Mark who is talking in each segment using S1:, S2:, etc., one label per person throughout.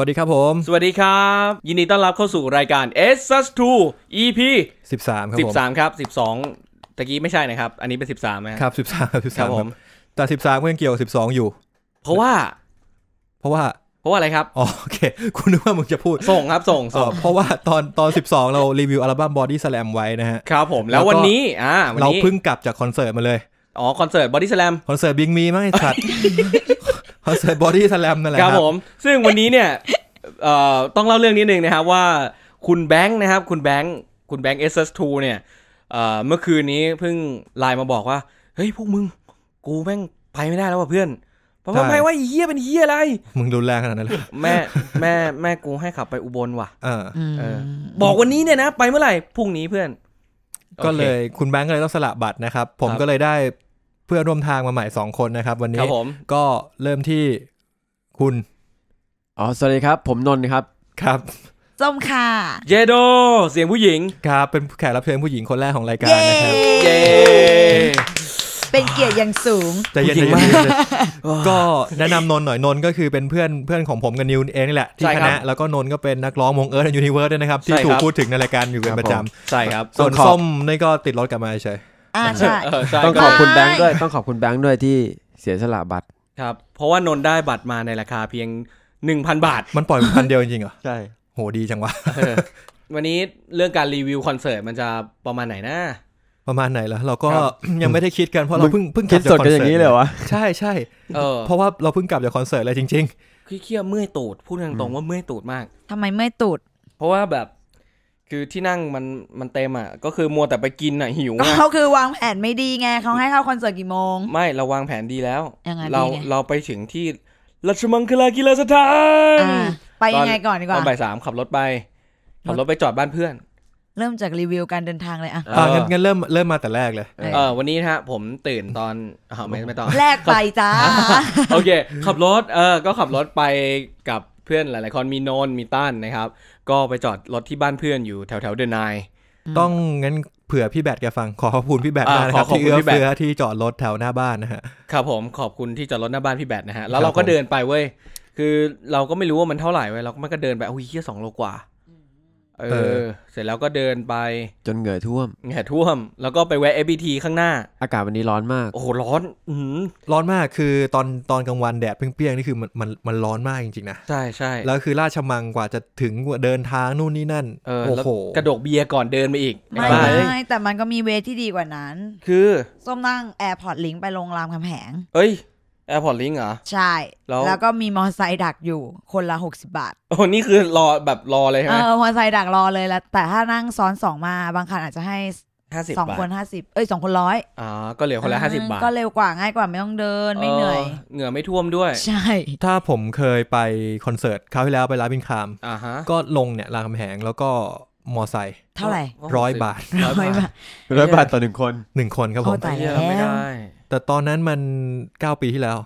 S1: วัสดีครับผม
S2: สวัสดีครับ ยินดีต้อนรับเข้าสู่รายการ s s 2 EP
S1: 13 ครับผม
S2: 13 ครับ 12ตะกี้ไม่ใช่นะครับ อันนี้เป็น 13นะค
S1: ครับ รับ13ครับ
S2: ครับ
S1: 13
S2: ผ
S1: ครั
S2: ม
S1: บแต่13ก็ยังเกี่ยวกับ12 อยู่
S2: เพราะว่า
S1: เพราะว่า
S2: เพราะว่าอะไรครับ
S1: อ๋อโอเค คุณนึกว่ามึงจะพูด
S2: ส่งครับ ส่ง
S1: เอ่
S2: ส่
S1: อง เพราะว่าตอนตอน 12 เรารีวิวอัลบั้ม Body Slam ไว้นะฮะ
S2: ครับผมแล้ว
S1: แล้วก็
S2: วันนี้อ่าวัน
S1: เรา
S2: นี้
S1: เพิ่งกลับจากคอนเสิร์ตมาเลย
S2: อ๋อคอนเสิร์ตบอดี้สแลม
S1: คอนเสิร์ตบิงมีมั้งไอ้สัตว์ คอนเสิร์ต Body Slam นั่นแหละ
S2: ค
S1: ค
S2: รั
S1: รั
S2: บบ ผม ซึ่งวันนี้เนี่ยเอ่อต้องเล่าเรื่องนิดนึงนะครับว่าคุณแบงค์นะครับ คุณแบงค์คุณแบงค์ s s 2เนี่ยเอ่อเมื่อคืนนี้เพิ่งไลน์มาบอกว่าเฮ้ยพวกมึง กูแม่งไปไม่ได้แล้วว่ะเพื่อนเพราะว่า
S1: ใช่
S2: ไม่ว่าไอ้เฮียเป็นเฮียอะไร
S1: มึงรุนแรงขนาดนั้นเลย
S2: แม่แม่แม่กูให้ขับไปอุบลว่ะ
S1: เออ
S2: เออ บอกวันนี้เนี่ยนะ ไปเมื่อไหร่พรุ่งนี้เพื่อน
S1: ก็เล
S2: โอ
S1: ยคุณแบงค์ก็เลยต้องสละบัตรนะครับ ผม
S2: ครับ
S1: ก็เลยได้เพื่อนร่วมทางมาใหม่สองคนนะครับ วัน
S2: เคค
S1: นี้
S2: รับผม
S1: ก็เริ่มที่คุณ
S3: อ๋อ สวัสดีครับ ผมนนท์ครับ
S1: ครับ
S4: ส้มค่ะ
S2: เยโดเสียงผู้หญิง
S1: ครับเป็นแขกรับเชิญผู้หญิงคนแรกของรายการ
S4: เย้
S1: นะครับ
S2: เย้
S4: เป็นเกียรติอย่างสูง
S1: ใจเย็น
S2: ผู้หญิง
S1: ใจ
S2: มาก
S1: เย็นก็แนะนำนนท์หน่อยนนท์ก็คือเป็นเพื่อนเพื่อนของผมกับนิวเองนี่แหละที่
S2: ใช่
S1: ค
S2: ครับ
S1: ณะแล้วก็นนท์ก็เป็นนักร้องวงเอิร์ธยูนิเวิร์สด้วยนะครับ ที่
S2: ใช่ค
S1: ถู
S2: รับ
S1: กพูดถึงในรายการอยู่เป็น
S3: ครับ
S1: ประจ
S2: ใช่ครับ
S1: ำส่วน
S3: ต้องขอบ
S1: ส้มนี่ก็ติดรถกลับมาเฉย
S4: อ่าใช่
S2: เออใช่
S3: ต้อง
S2: ค
S3: ข
S2: รั
S3: อ
S2: บบ
S3: คุณแบงค์ด้วย
S4: ใช่
S3: ต้องขอบคุณแบงค์ด้วยที่เสียสละบัตร
S2: ครับ เพราะว่านนท์ได้บัตรมาในราคาเพียง 1,000 บาท
S1: มันปล่อยพันเดียวจริงๆเหรอ
S3: ใช่
S1: โหดีจังวะ
S2: วันนี้เรื่องการรีวิวคอนเสิร์ตมันจะประมาณไหนนะ
S1: ประมาณไหนล่ะเราก็
S2: ครับ
S1: ยังไม่ได้คิดกันเพราะเราเพิ่งเพิ่งก
S3: คิ
S1: ลั
S3: ด
S1: บจา
S3: ส
S1: ก
S3: ด
S1: คอน
S3: กัน
S1: เสิร์ต
S3: อย่างนี้เลยเหรอวะ
S1: ใช่ใช่
S2: เออ
S1: เพราะว่าเราเพิ่งกลับจากคอนเสิร์ตเลยจริง
S2: คือเครียดเมื่อยตูดพูดตรงๆว่าเมื่อยตูดมาก
S4: ทำไมเมื่อยตูด
S2: เพราะว่าแบบคือที่นั่งมันมันเต็มอ่ะก็คือมัวแต่ไปกินอ่ะหิว
S4: ก็
S2: อ่ะ
S4: เขาคือวางแผนไม่ดีไงเขาให้เข้าคอนเสิร์ตกี่โมง
S2: ไม่เราวางแผนดีแล้ว
S4: ยังไง
S2: เรา
S4: ดีไง
S2: เราไปถึงที่ราชมังคลากีฬาสถาน
S4: อ่าไป
S2: ตอน
S4: ยังไงก่อนดีก
S2: ตอ
S4: ว่า
S2: นบ่ายสามขับรถไป ขับรถไปจอดบ้านเพื่อน
S4: เริ่มจากรีวิวการเดินทางเลยอะ
S1: ๆอ่ะงั้นงั้นเริ่มเริ่มมาแต่แรกเลย
S4: เออ
S2: เออวันนี้นะฮะผมตื่นตอนอ้าวไม่ไม่ต้อง
S4: แลกไปจ้า
S2: โอเค ขับรถเออก็ขับรถไปกับเพื่อนหลาย ๆ คนมีโนนมีต้านนะครับ ก็ไปจอดรถที่บ้านเพื่อนอยู่แถวแถวเดนนาย
S1: ต้องงั้นเผื่อพี่แบทแกฟังขอขอบคุณพี่แบ
S2: อ่าม
S1: ทากนะครับ
S2: ขอขอบ
S1: ที่
S2: คุณ
S1: เอื้อ
S2: พี่แบท
S1: เฟื้อที่จอดรถแถวหน้าบ้านนะฮะ
S2: ครับผมขอบคุณที่จอดรถหน้าบ้านพี่แบทนะฮะ แล้
S1: ค
S2: ว
S1: รับ
S2: เราก็
S1: ผม
S2: เดินไปเว้ย คือเราก็ไม่รู้ว่ามันเท่าไหร่เว้ยเราก็มันก็เดินไปอุ้ยเฮียสองโลกว่าเออ เสร็จแล้วก็เดินไป
S3: จนเหงื่อท่วม
S2: แง่ท่วม แล้วก็ไปแวะเอบีทีข้างหน้า
S3: อากาศวันนี้ร้อนมาก
S2: โอ้โหร้อน อืม
S1: ร้อนมากคือตอนตอนกลางวันแดดเปรี้ยงๆนี่คือมันมันมันร้อนมากจริงๆนะ
S2: ใช่ใช่
S1: แล้วคือราชมังกว่าจะถึงกว่าเดินทางนู่นนี่นั่น
S2: เออ
S1: โอ้
S2: แล้ว
S1: โห
S2: กระดกเบียร์ก่อนเดินไปอีก
S4: ไม่
S2: ไอ้บ้าเอ้ย
S4: ไม่แต่มันก็มีเวทที่ดีกว่านั้น
S2: คือ
S4: ส้มนั่งแอร์พอร์ตลิงไปลงรามคำแหง
S2: เอ้ยแอร์พอร์ตลิงเหรอ
S4: ใช่
S2: แล้ว
S4: แล้วก็มีมอเตอร์ไซค์ดักอยู่คนละ 60 บาท
S2: โอ้นี่คือรอแบบรอเลยใช่
S4: เอ
S2: ไหม
S4: อมอเตอร์ไซค์ดักรอเลยแล้ว แต่ถ้านั่งซ้อนสองมาบางคันอาจจะให้
S2: ห้าสิบ
S4: สอง
S2: บาท
S4: คนห้าสิบเอ้ยสองคนร้อย
S2: อ๋อก็เหลือคนละห้าสิบบาท
S4: ก็เร็วกว่าง่ายกว่าไม่ต้องเดินไม่เหนื่อย
S2: เหงื่อไม่ท่วมด้วย
S4: ใช่
S1: ถ้าผมเคยไปคอนเสิร์ตคราวที่แล้วไปร้านบินคาม
S2: อ่าฮะ
S1: ก็ลงเนี่ยรามคำแหงแล้วก็มอไซค์
S4: เท่าไหร่
S1: ร้อยบาท
S2: ร้อย
S4: ร้อย
S2: บา
S4: บา
S2: ท
S4: ท
S3: ร้อยบาทต่อหนึ่งคน
S1: หนึ่งคนครับผม
S4: โอ้ตาย
S2: เหี้ยไม่ได้
S1: แต่ตอนนั้นมัน 9 ปีที่แล้ว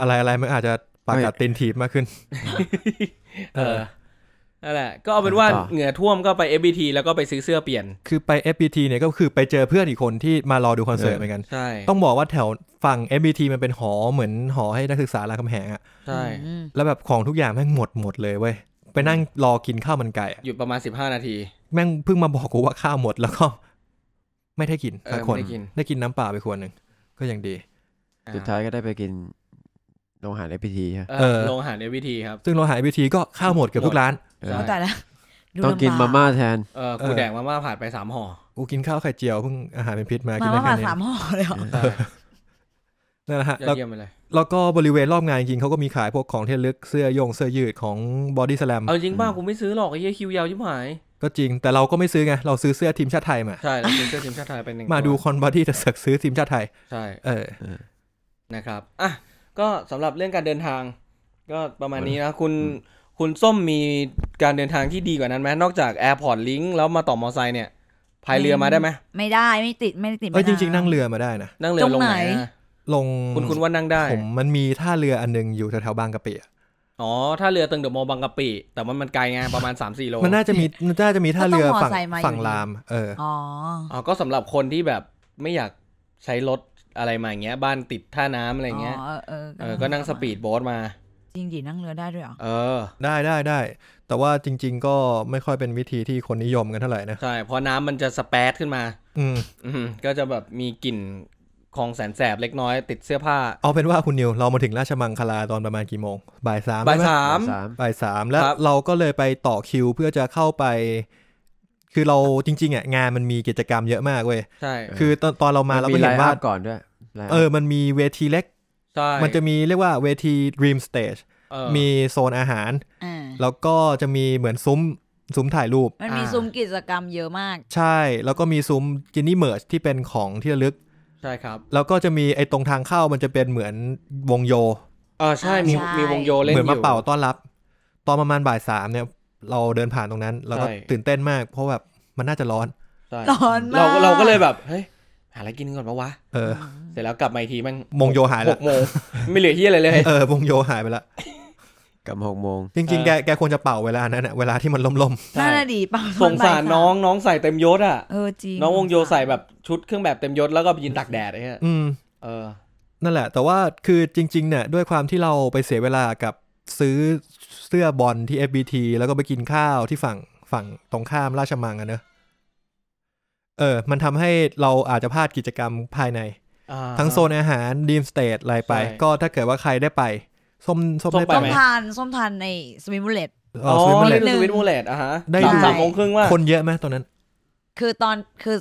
S1: อะไรอะไรมันอาจจะปากกัดตีนถีบมากขึ้น
S2: เออนั่นแหละ ก็เอาเป็นว่า
S3: ต่อ
S2: เหงื่อท่วมก็ไป FBT แล้วก็ไปซื้อเสื้อเปลี่ยน
S1: คือไป FPT เนี่ยก็คือไปเจอเพื่อนอีกคนที่มารอดูคอนเสิร์ตเหมือนกัน
S2: ใช่
S1: ต้องบอกว่าแถวฝั่ง FPT มันเป็นหอเหมือนหอให้นักศึกษารามคำแหงอะ
S2: ใช่
S4: อืม
S1: แล้วแบบของทุกอย่างแม่งหมดหมดเลยเว้ยไปนั่งรอกินข้าวมันไก่อะ
S2: หยุดประมาณ 15 นาที
S1: แม่งเพิ่งมาบอกกูว่าข้าวหมดแล้วก็ ไม่ได้กิน
S2: เออ
S1: สักคน
S2: ไม่ได้กิน
S1: ได้กินน้ำเปล่าไปขวดหนึ่งก็ยังดี
S2: อ่า
S3: สุดท้ายก็ได้ไปกินโรงอาหารเอพีทีฮะ
S2: เอ
S1: เอ
S2: อ
S1: อ
S2: โรงอาหาร FBT ครับ
S1: ซึ่งเราหายไปทีก็ข้าวหมดเกือบทุกร้าน
S3: เออ
S2: ใช่
S4: เข้าใจแล้วดู
S3: ต้องกิน
S4: ลำบ
S3: มาม่าแทน
S2: เออกู
S1: เออ
S2: แดกมาม่าผ่านไปสามห่อ
S1: กูกินข้าวไข่เจียวเพิ่งอาหารเป็นพิษมากิ
S4: มาน
S1: ได้
S4: ม่า
S1: แค่
S4: ผ่าน
S1: นี้
S4: สามห่อเลยเหรอ
S2: ใช่
S1: นั่นแหละฮะ
S2: ยอ
S1: แล้ว
S2: ดเยี่ยมไปเลย
S1: แล้วก็บริเวณรอบงานจริงๆเขาก็มีขายพวกของที่ระลึกเสื้อยงเสื้อยืดของบอดี้ส a ลม
S2: เอาจริงป่ะกูไม่ซื้อหรอกไอ้เหี้ยคิวยาวชิบหาย
S1: ก็จริงแต่เราก็ไม่ซื้อไง เราซื้อเสื้อทีมชาติไทยมา
S2: ใช่แล้วซื้อเสื้อทีมชาติไทยเป็นหนึ่ง
S1: มาดู
S2: ตัว
S1: คอนบอดี้แต่เสักซื้อทีมชาติไทย
S2: ใช่
S1: เออ
S2: นะครับอ่ะก็สำหรับเรื่องการเดินทาง ก็ประมาณนี้นะคุณคุณส้มมีการเดินทางที่ดีกว่านั้นไหมนอกจากแอร์พอร์ตลิงแล้วมาต่อมอไซค์เนี่ยพายเรือมาได้ไหม
S4: ไม่ได้ไม่ติดไม่ติด
S1: เอ้ยจ
S4: แม่ำ
S1: ริง ๆ นั่งเรือมาได้นะ
S2: นั่งเรือลงไหน
S4: ตรงไหน
S2: นะ
S1: ลง
S2: คุณคุณว่านั่งได้
S1: ผมมันมีท่าเรืออันนึงอยู่แถวๆบางกะปิอะ
S2: อ๋อถ้าเรือตึงเดอะมอลล์บางกะปิแต่มันมันไกล ไงประมาณ 3 4 โล
S1: มันน่าจะมีน่าจะมีท่าเรือ
S4: ก็ต้องมอ
S1: ฝั่ง
S4: ไซค์มาอยู่
S1: ฝั่งลาม เออ
S4: อ๋อ
S2: อ๋อก็สำหรับคนที่แบบไม่อยากใช้รถอะไรมาอย่างเงี้ยบ้านติดท่าน้ำอะไรเงี้ย
S4: เออเออ
S2: เออก็นั่งสปีดโบ๊ทมา
S4: จริงดินั่งเรือได้ด้วยเหรอ
S2: เออ
S1: ได้ได้ได้ แต่ว่าจริง ๆ ก็ไม่ค่อยเป็นวิธีที่คนนิยมกันเท่าไหร่นะ
S2: ใช่เพอน้ำมันจะสเปซขึ้นมา
S1: อืม
S2: อืมก็จะแบบมีกลิ่นของแสนแสบเล็กน้อยติดเสื้อผ้า
S1: เอาเป็นว่าคุณนิวเรามาถึงราชมังคลาตอนประมาณกี่โมงบ่ายสาม
S2: บ่าย
S1: ใช่ไห
S2: สาม
S3: สาม
S1: บ่ายสามแล้ว
S2: ครับ
S1: เราก็เลยไปต่อคิวเพื่อจะเข้าไป คือเราจริงๆอ่ะงานมันมีกิจกรรมเยอะมากเว้ย
S2: ใช่
S1: คือตอนตอนเรามาเราก็เห็นว่า
S3: ไลฟ์ก่อนด้วยไลฟ์
S1: เออ มันมีเวทีเล็ก
S2: ใช่
S1: มันจะมีเรียกว่าเวที Dream Stage
S2: เออ
S1: มีโซนอาหาร
S4: อ่า
S1: แล้วก็จะมีเหมือนซุ้ม ซุ้มถ่ายรูป
S4: มันมี
S2: อ่า
S4: ซุ้มกิจกรรมเยอะมาก
S1: ใช่ แล้วก็มีซุ้มจินนี่เมิร์ชที่เป็นของที่ระลึก
S2: ใช่ครับ
S1: แล้วก็จะมีไอ้ตรงทางเข้ามันจะเป็นเหมือนวงโย
S2: เออใช่มี
S4: ใช่
S2: มีวงโยเล่น
S1: เหมือน
S2: อ
S1: มา
S2: ยู่
S1: เป่าต้อนรับ ตอนประมาณบ่ายสามเนี่ย เราเดินผ่านตรงนั้น เราก็
S2: ใช่
S1: ตื่นเต้นมาก เพราะแบบมันน่าจะร้อน
S2: ใช่
S4: ร้อนมาก
S2: เราก็เราก็เลยแบบเฮ้ยหาอะไรกินก่อนปะวะ
S1: เออ
S2: เสร็จแล้วกลับมาอีกทีมัน
S1: วงโยหาย
S2: ห
S1: ละ
S2: กโมงไม่เหลือที่อะไรเลย
S1: เออวงโยหายไปละ
S3: กลับมาหกโมง
S1: จริงๆ
S2: เออ
S1: แกแกควรจะเป่าเวลานั้นอะเวลาที่มันล่ม
S4: น่าจะดีเปล่า
S2: สงสารน้องน้องใส่เต็มยศอ่ะ
S4: เออจริง
S2: น้องวงโยใส่แบบชุดเครื่องแบบเต็มยศแล้วก็ไปยืนตากแดดไอ้เงี้ย
S1: ๆอืม
S2: เออ
S1: นั่นแหละ แต่ว่าคือจริง ๆ เนี่ย ด้วยความที่เราไปเสียเวลากับซื้อเสื้อบอลที่ FBT แล้วก็ไปกินข้าวที่ฝั่งฝั่งตรงข้ามราชมังอะเนอะเออ มันทำให้เราอาจจะพลาดกิจกรรมภายใน
S2: อ่า
S1: ทั้งโซนอาหารดีมสเตทอะไรไป
S2: ใช่
S1: ก็ถ้าเกิดว่าใครได้ไป ส้มส้ม
S2: ส้ม
S1: ได้
S2: ไป
S1: ไป
S4: ส้ม
S2: ไห
S4: ทานส้มทานในสวิมบูเลต
S1: เอ
S2: อ๋
S1: อ
S2: อ
S1: สวิตเซอร์แล
S2: เล่
S1: น
S2: น
S1: ด์
S2: สวิตมูเลตอ่ะฮะ
S1: ได้
S2: หลัง
S4: ได้
S2: สามโมงครึ่งว่า
S1: คนเยอะไหมตอนนั้น
S4: คือตอนคือ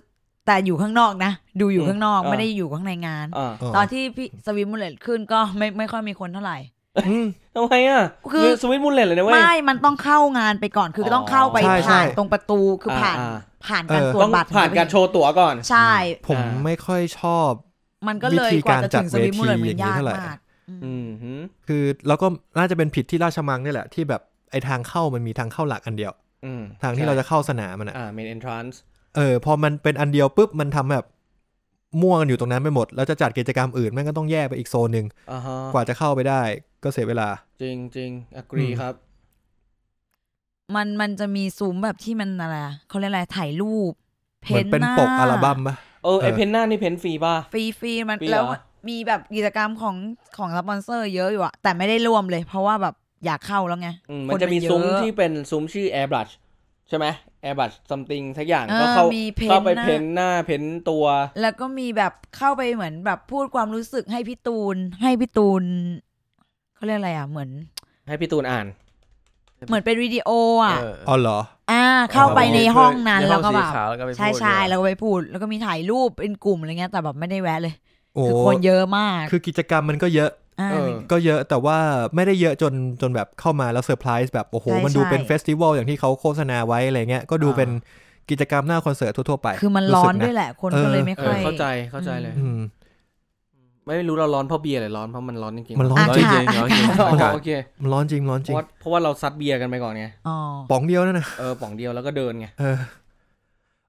S4: แต่อยู่ข้างนอกนะ ดูอยู่ข้างนอก
S2: อืม
S4: ไม่ได้อยู่ข้างในงาน
S2: อ่า
S4: ตอนที่พี่สวิมบูเลตขึ้นก็ไม่ไม่ค่อยมีคนเท่าไหร่
S1: อืม
S2: ทำไมอ่ะ
S4: คือ
S2: สวิตมูเลตเลยนะเว้ย
S4: ไม่มันต้องเข้างานไปก่อนคืออ
S2: อ
S4: ต้องเข้าไป
S1: ใช่
S4: ผ่าน
S1: ใช่
S4: ตรงประตูคือผ่าน
S2: อ่า
S4: ผ่านการ
S1: เออ
S4: ตรวจ
S2: ต้อง
S4: บัตร
S2: ผ่านการโชว์ตั๋วก่อน
S4: ใช่
S1: ผม
S2: อ่า
S1: ไม่ค่อยชอบ
S4: มันก็เลย
S1: วิธี
S4: ก
S1: กา
S4: ว่า
S1: ร
S4: จะ
S1: จัด
S4: ถึงสวิมบูเลต
S1: เวที
S4: มันยา
S1: อย่างนี้
S4: ก
S1: เท่าไหร่
S4: มาก
S2: อืมหืม
S1: คือแล้วก็น่าจะเป็นผิดที่ราชมังนี่แหละ ที่แบบไอ้ทางเข้ามันมีทางเข้าหลักอันเดียว
S2: อืม
S1: ทางที่เราจะเข้าสนามมันอะ
S2: อ่าเมนเอนทรานซ์
S1: เออพอมันเป็นอันเดียวปุ๊บมันทำแบบม่วงกันอยู่ตรงนั้นไปหมด แล้วจะจัดกิจกรรมอื่นแม่งก็ต้องแยกไปอีกโซนหนึ่ง
S2: อ่าฮะ
S1: กว่าจะเข้าไปได้ก็เสียเวลา
S2: จริงจริงอักรี
S1: อืม
S2: ครับ
S4: มันมันจะมีซูมแบบที่มันอะไรอะเขาเรียกอะไรถ่ายรูป
S1: เหมือนเป็น
S4: หา
S1: ปกอัลบั้มปะ
S2: เออไอ
S1: เออ
S2: เพนหน้านี่เพนฟรีป่ะ
S4: ฟรีฟรีมัน
S2: ฟรีเหรอ
S4: แล้วมีแบบกิจกรรมของของสปอนเซอร์เยอะอยู่อะแต่ไม่ได้ร่วมเลย เพราะว่าแบบอยากเข้าแล้วไง
S2: อืมมันจะมี
S4: คนมันเยอะ
S2: ซุ้มที่เป็นซุ้มชื่อ Airbrush ใช่ไหม Airbrush something สักอย่าง
S4: เอ
S2: ก็
S4: อ
S2: เข้า
S4: มีเพน
S2: เข้าไป
S4: นะ
S2: เพนหน้าเพนตัว
S4: แล้วก็มีแบบเข้าไปเหมือนแบบพูดความรู้สึกให้พี่ตูน ให้พี่ตูนเขาเรียกอะไรอะเหมือน
S2: ให้พี่ตูนอ่าน
S4: เหมือนเป็นวิดีโออะ
S3: เออ
S1: อ๋อเหรอ
S4: อ่าเข้าไปในห้องนั้น
S3: ใ
S4: แล้วก็
S3: สี
S4: แบบ
S3: ขาวแล้วก็ไปพูด
S4: ใช่ใช่
S3: ด้วย
S4: แล้วก็ไปพูด แล้วก็มีถ่ายรูปเป็นกลุ่มอะไรเงี้ยแต่แบบไม่ได้แวะเลย
S1: โอ้
S4: คือคนเยอะมาก
S1: คือกิจกรรมมันก็เยอะ
S4: อ่า
S2: เออ
S1: ก็เยอะแต่ว่าไม่ได้เยอะจนจนแบบเข้ามาแล้วเซอร์ไพรส์แบบโอ้โห
S4: ใช่
S1: มันดู
S4: ใช่
S1: เป็นเฟสติวัลอย่างที่เขาโฆษณาไว้อะไรเงี้ยก็ดู
S2: อ่า
S1: เป็นกิจกรรมหน้าคอนเสิร์ตทั่วๆไป
S4: คือมันร้อน
S1: สึกะ
S4: ด้วยแหละ คน
S1: เออ
S4: ก็เลยไม่
S2: เอ
S4: ค่อ
S2: อย เข้าใจเข้าใจเลย
S1: อืม
S2: ไม่รู้เราร้อนเพราะเบียร์หรือร้อนเพราะมันร้อนจริงๆ
S1: มันร้อน
S3: ร้อนจริงๆร้อนจริง
S2: อ๋อ
S3: อากาศ
S2: โอเค
S1: มันร้อนจริงร้อน
S2: เพ
S1: จริง
S2: ราะว่าเพราะว่าเราซัดเบียร์กันไปก่อนไง
S4: อ๋อ
S1: ป๋องเดียวนั่นนะ
S2: เออป่องเดียวแล้วก็เดินไง
S1: เออ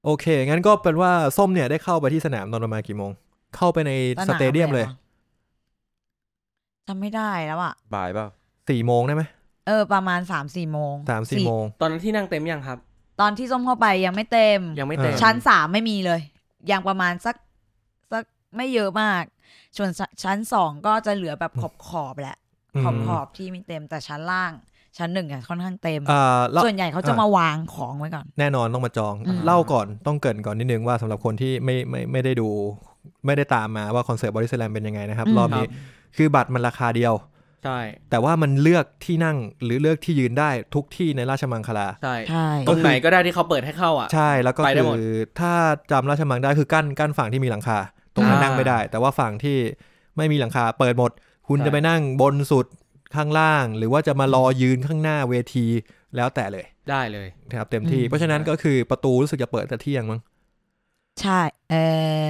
S1: โอเค งั้นก็เป็นว่าส้มเนี่ยได้เข้าไปที่สนามตอนประมาณกี่โมง เข้าไปในสเตเดียมเลย
S4: จำไม่ได้แล้วอ่ะ
S3: บ่ายเปล่า
S1: สี่โมงได้ไหม
S4: เออ ประมาณสามสี่โมง
S1: สามสี่โมง
S2: ตอนนั้นที่นั่งเต็มยังครับ
S4: ตอนที่ส้มเข้าไปยังไม่เต็ม
S2: ยังไม่เต็ม
S1: เออ
S4: ชั้นสามไม่มีเลย ยังประมาณสักสักไม่เยอะมากส่วนชชั้นสองก็จะเหลือแบบขอบขอบๆแหละ ขอบ
S1: ม
S4: ขอบที่ไม่เต็มแต่ชั้นล่าง ชั้นหนึ่งอะค่อนข้างเต็ม
S1: อ่าเล่า
S4: ส่วนใหญ่เขาจะมาวางของไว้ก่อน
S1: แน่นอนต้องมาจอง
S4: อืม
S1: เล่าก่อนต้องเกรินก่อนนิดนึงว่าสำหรับคนที่ไม่ไม่ไม่ได้ดู ไม่ได้ตามมาว่าคอนเสิร์ตบอดี้สแลมเป็นยังไงนะครับ รอบนี้คือบัตรมันราคาเดียว
S2: ใช่
S1: แต่ว่ามันเลือกที่นั่งหรือเลือกที่ยืนได้ทุกที่ในราชมังคลา
S2: ใช่
S4: ใช่
S2: ตรงไหนก็ได้ที่เขาเปิดให้เข้าอ่ะ
S1: ใช่แล้วก็
S2: ไปได้หมด
S1: คือถ้าจำราชมังได้คือกั้นกั้นฝั่งที่มีหลังคา ตรงนั้น
S2: อ่านั่
S1: นั่งไม่ได้ แต่ว่าฝั่งที่ไม่มีหลังคาเปิดหมด คุณ
S2: ใช่
S1: จะไปนั่งบนสุดข้างล่าง หรือว่าจะมารอยืนข้างหน้าเวทีแล้วแต่เลย
S2: ได้เลย
S1: นะครับเต็มที่เพราะฉะนั้นก็คือประตูรู้สึกจะเปิดแต่เที่ยงมั้ง
S4: ใช่ เออ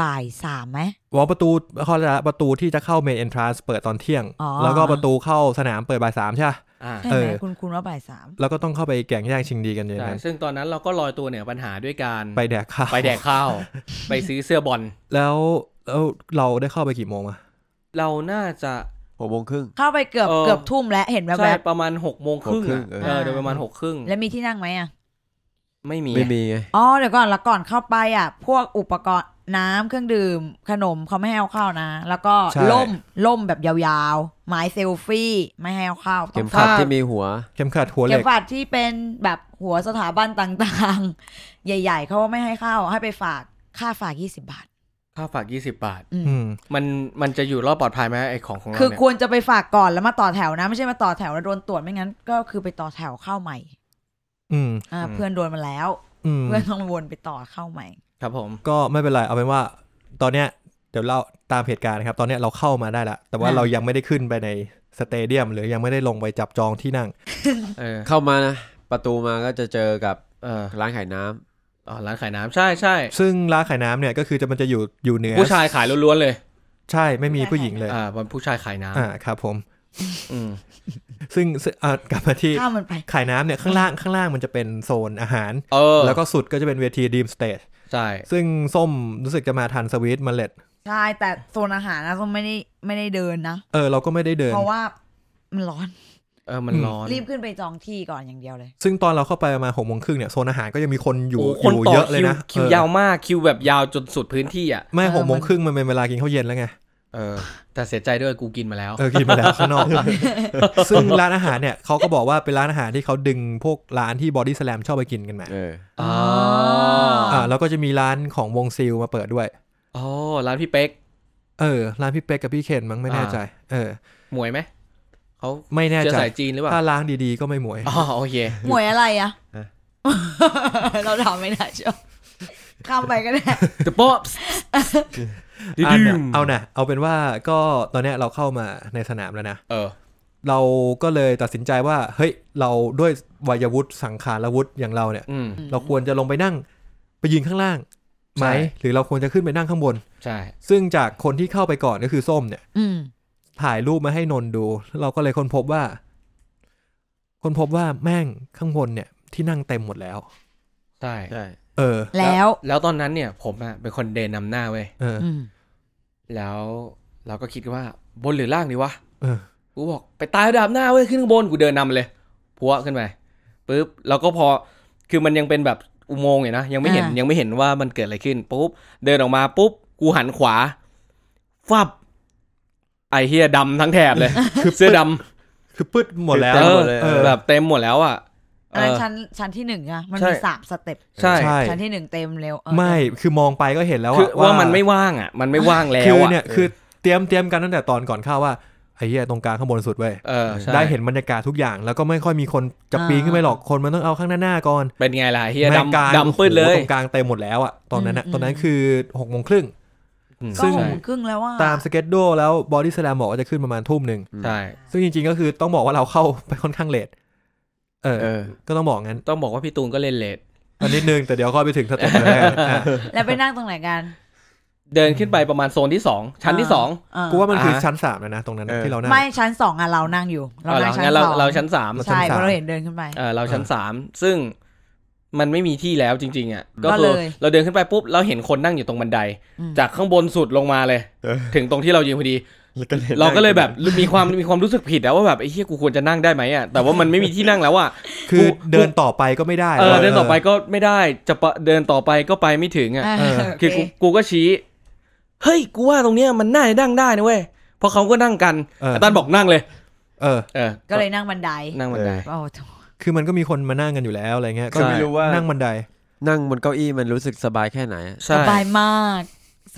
S4: บ่ายสามไหม
S1: วอลประตูเขาจะประตูที่จะเข้าเมนเอนทรานส์เปิดตอนเที่ยง
S4: อ๋อ
S1: แล้วก็ประตูเข้าสนามเปิดบ่ายสามใช่ปะ
S2: อ่า
S4: ใช่ไหม
S1: เออ
S4: คุณคุณว่าบ่ายสาม
S1: แล้วก็ต้องเข้าไปแก่งแย่งชิงดีกันอย่าง
S2: ใช่
S1: นั้น
S2: ซึ่งตอนนั้นเราก็ลอยตัวเหนือปัญหาด้วยการ
S1: ไปแดกข้าว
S2: ไปแดกข้าว ไปซื้อเสื้อบอล
S1: แล้วแล้วเราได้เข้าไปกี่โมงอะ
S2: เราน่าจะ
S3: หกโมงครึ่ง
S4: เข้าไปเกือบ
S2: เออ
S4: เกือบทุ่มแล้วเห็นแว
S2: ใช่
S4: บ
S2: ประมาณหกโมงครึ่ง
S3: หกโมงครึ่
S2: อะ
S3: งเออ
S2: เออโดยประมาณหกครึ่ง
S4: ๆ แล้วมีที่นั่งไหมอ่ะ
S2: ไม่มี
S3: ไม่มีไง
S4: อ๋อเดี๋ยวก่อนแล้วก่อนเข้าไปอ่ะ พวกอุปกรณ์ น้ำเครื่องดื่ม ขนมเขาไม่ให้เอาเข้านะ แล้วก็
S1: ใช่
S4: ล่มล่มแบบยาวๆไม้เซลฟี่ไม่ให้เอาเข้า
S3: เข็มขัด
S2: ถ้า
S3: ที่มีหัว
S1: เข็มขัดหัวเห
S4: เข็
S1: ล็
S4: ม
S1: ก
S4: ขัดที่เป็นแบบหัวสถาบันต่างๆ ใหญ่ ๆเขาไม่ให้เข้าให้ไปฝากค่าฝาก 20 บาท
S2: ค่าฝาก 20 บาท
S1: อืม
S2: มันมันจะอยู่รอดปลอดภัยไหมไอของของเรา
S4: คือ
S2: เนี่ย
S4: ควรจะไปฝากก่อนแล้วมาต่อแถวนะ ไม่ใช่มาต่อแถวแล้วโดนตรวจไม่งั้น ก็คือไปต่อแถวเข้าใหม่
S1: อืม
S4: อ่าเพื่อนโดนมาแล้ว
S1: อืม
S4: เพื่อนต้องวนไปต่อเข้าใหม่
S2: ครับผม
S1: ก็ไม่เป็นไร เอาเป็นว่า ตอนเนี้ยเดี๋ยวเล่าตามเหตุการณ์นะครับ ตอนเนี้ยเราเข้ามาได้ละ แต่ว่า
S4: อ่า
S1: เรายังไม่ได้ขึ้นไปในสเตเดียม หรือยังไม่ได้ลงไปจับจองที่นั่ง
S2: เออ
S3: เข้ามานะ ประตูมาก็จะเจอกับ
S2: เออ
S3: ร้านขายน้ำ
S2: อ๋อร้านขายน้ำใช่ใช่
S1: ซึ่งร้านขายน้ำเนี่ยก็คือจะมันจะอยู่อยู่เหนือ
S2: ผู้ชายขายล้วนๆเลย
S1: ใช่ไม่มีผู้หญิงเลย
S2: อ่าวันผู้ชายขายน้
S1: อ่าครับผม
S2: ำอืม
S1: ซึ่งซึ่งอ่ากลับมาที่
S4: ข้ามมันไป
S1: ขายน้ำเนี่ยข้างล่างข้างล่างมันจะเป็นโซนอาหาร
S2: เออ
S1: แล้วก็สุดก็จะเป็นเวทีดีมสเตจ
S2: ใช่
S1: ซึ่งส้มรู้สึกจะมาทันสวีทมาเล็ด
S4: ใช่ แต่โซนอาหารนะก็ไม่ได้ไม่ได้เดินนะ
S1: เออเราก็ไม่ได้เดิน
S4: เพราะว่ามันร้อน
S2: เออมันร้อน
S4: รีบขึ้นไปจองที่ก่อนอย่างเดียวเลย
S1: ซึ่งตอนเราเข้าไปประมาณหกโมงครึ่งเนี่ยโซนอาหารก็ยังมีคนอยู่
S2: โอ้
S1: อ
S2: คน
S1: ยู่
S2: ต่อ
S1: เยอะเลย
S2: คิว
S1: นะ
S2: คิ
S1: เออย
S2: วาวมากคิวแบบยาวจนสุดพื้นที่อ่ะ
S1: ไม่
S4: เออ
S1: หกโมง
S4: มัน
S1: ครึ่งมันเป็นเวลากินข้าวเย็นแล้วไง
S2: เออ แต่เสียใจด้วยกูกินมาแล้ว
S1: เออกินมาแล้วข้างนอก ซึ่งร้านอาหารเนี่ยเขาก็บอกว่าเป็นร้านอาหารที่เขาดึงพวกร้านที่บอดี้สแลมชอบไปกินกันมา
S3: เออ
S2: อ๋อ
S1: อ่าแล้วก็จะมีร้านของวงซิลมาเปิดด้วย
S2: อ๋อร้านพี่เป๊ก
S1: เออ ร้านพี่เป๊กกับพี่เคนมั้งไม่แน่ใจ เออ
S2: หมวยไหม เขา
S1: ไม่แน่
S2: เชื้อ
S1: ใจ
S2: สายจีนหรือเปล่า
S1: ถ้าร้านดีๆก็ไม่หมวย
S2: อ๋อโอเค
S4: หมวยอะไรอะ
S3: ฮะ
S4: เราถามไม่ได้ เชียวข้ามไปก็ได้
S2: The Pops
S1: อันน่ะเอานะเอาเป็นว่าก็ตอนเนี้ยเราเข้ามาในสนามแล้วนะ
S2: เออ
S1: เราก็เลยตัดสินใจว่า เฮ้ย เราด้วยวัยวุฒิสังขารวุฒิอย่างเราเนี่ย
S2: อืม
S1: เราควรจะลงไปนั่งไปยืนข้างล่างไหม
S2: ใช่
S1: หรือเราควรจะขึ้นไปนั่งข้างบน
S2: ใช่
S1: ซึ่งจากคนที่เข้าไปก่อนก็คือส้มเนี่ย
S4: อืม
S1: ถ่ายรูปมาให้นนท์ดูแล้วเราก็เลยค้นพบว่าค้นพบว่าแม่งข้างบนเนี่ย ที่นั่งเต็มหมดแล้ว
S2: ใช่
S3: ใช่
S1: เออ
S4: แล้ว
S2: แล้วตอนนั้นเนี่ยผมอะเป็นคนเดินนำหน้าเว้ย
S1: เออ
S4: อืม
S2: แล้วเราก็คิดว่าบนหรือล่างดีวะ
S1: เออ
S2: กูบอกไปตายระดับหน้าเว้ยขึ้นข้างบนกูเดินนำเลย พัวขึ้นไปปุ๊บแล้วก็พอคือมันยังเป็นแบบอุโมงค์อยู่นะยังไม่เห็นยังไม่เห็นว่ามันเกิดอะไรขึ้นปุ๊บเดินออกมาปุ๊บกูหันขวาฟับไอเฮียดำทั้งแถบ เลย คือเสื้อดำ
S1: คือปึ๊ดหมดแล้ว
S3: เต็
S2: เอ
S3: มห
S2: อ
S3: มดเลย
S2: เอ
S3: เอ
S2: อ
S3: อ
S2: แบบเต็มหมดแล้วอ่ะเอ
S4: อันนั้
S2: อ
S4: นชั้นชั้นที่หนึ่งอะมัน
S2: ใช่
S4: มีสามสเต็ป
S2: ใช่
S1: ใช่
S4: ชั้นที่หนึ่งเต็มเร็วเออ
S1: ไม่คือมองไปก็เห็นแล้ว
S2: คือ
S1: อะ
S2: ว่ามันไม่ว่างอ่ะ มันไม่ว่างแล้ว
S1: คือ
S2: อ่ะ
S1: เนี่ยคือเตรียมเตรียมกันตั้งแต่ตอนก่อนเข้าว่าไอ้เหี้ยตรงกลางข้างบนสุดเว้ย
S2: เออใช่
S1: ได้เห็นบรรยากาศทุกอย่าง แล้วก็ไม่ค่อยมีคนจะปีนขึ้นไปหรอกคนมันต้องเอาข้างหน้าๆก่อน
S2: เป็นไงล่ะเฮีย
S1: แม่งกลาง
S2: ดำดำปื้ดเลย
S1: โอ้โหตรงกลางเต็มหมดแล้วอะตอนนั้นอะตอนนั้นคือหกโมงครึ่ง
S2: อืม
S4: ก็
S1: ซึ่ง
S4: ห
S2: ใช่
S4: กโมงครึ่งแล้วว่า
S1: ตามสเก็ตโดแล้วบอดี้สแลมบอกว่าจะขึ้นประมาณทุ่มหนึ่ง
S2: ใช่
S1: ซึ่งจริงๆ ก็คือต้องบอกว่าเราเข้าไปค่อนข้างเลทเออ
S3: เออ
S1: ก็ต้องบอกงั้น
S2: ต้องบอกว่าพี่ตูนก็เล่นเลท
S1: อันนิดนึง แต่เดี๋ยวค่อยไปถึงสเต็ปแรกอ่ะ
S4: แล้วไปนั่งตรงไหนกัน
S2: เดินขึ้นไปประมาณโซนที่สองชั้นที่สอง
S4: เออ
S1: กูว่ามันคืออา ชั้นสามแล้วนะ ตรงนั้นนะ
S3: เออ
S1: ที่เรานั่ง
S4: ไม่ชั้นสองอะเรานั่งอยู่ เรา
S2: เรา
S4: นั่งชั้น
S2: งั้นเรา
S4: สอง
S2: เราชั้นสาม
S1: เราชั้น
S4: ใช่
S1: สาม
S4: เพราะเราเห็นเดินขึ้นไป
S2: เออเราชั้นสามซึ่งมันไม่มีที่แล้วจริง ๆอ่ะก็
S4: ก็
S2: คือ
S4: เลย
S2: เราเดินขึ้นไปปุ๊บเราเห็นคนนั่งอยู่ตรงบันได
S4: อืม
S2: จากข้างบนสุดลงมาเลย
S3: เออ
S2: ถึงตรงที่เรายืนพอดี เราก็เลยแบบมีความมีความรู้สึกผิดแล้วว่าแบบไอ้เฮียกูควรจะนั่งได้ไหมอ่ะแต่ว่ามันไม่มีที่นั่งแล้วอ่ะ
S1: คือเดินต่อไปก็ไม่ได้
S2: เออ
S1: แล้ว
S2: เดินต่อไปก็ไม่ได้จะปะเดินต่อไปก็ไปไม่ถึงอ่ะ
S4: เโ
S2: คือกูกูก็ชี้ เฮ้ยกูว่าตรงเนี้ยมันน่าจะนั่งได้นะเว้ยเพราะเขาก็นั่งกัน
S1: เออ
S2: อาจารย์บอกนั่งเลย
S1: เออ
S2: เออ
S4: ก็เลยนั่งบันได
S2: นั่งบันได
S4: โอ้โถ
S1: คือมันก็มีคนมานั่งกันอยู่แล้วอะไรเงี้ย ก็
S2: ใช่
S3: ไม่รู้ว่า
S1: นั่งบันได
S3: นั่งบนเก้าอี้มันรู้สึกสบายแค่ไหนอะ
S4: ส
S2: ใช่
S4: บายมาก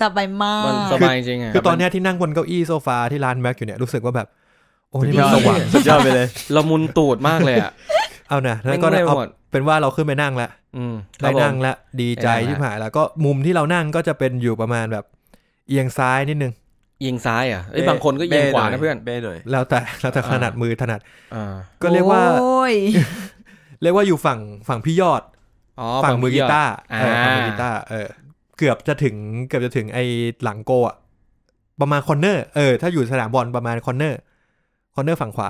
S4: สบายมา
S2: มัน
S4: ก
S2: สบายจริงๆอ่ะ
S1: คือตอนเนี้ยที่นั่งบนเก้าอี้โซฟาที่ร้านแม็กอยู่เนี่ยรู้สึกว่าแบบ โอ้นี่มัน
S3: สุ
S1: ส
S3: ดยอด
S1: ว่าง
S3: สุดยอดไปเลย
S2: ละมุนตูดมากเลยอ่ะ
S1: เอานะแล้วก็
S2: แม่งไม่
S1: เอา
S2: หมด
S1: เป็นว่าเราขึ้นไปนั่งละ
S2: อืมครั
S1: ได้
S2: บผม
S1: นั่งละดีใจ
S2: ได้นั่งละ
S1: ที่หายแล้วก็มุมที่เรานั่งก็จะเป็นอยู่ประมาณแบบเอียงซ้ายนิดนึง
S2: เอียงซ้ายอ่ะเอ้ย
S3: เบ้
S2: บางคนก็เอียงขวานะ
S3: บ้หย
S2: เพื่อน
S3: เบ้หน่อย
S1: แล้วแต่ แล้วแต่ขนาดมือถนัด
S2: อ่า
S1: ก็เรียกว่า
S4: โอ้ย
S1: เรียกว่าอยู่ฝั่งฝั่งพี่ยอด
S2: อ๋อ
S1: ฝั่งมือกีตาร์
S2: อ่า
S1: เออฝั่งมือกีตาร์เออเกือบจะถึงเกือบจะถึงไอ้หลังโกอะประมาณคอนเนอร์เออถ้าอยู่สนามบอลประมาณคอนเนอร์คอนเนอร์ฝั่งขวา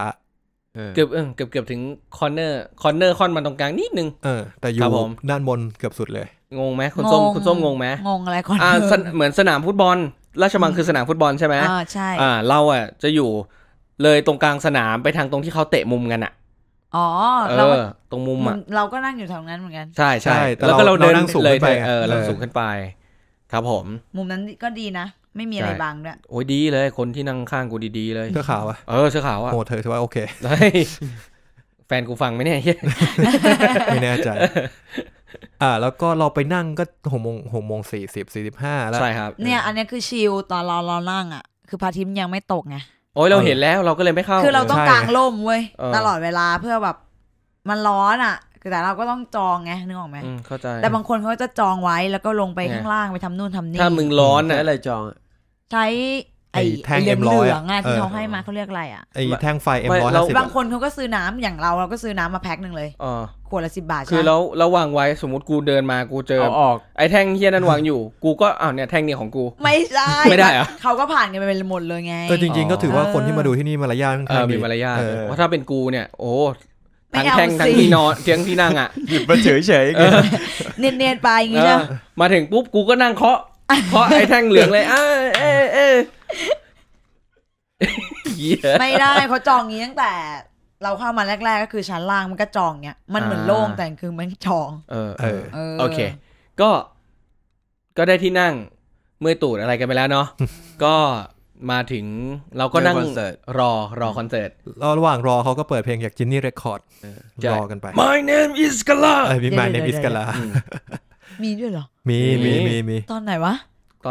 S3: เออ
S2: เกือบเออเกือบเกือบถึงคอนเนอร์คอนเนอร์คอนมันตรงกลางนิดนึง
S1: เออ แต่อ
S2: ครั
S1: ยู่
S2: บผม
S1: ด้านบนเกือบสุดเลย
S2: งงไหมคุณส้มคุณส้มงงไหม
S4: งงอะไรก่อน
S2: อ่าสนเหมือนสนามฟุตบอล ราชมังคือสนามฟุตบอลใช่ไหม
S4: อ่าใช่
S2: อ่า เราอ่ะจะอยู่เลยตรงกลางสนามไปทางตรงที่เขาเตะมุมกันอ่ะ
S4: อ๋อ
S2: เอ
S4: เรา
S2: อ ตรงมุมอ่ะ
S4: เราก็นั่งอยู่แถวนั้นเหมือนกัน
S2: ใช่ใช่
S1: ใช่แต่
S2: แล้วก็เรา
S1: เรา
S2: เดิน
S1: นั่งสูง
S2: เลย
S1: ขึ้นไป
S2: เออ
S1: ไง
S2: เราสูงขึ้นไป ครับผม
S4: มุมนั้นก็ดีนะ ไม่มีอะไร
S2: ใช่
S4: บังด้วย
S2: โอ้ยดีเลย คนที่นั่งข้างกูดีๆเลย
S1: เสื้อขาวอะ
S2: เออเสื้อขาวอะ
S1: โหเธอถือว่าโอเค
S2: เฮ้ยแฟนกูฟังไหมเนี่ยเหี้ย
S1: ไม่แน่ใจ อ่า แล้วก็เราไปนั่งก็หกโมงหกโมงสี่สิบสี่สิบห้าแล้ว
S2: ใช่ครับ
S4: เนี่ย อันเนี้ยคือชิลตอนเราเรานั่งอ่ะ คือพระอาทิมยังไม่ตกไง
S2: โอ้ยเราเห็นแล้วเราก็เลยไม่เข้า
S4: คือเราต้องกางร่มเว้ย
S2: เออ
S4: ตลอดเวลาเพื่อแบบ มันร้อนอ่ะแต่เราก็ต้องจองไงนึกออกไหม
S2: อืมเข้าใจ
S4: แต่บางคนเขาจะจองไว้แล้วก็ลงไป
S2: ไง
S4: ข้างล่างไปทำนู่นทำนี่
S2: ถ้ามึงร้อน
S3: ใช้
S2: น่ะ
S3: อะไรจองอะ
S4: ใช้ไอ้
S1: ไอ้แท่ง
S4: เหลือง
S1: M100
S4: เหลืองๆอ่ะ
S1: อะ
S4: ที่เขา
S1: เออ
S4: ให้มาเขาเรียกอะไรอ่ะ
S1: ไอ้แท่งไฟเอ็ม
S2: ไม่
S1: ร้อย
S2: เรา
S1: สิบ
S4: บางคนเขาก็ซื้อน้ำอย่างเราเราก็ซื้อน้ำมาแพ็คหนึ่งเลย
S2: เออ
S4: ขวดละสิบบาทใช่
S2: คือ
S4: ไหม
S2: แล้วแล้ววางไว้สมมติกูเดินมากูเจอ
S3: เอาออก
S2: ไอ้แท่งเฮี้ยนั้นวางอยู่ กูก็อ้าวเนี่ยแท่งนี้ของกู
S4: ไม่ใช่
S2: ไม่ได้เหรอ
S4: เขาก็ผ่านกันไปเป็นหมดเลยไง
S1: เออจริงๆก็ถือว่า
S4: เออ
S1: คนที่มาดูที่นี่มารยาทค่อน
S2: เอ
S1: ข้าง
S2: อ
S1: ดี
S2: มีมารยาท
S1: เออ
S2: ว่าะถ้าเป็นกูเนี่ย โอ้
S4: ไม่
S2: ทั้ง
S4: เอา
S2: แท่งทั้ง
S4: สิ
S2: ที่นอนเตียงที่นั่ง อ่ะ
S3: หยิบมาเฉยเฉยๆ
S4: เนียนๆไปอย่างงี้
S2: เอ
S4: ใช่
S2: อ
S4: ไหม
S2: มาถึงปุ๊บกูก็นั่ง เคาะเคาะไอ้แท่งเหลืองเลยเอ้ยเอ้ยเอ้ย เหี้ย
S4: ไม่ได้เขาจองงี้ตั้งแต่ เราเข้ามาแรก ๆ ก็คือชั้นล่างมันก็จองเนี้ยมันเหมือน
S2: อ่า
S4: โล่งแต่คือมันจอง
S2: เออ
S1: เอ
S2: เอ
S1: อ
S2: อ
S4: เออ
S2: โอเค ก็ ก็ได้ที่นั่ง เมื่อยตูดอะไรกันไปแล้วเนาะ ก็มาถึงเราก็นั่ง
S3: เจอคอนเสิร์ต
S2: รอรอคอนเสิร์ต
S1: แล้วระหว่างรอเขาก็เปิดเพลงจากจินนี่เรคคอร์ด
S2: ใช่
S1: รอกันไป
S2: My name is Kala
S1: เออมีมาในมิสกันละ
S4: มีด้วยเหรอ
S1: มี
S2: มี
S1: มีมีมี
S4: ตอนไหนวะ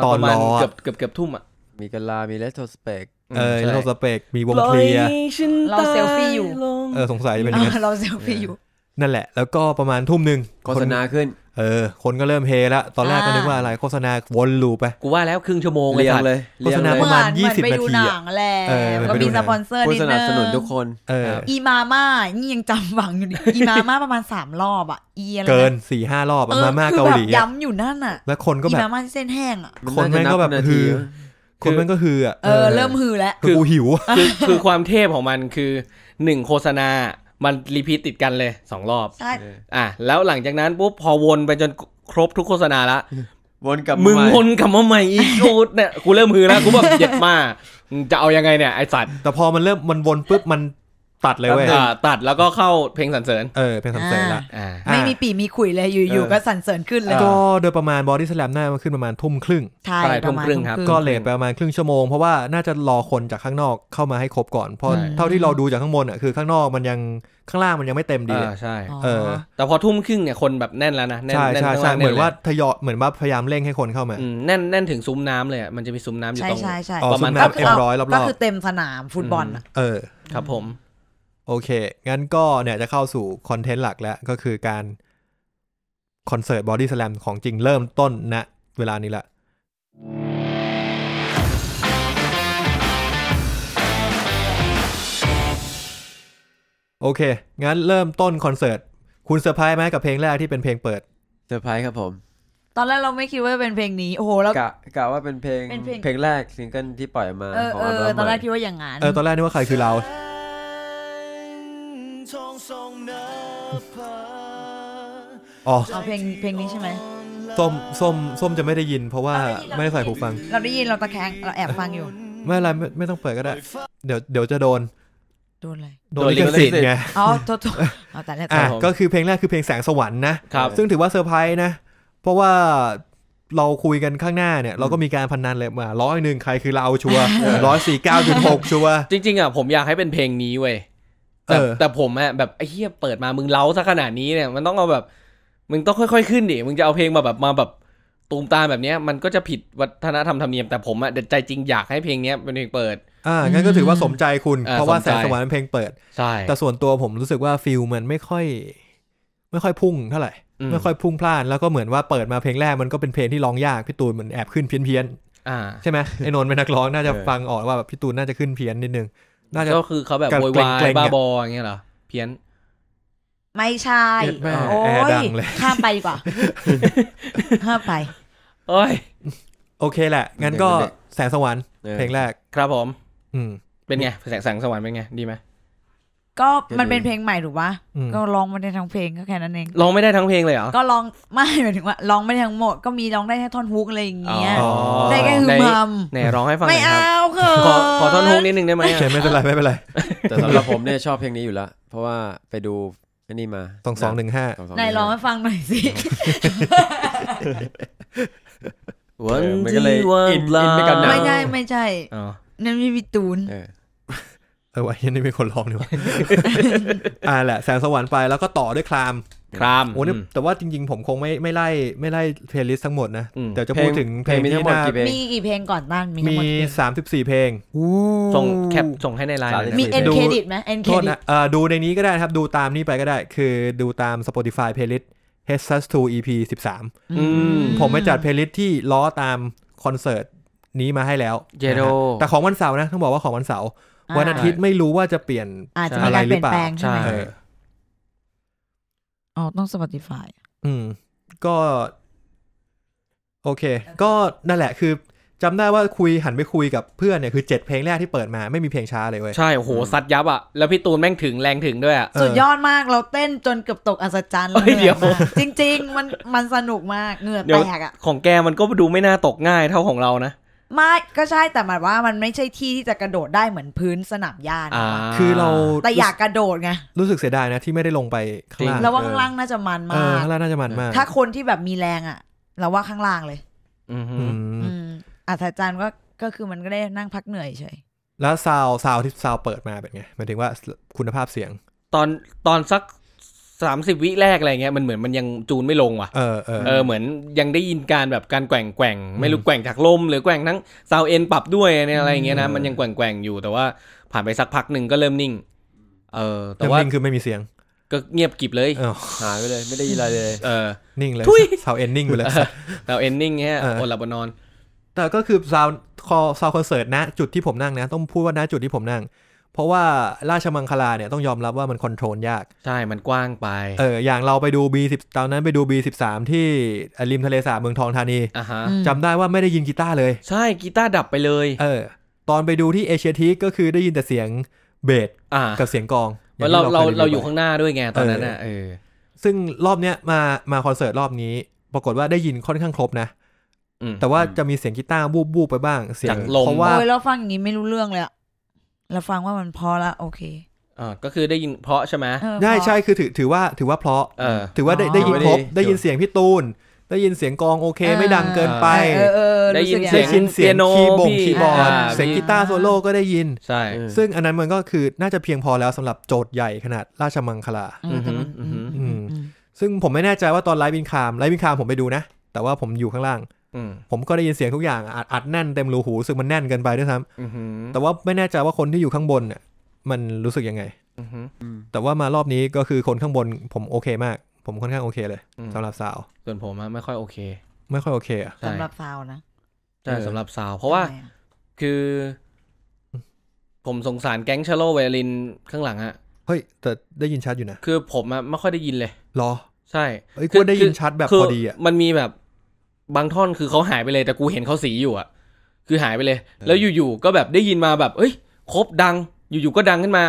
S2: ตอนประมา
S1: ต
S2: ณ
S1: อนรอ
S2: เกือบเกือบเกือบทุ่มอ่ะ
S3: มีกะลา มีเลสโทสเปก
S1: เออ
S2: ใช่
S1: โลสเปกมีวงเคลียร์
S2: ปล่ฉัน
S4: เราเซลฟี่อยู่
S2: ตาลง
S1: เออสงสัยจะเป็นอย่างนั้น
S4: เออเราเซลฟี่อยู่
S1: นั่นแหละ แล้วก็ประมาณทุ่มหนึ่ง
S3: โฆษณาขึ้น
S1: เออ คนก็เริ่มเฮละตอนแรกก็นึกว่าอะไรโฆษณาวนลูปไป
S2: กูว่าแล้วครึ่งชั่วโมง
S3: เรีย
S2: ไอ้
S3: ง
S2: สัตว์
S3: เลย
S1: โฆ
S3: เรีย
S1: ษ
S3: ง
S1: ณา
S3: เลย
S1: ประมาณ
S4: เหอน
S1: 20
S4: เหอนไปดู
S1: นาที
S4: หนั
S1: อะ
S4: งแหละ
S1: เออเหมือน
S4: ก็
S1: ไปดู
S4: มี
S1: หนั
S4: ส
S1: ง
S4: ปอนเซอร์
S3: ผู้
S4: นิด
S3: สนั
S4: นึ
S3: บ
S4: ง
S3: สนุนทุกคน
S1: เออ
S2: ครับ
S4: อีมาม่านี่ยังจำหวังอยู่ ดิอีมาม่าประมาณสามรอบอ่ะอีอะไระ
S1: เกินสี่ห้ารอบอะ
S4: เออ
S1: มาม่า
S4: คือ
S1: เกา
S4: แบบ
S1: หลีอะ
S4: ย้ำอยู่นั่นอ่ะ
S1: แล้วคนก็
S4: อี
S1: แบบ
S4: มาม่าที่เส้นแห้งอ่ะ
S1: คนแม่งก็แบบ
S3: มัาจะบนา
S1: ฮื
S3: ที
S1: อ
S3: วะ
S1: คนมันก็ฮืออะ
S4: เออ เริ่มฮือแล้ว
S1: คือกูหิวอะ
S2: คือคือความเทพของมันคือหนึ่งโฆษณา มันรีพีทติดกันเลยสองรอบ
S4: ใช่
S2: อ่ะ แล้วหลังจากนั้นปุ๊บพอวนไปจนครบทุกโฆษณาละ
S3: วนกลับ
S2: มึง
S3: าให
S2: วนกลับมาใหม่อีกโคตรเนี่ยกูเริ่มมือแล้วกูแบบเจ็บมากมึงจะเอายังไงเนี่ยไอสัตว์
S1: แต่พอมันเริ่มมันวนปุ๊บมันตัดเลยเว้ย
S2: อ่าตัดแล้วก็เข้าเพลงสรรเสริญ
S1: เออเพลงสันเสริญละ
S2: อ่า
S1: อ่ะ
S4: ไม่มีปีมีขุยเลยอยู่ๆก็สั่นเสริญขึ้นเลย
S1: ก็โดยประมาณบอดี้สแลมน่าจะขึ้นประมาณทุ่มครึ่ง
S4: ใช่ประมาณทุ่มง
S1: ก็เลทไปประมาณครึ่งชั่วโมงเพราะว่าน่าจะรอคนจากข้างนอกเข้ามาให้ครบก่อนเพราะ
S4: ใช่
S1: เท่าที่เราดูจากข้างบนอ่ะคือข้างนอกมันยังข้างล่างมันยังไม่เต็มดี
S2: อ่าใช่
S4: อ๋อ
S1: เออ
S2: แต่พอทุ่มครึ่งเนี่ยคนแบบแน่นแล้วนะแน่น
S1: ใช่
S2: แน่น
S1: ใช่
S2: ข้าง
S1: ใช่
S2: ล่าง
S1: เหมือน
S2: แลย
S1: ว่าทยอยเหมือนว่าพยายามเร่งให้คนเข้ามา
S2: อืมแน่นแน่นถึงซุ้มน้ำเลยอะมันจะมีซุ้มน้ำอยู่
S4: ใช่
S2: ตรง
S4: ใช่ใช่
S1: อ๋อ
S2: ประมาณ
S1: ซุ้มน้ำเอ็มร้อยรอบๆ
S4: ก็คือเต็มสนามฟุตบอลอะ
S1: เออ
S2: ครับผม
S1: โอเค งั้นก็เนี่ยจะเข้าสู่คอนเทนต์หลักแล้ว ก็คือการคอนเสิร์ตบอดี้สแลมของจริงเริ่มต้นณเวลานี้ละ โอเค งั้นเริ่มต้นคอนเสิร์ต คุณเซอร์ไพรส์ไหมกับเพลงแรกที่เป็นเพลงเปิด
S3: เซอร์ไพรส์ครับผม
S4: ตอนแรกเราไม่คิดว่าเป็นเพลงนี้ โอ้โหแล้ว
S3: กะกะว่าเป็นเพลง
S4: เป็นเพลง
S3: เพลงแรกซิงเกิลที่ปล่อยมา
S4: เออ
S3: ของ
S4: เอ
S3: อัลบั้
S4: อ
S3: ม
S4: ตอนแรก
S3: ใหม่
S4: คิดว่าอย่างนั้น
S1: เออ ตอนแรกนึกว่าใครคือเรา อ๋อ
S4: เอาเพลงเพลงนี้ใช่ไหม
S1: ส้ม ส้ม ส้มจะไม่ได้ยิน เพราะว่าไม่ได้ใส่หูฟัง
S4: เราได้ยินเราตะแคงเราแอบฟังอยู่
S1: ไม่เป็นไรไม่ไม่ต้องเปิดก็ได้ เดี๋ยวเดี๋ยวจะโดน
S4: โดนเลย
S1: โดนลิขสิทธิ์ไง
S4: อ๋อโทษโทษเอาแต่แรก
S1: อ่ะ
S2: ผม
S1: ก็คือเพลงแรกคือเพลงแสงสวรรค์นะครับ ซึ่งถือว่าเซอร์ไพรส์นะ เพราะว่าเราคุยกันข้างหน้าเนี่ย เราก็มีการพนันเลยมาร้อยหนึ่งใครคือเราชัว ร้อยสี่เก้าจุดหกชัวร์
S2: จริง ๆอ่ะผมอยากให้เป็นเพลงนี้เว้ย
S1: เอ
S2: แต่
S1: อ
S2: แต่ผมอ่ะแบบไอ้เหี้ยเปิดมามึงเล้าซะขนาดนี้เนี่ยมันต้องเอาแบบ มึงต้องค่อยๆขึ้นดิมึงจะเอาเพลงมาแบบมาแบบตูมตามแบบเนี้ยมันก็จะผิดวัฒนธรรมธรรมเนียมแต่ผมอ่ะเด็ดใจจริงอยากให้เพลงเนี้ยเป็นเพลงเปิด
S1: อ่างั้นก็ถือว่าสมใจคุณ
S2: อ่า
S1: เพราะว่า
S2: สม
S1: แส
S2: ใจ
S1: งสวรรค์เป็นเพลงเปิด
S2: ใช่
S1: แต่ส่วนตัวผมรู้สึกว่าฟิลมันไม่ค่อย ไม่ค่อยพุ่งเท่าไหร่
S2: อืม
S1: ไม่ค่อยพุ่งพลาดแล้วก็เหมือนว่าเปิดมาเพลงแรกมันก็เป็นเพลงที่ร้องยากพี่ตูนเหมือนแอบขึ้นเพี้ยนเพี้ยน
S2: อ่า
S1: ๆใช่ไหมไอ้นนท์เป็นนักร้องน่าจะฟังออกว่าแบบพี่ตูนน่าจะขึ้นเพี้ยนนิดนึงน่าจะ
S2: ก็คือเขาแบบ
S1: การ
S2: โวยวาย
S1: เกรงๆ
S2: บ้า
S1: อ่ะ
S2: บออย่างเงี้ยเหรอ เพี้ยน
S4: ไม่ใช่
S1: เย็ดแม่
S4: โอ้
S1: แอร์
S4: ย
S1: ดังเลย
S4: ข้ามไป ดีกว่าข้ามไป
S2: เอ้ย
S1: โอเคแหละงั้นก็แสงสวรรค์
S3: ออ
S1: เพลงแรก
S2: ครับผม
S1: อืม
S2: เป็นไง แสงแสงสวรรค์เป็นไง ดีไหม
S4: ก็มัน
S3: เดี๋
S4: เป็
S3: ย
S4: น
S3: ว
S4: เพลงใหม่ถูกปะ
S1: อืม
S4: ก็ร้องไม่ได้ทั้งเพลงก็แค่นั้นเอง
S2: ร้องไม่ได้ทั้งเพลงเลยเหรอ
S4: ก็ร้อง ไม่หมายถึงว่าร้องไม่ได้ทั้งหมด ก็มีร้องได้แค่ท่อนฮุกอะไรอย่างเงี้ย
S2: อ๋อ
S4: ได้แค่ฮึม
S2: ไหน
S4: ฮ
S2: ไหนร้องให้ฟังห
S4: ำไม่
S2: น่อยครับ
S4: เอาเขิ
S2: ขอขอท่อนฮุกนิดนึงได้ไหม
S1: โอเค
S2: อ่ะ
S1: ไม่เป็นไรไม่เป็นไร
S3: แต่สำหรับผมเนี่ยชอบเพลงนี้อยู่แล้ว เพราะว่าไปดูอันนี้มา
S1: สองสองหนึ่งห้า
S3: สองสอง
S4: ไหนร้องให้ฟังหน่อยสิ
S2: วัน
S3: เออมันก็
S2: ที่
S3: เลย
S2: ว่าง
S3: อิน
S2: เปล่า
S3: อินไปกับหนัง
S4: ไม่ใช่ไม่ใช่
S2: อ๋อ
S4: นั่นไม่พี่ตูน
S3: เออ
S1: เออวะเหี้ยันนี่เป็นคนร้องดีวะ อ่าแหละแสงสวรรค์ไปแล้วก็ต่อด้วยคลาม
S2: คราม
S1: โอ้เนี่ย
S2: อืม
S1: แต่ว่าจริงๆผมคงไม่ไม่ไล่ไม่ไล่เพลย์ลิสต์ทั้งหมดนะ
S2: อืม
S1: แต่จะพูดถึงเพลง
S3: มีทั้
S1: ที่
S3: งหมด
S1: น่า
S3: กี่เพลง
S4: มีกี่เพลงก่อนบ้านมีทั้
S1: มี
S4: งหมดกี่เพลง
S1: สามสิบสี่เพลง
S2: ส่งแคปส่งให้ในไลน์เลยนะ
S4: มี
S3: สี่
S4: เอ็น
S1: ดู
S4: เครดิตไหมเอ็นเค
S1: โท
S4: ร
S1: ษ
S4: ดิต
S1: นะเอ่อดูในนี้ก็ได้นะครับ ดูตามนี้ไปก็ได้ คือดูตาม Spotify playlist h e s u s 2 EP 13
S2: อืม
S1: ผมไปจัด playlist ที่ล้อตามคอนเสิร์ตนี้มาให้แล้ว
S2: เยโด
S1: นะฮะแต่ของวันเสาร์นะ ต้องบอกว่าของวันเสาร์วันอาทิตย์ไม่รู้ว่าจะเปลี่ยน
S4: อาจจะมีการเปลี่ยนแปลงใช่ไหม
S2: ใช่
S1: เออ
S4: อ๋อต้อง Spotify
S1: อืม ก็ โอเค ก็นั่นแหละคือจำได้ว่าคุยหันไปคุยกับเพื่อนเนี่ยคือเจ็ดเพลงแรกที่เปิดมาไม่มีเพลงช้าเลยเว้ย
S2: ใช่โอ้โหซัดยับอ่ะ แล้วพี่ตูนแม่งถึงแรงถึงด้วยอ่ะ
S1: เออ
S4: สุดยอดมากเราเต้นจนเกือบตกอัศจรรย์
S2: เอ้ยเดี๋ยว
S4: หนื่อมากจริง ๆ มันมันสนุกมากเหงื่อแตกอ่ะ
S2: ของแกมันก็ดูไม่น่าตกง่ายเท่าของเรานะ
S4: ไม่ก็ใช่แต่หมายว่ามันไม่ใช่ที่ที่จะกระโดดได้เหมือนพื้นสนามหญ้านะ
S2: อ่า
S1: คือเรา
S4: แต่อยากกระโดดไง
S1: รู้สึกเสียดายนะที่ไม่ได้ลงไปข้างล่าง
S2: จริ
S4: เราว่าข้างล่างน่าจะมัน
S1: เอ
S4: มา
S1: อก ข้างล่างน่าจะมันมาก
S4: ถ้าคนที่แบบมีแรงอ่ะ เราว่าข้างล่างเลย
S2: อืมฮึ
S1: อืม
S4: อืมอัศจรรย์ก็ก็คือมันก็ได้นั่งพักเหนื่อยเฉย
S1: แล้วซาวซาวที่ซาวเปิดมาเป็นไงหมายถึงว่าคุณภาพเสียง
S2: ตอนตอนสักสามสิบวิแรกอะไรเงี้ยมันเหมือนมันยังจูนไม่ลงว่ะ
S1: เออเออ
S2: เออเหมือนยังได้ยินการแบบการแกว่งแกว่งไม่รู้แกว่งจากลม หรือแกว่งทั้งซาวเอ็นปรับด้วยเนี่ยอะไรอย่างเงี้ยนะ
S1: อืม
S2: มันยังแกว่งแกว่งอยู่แต่ว่าผ่านไปสักพักหนึ่งก็เริ่มนิ่ง เออ แต่
S1: แต่ว่า
S2: ว่า
S1: นิ่งคือไม่มีเสียง
S2: ก็เงียบกริบเลย
S1: เออ
S3: หายไปเลยไม่ได้ยินอะไรเลย
S2: เออ
S1: นิ่งเลย
S2: ทุย
S1: ซาวเอนนิ่งไปเลย
S2: ซาวเอ็นนิ่งเงี้ย
S1: เออ
S2: อดหลับอดนอน
S1: แต่ก็คือซาวคอซาวคอนเสิร์ตนะจุดที่ผมนั่งนะ ต้องพูดว่านะจุดที่ผมนั่ง เพราะว่าราชมังคลาเนี่ยต้องยอมรับว่ามันคอนโทรลยาก
S2: ใช่มันกว้างไป
S1: เอออย่างเราไปดู B10 ตอนนั้นไปดู B13 ที่ริมทะเลสาบเมืองทองธานี
S2: อ่ะฮะ
S4: อืม
S1: จำได้ว่าไม่ได้ยินกีตาร์เลย
S2: ใช่กีตาร์ดับไปเลย
S1: เออตอนไปดูที่เอเชียทีก็คือได้ยินแต่เสียงเบส
S2: อ่า
S1: กับเสียงกลองอย่งที่
S2: เราเรา
S1: ครีวิว
S2: เราอยู่
S1: ไป
S2: ข้างหน้าด้วยไงตอนนั้นน่ะเออ
S1: ซึ่งรอบเนี้ยมามาคอนเสิร์ตรอบนี้ ปรากฏว่าได้ยินค่อนข้างครบนะ
S2: อืม
S1: แต่ว่าจะมีเสียงกีตาร์บูบบูบๆไปบ้างเสียง
S2: จากลม
S1: เพราะว่า
S4: โอ้ยเราฟังอย่างนี้ไม่รู้เรื่องเลยอะเราฟังว่ามันพอละโอเค
S2: อ่าก็คือได้ยินเพราะใช่ไหม
S4: เออ
S1: ได้
S4: พอ
S1: ใช่คือถือถือว่าถือว่าเพราะ
S2: เออ
S1: ถือว่าได้
S4: อ๋อ
S1: ได้ยินครบ
S3: ถือว่าดี
S1: ได้ยินเสียงพี่ตูน ได้ยินเสียงกลองโอเค ไม่ดังเกินไป
S4: เออเออ
S2: ได้ยิน
S4: รู้
S2: เสี
S4: สึ
S1: ได้
S2: ยง
S4: ก
S1: ยินเสียง
S2: เปียโน
S1: คีย์บง
S2: พี่
S1: คีย์บอร์ด
S2: อ่า
S1: เสียงกีตาร์โซโล่ก็ได้ยิน
S2: ใช่
S3: เออ
S1: ซึ่งอันนั้นมันก็คือน่าจะเพียงพอแล้วสำหรับโจทย์ใหญ่ขนาดราชมังคลา
S4: เออแต่มัน
S2: อือหือ
S4: อืมอืม
S1: ซึ่งผมไม่แน่ใจว่าตอนไลฟ์บินคามไลฟ์บินคามผมไปดูนะ แต่ว่าผมอยู่ข้างล่าง
S2: อืม
S1: ผมก็ได้ยินเสียงทุกอย่างอัดอัดแน่นเต็มรูหูรู้สึกมันแน่นเกินไปด้วยซ้ำ
S2: อือหือ
S1: แต่ว่าไม่แน่ใจว่าคนที่อยู่ข้างบนเนี่ยมันรู้สึกยังไง
S2: อือหือ
S3: อืม
S1: แต่ว่ามารอบนี้ก็คือคนข้างบนผมโอเคมาก ผมค่อนข้างโอเคเลย
S2: อืม
S1: สำหรับสาว
S2: ส่วนผมอะไม่ค่อยโอเค
S1: ไม่ค่อยโอเคอะ
S2: ใช่
S4: สำหรับซาวน์นะ
S2: ใช่สำหรับสาวเพราะว่า
S4: ทำไมอะ
S2: คือ ผมสงสารแก๊งเชลโลไวโอลินข้างหลังอะ
S1: เฮ้ย แต่ได้ยินชัดอยู่นะ
S2: คือผมอะไม่ค่อยได้ยินเลย
S1: หรอ
S2: ใช่
S1: เอ้ยกูว่าได้ยินชัดแบบพอดีอะ
S2: มันมีแบบบางท่อนคือเขาหายไปเลยแต่กูเห็นเขาสีอยู่อะคือหายไปเลย แล้วอยู่ๆก็แบบได้ยินมาแบบ เอ้ย ครบดัง อยู่ๆก็ดังขึ้นมา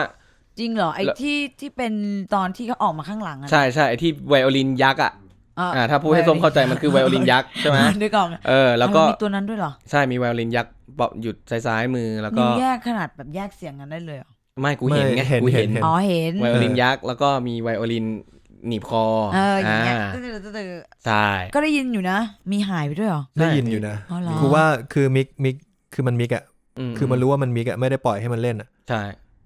S4: จริงเหรอไอ้
S2: แล้ว
S4: ที่ที่เป็นตอนที่เขาออกมาข้างหลังอะนะ
S2: ใช่ใช่ไอที่ไวโอลินยักษ์อะ
S4: เอออ
S2: อ่าถ้าพูดให้ส้มเข้าใจมันคือไวโอลินยักษ์ใช่ไหม
S4: นึกออก
S2: เออ แล้วก็
S4: เอามีตัวนั้นด้วยเหรอ
S2: ใช่มีไวโอลินยักษ์เปาะหยุดซ้ายๆมือแล้ว
S4: มั
S2: ก็
S4: นแยกขนาดแบบแยกเสียงกันได้เลยเหรอ
S2: ไม่กูเห็นไง
S1: ม่เห็น
S2: กู
S1: เห็
S2: เห็
S1: น
S2: น
S1: เห็น
S4: อ๋อเห็น
S2: ไวโอลินยักษ์แล้วก็มีไวโอลินหนีบคอ
S4: เอออย่างเงี้ย
S2: อ่า
S4: ตึ๊ดตึ๊ดตึ๊ดตึ๊ด
S2: ใช่
S4: ก็ได้ยินอยู่นะ มีหายไปด้วยเหรอ
S1: ได้ยินอยู่นะ
S4: อ๋อเหรอ
S1: กูว่าคือมิกมิกคือมันมิกอะคือมันรู้ว่ามันมิกอะไม่ได้ปล่อยให้มันเล่นอะ
S2: ใช่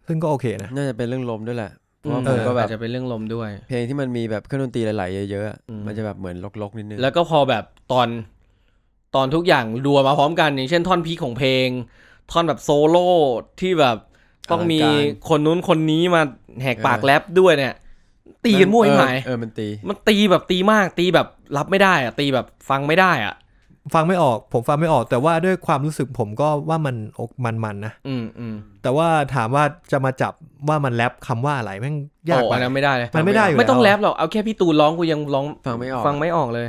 S1: ซึ่งก็โอเคนะ
S3: น่าจะเป็นเรื่องลมด้วยแหละเพ
S2: อืม
S3: ราะ
S2: เอ
S3: ว่าผม
S2: อ
S3: ก็
S2: แบ
S3: แบบ บ
S2: จะเป็นเรื่องลมด้วย
S3: เพลงที่มันมีแบบเครื่องดนตรีหลาย ๆ เยอะๆอะ
S2: อืม
S3: มันจะแบบเหมือนลกๆนิดนึง
S2: แล้วก็พอแบบตอนตอนทุกอย่างรัวมาพร้อมกัน อย่างเช่นท่อนพีคของเพลง ท่อนแบบโซโล่ที่แบบต้องมีคนนู้นคนนี้มาแหกปากแรปด้วยเนี่ย ตีกันมั่วให้หาย
S3: เออเออมันตี
S2: มันตีแบบตีมากตีแบบรับไม่ได้อะตีแบบฟังไม่ได้อ่ะ
S1: ฟังไม่ออกผมฟังไม่ออก แต่ว่าด้วยความรู้สึกผมก็ว่ามันมันมันๆนะ
S2: อืมอืม
S1: แต่ว่าถามว่าจะมาจับว่ามันแรปคำว่าอะไรแม่งยาก
S2: โอ้
S1: ไป
S2: อันนั้นไม่ได้เลย
S1: มันไม่ได้อยู่
S2: ไม่ต้องแร
S1: ล้ว
S2: ปหรอกเอาแค่พี่ตูนร้องกูยังร้อง
S3: ฟังไม่ออก
S2: ฟังไม่ออกเลย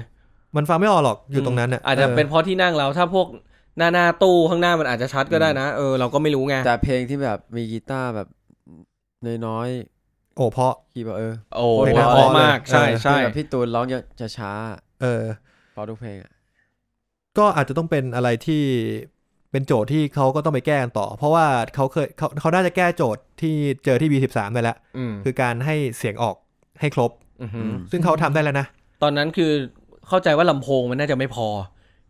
S1: มันฟังไม่ออกหรอกอยู่ตรงนั้นอะ
S2: อาจจะ
S1: เออ
S2: เป็นเพราะที่นั่งเราถ้าพวกหน้าหน้าตู้ข้างหน้ามันอาจจะชัดก็ได้นะ เออเราก็ไม่รู้ไง
S3: แต่เพลงที่แบบมีกีตาร์แบบน้อย
S1: โอ้เพราะ
S3: ๆคีย์บอร์ดเออ
S2: โอ้โห
S3: เพลงน่า
S2: เพ
S3: เพ
S2: ราะ
S3: ราะ
S2: มาก
S1: เลย
S2: ใช่
S1: เออ
S2: ใช่
S3: แบบพี่ตูนร้องจะช้า
S1: เออ
S3: ๆเพอทุกเพลงอะ
S1: ก็อาจจะต้องเป็นอะไรที่เป็นโจทย์ที่เขาก็ต้องไปแก้กันต่อ เพราะว่าเขาเคยเขาเขาน่าจะแก้โจทย์ที่เจอที่ B13 ได้แล้ว
S2: อืม
S1: คือการให้เสียงออกให้ครบ
S2: อือหือ
S1: ซึ่งเขาทำได้แล้วนะ
S2: ตอนนั้นคือเข้าใจว่าลำโพงมันน่าจะไม่พอ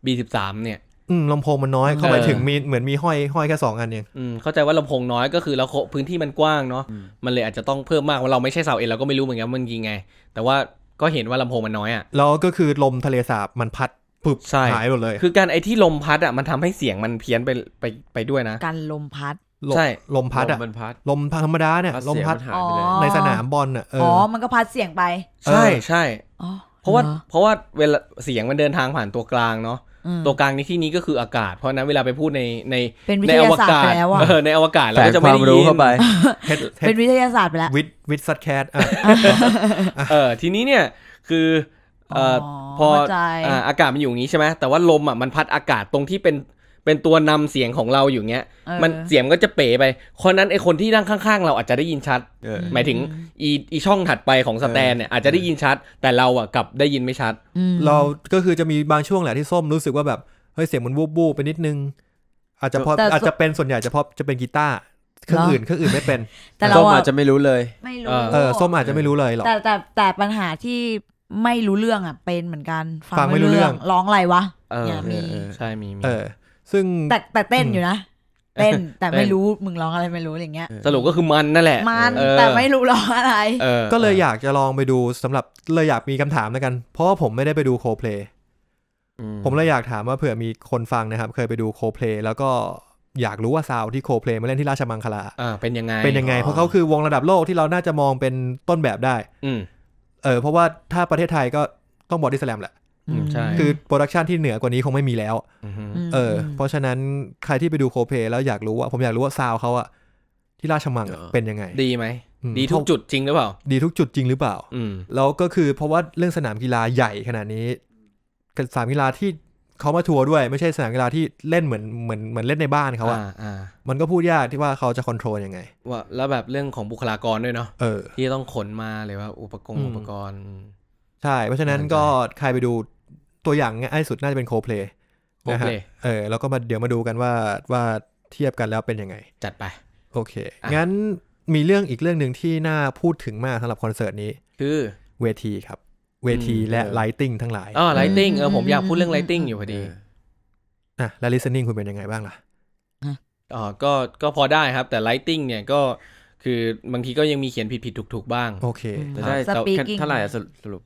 S2: B13 เนี่ย
S1: อืมลำโพงมันน้อยเข้าไป
S2: เออ
S1: ถึงมีเหมือนมีห้อยห้อยแค่สองอันเอง
S2: อืมเข้าใจว่าลำโพงน้อยก็คือแล้วพื้นที่มันกว้างเนาะ
S3: อืม
S2: มันเลยอาจจะต้องเพิ่มมากว่าเราไม่ใช่สาวเอ็นเราก็ไม่รู้เหมือนกันว่ามันยิงไง แต่ว่าก็เห็นว่าลำโพงมันน้อยอ่ะ
S1: แล้วก็คือลมทะเลสาบมันพัดปุบ
S2: ใช่
S1: หายหมดเลย
S2: คือการไอ้ที่ลมพัดอ่ะมันทำให้เสียงมันเพี้ยนไปไปไปด้วยนะ
S4: กันลมพัด
S1: ลม
S2: ใช่
S1: ลมพัด
S3: ล
S1: อะ
S3: มมันพัด
S1: ลมธรรมดาเนี่ย
S3: พัด
S1: ลม
S3: เสียง
S1: พัด
S3: มันหายไปเลย
S4: อ๋อ
S1: ในสนามบอลอ่ะเออ
S4: อ๋อ
S1: อ
S4: มันก็พัดเสียงไป
S2: ใช่
S1: เออ
S2: ใช่
S4: อ๋อ
S2: เพราะว่า
S4: หอ
S2: เพราะว่าเวลาเสียงมันเดินทางผ่านตัวกลางเนาะ
S4: อืม
S2: ตัวกลางในที่นี้ก็คืออากาศ เพราะฉะนั้นเวลาไปพูดในใน
S4: เป็นวิ
S2: ในอย
S4: ทาว ศาสตร์
S2: กาศ
S4: ไปแล้วอ่ะ
S2: เออในอวกาศเรา
S3: แฝง
S2: ก็จะ
S3: ค
S2: ไม่
S3: วาม
S2: ได้
S3: รู้
S2: ยิน
S3: เข้าไป
S1: เฮ็ดเฮ็
S4: เป็
S1: ด
S4: นวิทยาศาสตร์ไปแล้ว
S1: วิดวิดซัดแคทอ่ะ
S2: เออทีนี้เนี่ยคือเอ่ออ
S4: อ
S2: พอ
S4: เข้าใจ
S2: อ่าอากาศมันอยู่อย่างนี้ใช่ไหมแต่ว่าลมอ่ะมันพัดอากาศตรงที่เป็นเป็นตัวนำเสียงของเราอยู่เงี้ย
S4: เออ
S2: มันเสียงมันก็จะเป๋ไปคนนั้นไอคนที่นั่งข้างๆ เราอาจจะได้ยินชัด
S3: เออ
S2: หมายถึงอีอีช่องถัดไปของสแตนเนี่ยอาจจะได้ยินชัด แต่เราอ่ะกลับได้ยินไม่ชัด
S4: อืม
S1: เราก็คือจะมีบางช่วงแหละที่ส้มรู้สึกว่าแบบเฮ้ยเสียงมันวูบวูบๆไปนิดนึง อาจจะเพอ
S4: แต่
S1: อาจจะเป็นส่วนใหญ่จะเพอจะเป็นกีตาร์เครื่องอื่นเครื่องอื่นไม่เป็น
S4: แต่
S3: ส้
S4: เรา
S3: มอา
S4: อะ
S3: จจะไม่รู้เลย
S4: ไม่
S2: เอ
S4: รู้
S2: อ
S1: เออส้มอาจจะไม่รู้เลยหรอก
S4: แต่แต่แต่ปัญหาที่ไม่รู้เรื่องอ่ะเป็นเหมือนกัน
S1: ฟังไม่รู้เรื่อง
S4: ร้องอะไรวะ
S2: เออ
S4: เนี่ยมี
S3: เออ
S2: ใช่มีมี
S1: เออ ซึ่ง
S4: แต่แต่เต้นอยู่นะเต้นแต่ไม่
S2: เออ
S4: รู้มึงร้องอะไรไม่รู้อะไรเงี้ย
S2: สรุปก็คือมันนั่นแหละ
S4: มัน
S2: เออ
S4: แต่ไม่รู้ร้องอะไร
S2: เออ
S1: ก็เลยอยากจะลองไปดูสำหรับเลยอยากมีคำถามแล้วกัน เพราะว่าผมไม่ได้ไปดูโคเพล
S3: อืม
S1: ผมเลยอยากถามว่าเผื่อมีคนฟังนะครับ เคยไปดูโคเพลแล้วก็อยากรู้ว่าซาวด์ที่โคเพลมาเล่นที่ราชมังคลา
S2: อ่าเป็นยังไง
S1: เป็นยังไง เพราะเขาคือวงระดับโลกที่เราน่าจะมองเป็นต้นแบบได้
S2: อืม
S1: เออเพราะว่าถ้าประเทศไทยก็ต้องบอดี้สแลมแหละ
S2: อืมใช่
S1: คือโปรดักชันที่เหนือกว่านี้คงไม่มีแล้ว
S2: อือฮึ
S4: ม
S1: เอออเพราะฉะนั้นใครที่ไปดูโคเพลแล้วอยากรู้ว่า ผมอยากรู้ว่าซาวเขาอะที่ราชมังอะ
S3: เออ
S1: เป็นยังไง
S2: ดีไหม
S1: อืม
S2: ดีทุก
S1: เพราะ
S2: จุดจริงหรือเปล่า
S1: ดีทุกจุดจริงหรือเปล่า
S2: อืม
S1: แล้วก็คือเพราะว่าเรื่องสนามกีฬาใหญ่ขนาดนี้สนามกีฬาที่เขามาทัวร์ด้วย ไม่ใช่สนามกีฬาที่เล่นเหมือนเหมือนเหมือนเล่นในบ้านเขาอะ
S2: อ่าอ่า
S1: มันก็พูดยากที่ว่าเขาจะควบคุมยังไง
S2: ว่าแล้วแบบเรื่องของบุคลากรด้วยเนาะ
S1: เออ
S2: ที่ต้องขนมาหรือว่าอุปกร
S1: อื
S2: ณ์
S1: ม
S2: อุปกรณ์
S1: ใช่ เพราะฉะนั้นก็ใครไปดูตัวอย่างง่ายสุดน่าจะเป็นโคเพล
S2: โอ
S1: นะ
S2: เค
S1: ฮะเออแล้วก็มาเดี๋ยวมาดูกันว่าว่าเทียบกันแล้วเป็นยังไง
S2: จัดไป
S1: โอเค
S2: อ่ะ
S1: งั้นมีเรื่องอีกเรื่องหนึ่งที่น่าพูดถึงมากสำหรับคอนเสิร์ตนี้
S2: คือ
S1: เวทีครับ เวทีและ
S3: เออ
S1: ไลติงทั้งหลาย
S2: อ๋อไลติงเออผมอยากพูดเรื่อง
S4: อืม
S2: ไลติงอยู่พอดี
S1: อ่ะและลิสติ้งคุณเป็นยังไงบ้างล่ะ
S2: อ๋อก็ก็พอได้ครับ แต่ไลติงเนี่ยก็คือบางทีก็ยังมีเขียนผิดผิดถูกถูกๆบ้าง
S1: โอเค
S4: อืม
S3: แต่ได้
S4: อ่า
S3: แต่
S4: Speaking
S3: เท่าไหร่อะสรุปสรุป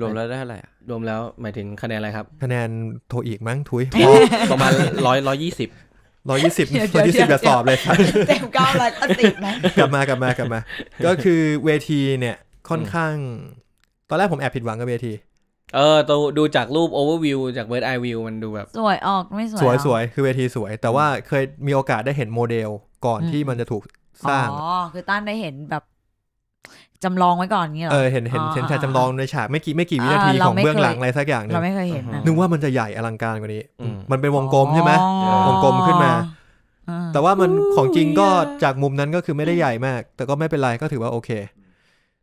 S3: รวมแล้วได้เท่าไหร่อะ
S2: รวมแล้วหมายถึงคะแนนอะไรครับ
S1: คะแนนโทอีกมั้งทุย
S2: ประมาณร้อยร้อยยี่สิบ
S1: ร้อยยี่สิบ
S4: เดี๋ยว
S1: ร้อย
S4: เดี๋
S1: ยี่
S4: ย
S1: สิบ
S4: ว
S1: จะสอบเลยครับ
S4: เต็มเก้าร้อยก็ติดไหม
S1: กลับมากลับมากลับมา ก็คือเวทีเนี่ยค่อนข้าง ตอนแรกผมแอบผิดหวังกับเวที
S2: เออตัวดูจากรูปโอเวอร์วิวจากเบิร์ดไอวิวมันดูแบบ
S4: สวยออกไม่สวย
S1: สวย
S4: หรอ
S1: สวยคือเวทีสวย แต่ว่าเคยมีโอกาสได้เห็นโมเดลก่อนที่มันจะถูกสร้าง
S4: อ๋อคือต้านได้เห็นแบบจำลองไว้ก่อนอย่างเงี้ยหร
S1: เอ
S4: อ
S1: อเห็นเห็นเห็น
S4: อ่า
S1: ฉากจำลองในฉากไม่กี่ไม่กี่วินา
S4: อ่า
S1: ที
S4: เรา
S1: ของ
S4: ไม่
S1: เบื้อง
S4: เคย
S1: หลังอะไรสักอย่างหนึง
S4: เราไม่เคยเห็นนะ
S1: นึกว่ามันจะใหญ่อลังการกว่านี้
S2: อืม
S1: มันเป็นวงกลมใช่ไหม
S4: อ๋อ
S1: วงกลมขึ้นมา
S4: อ่า
S1: แต่ว่ามันของจริงก็
S4: อู้ยอะ
S1: จากมุมนั้นก็คือไม่ได้ใหญ่มาก แต่ก็ไม่เป็นไรก็ถือว่าโอเค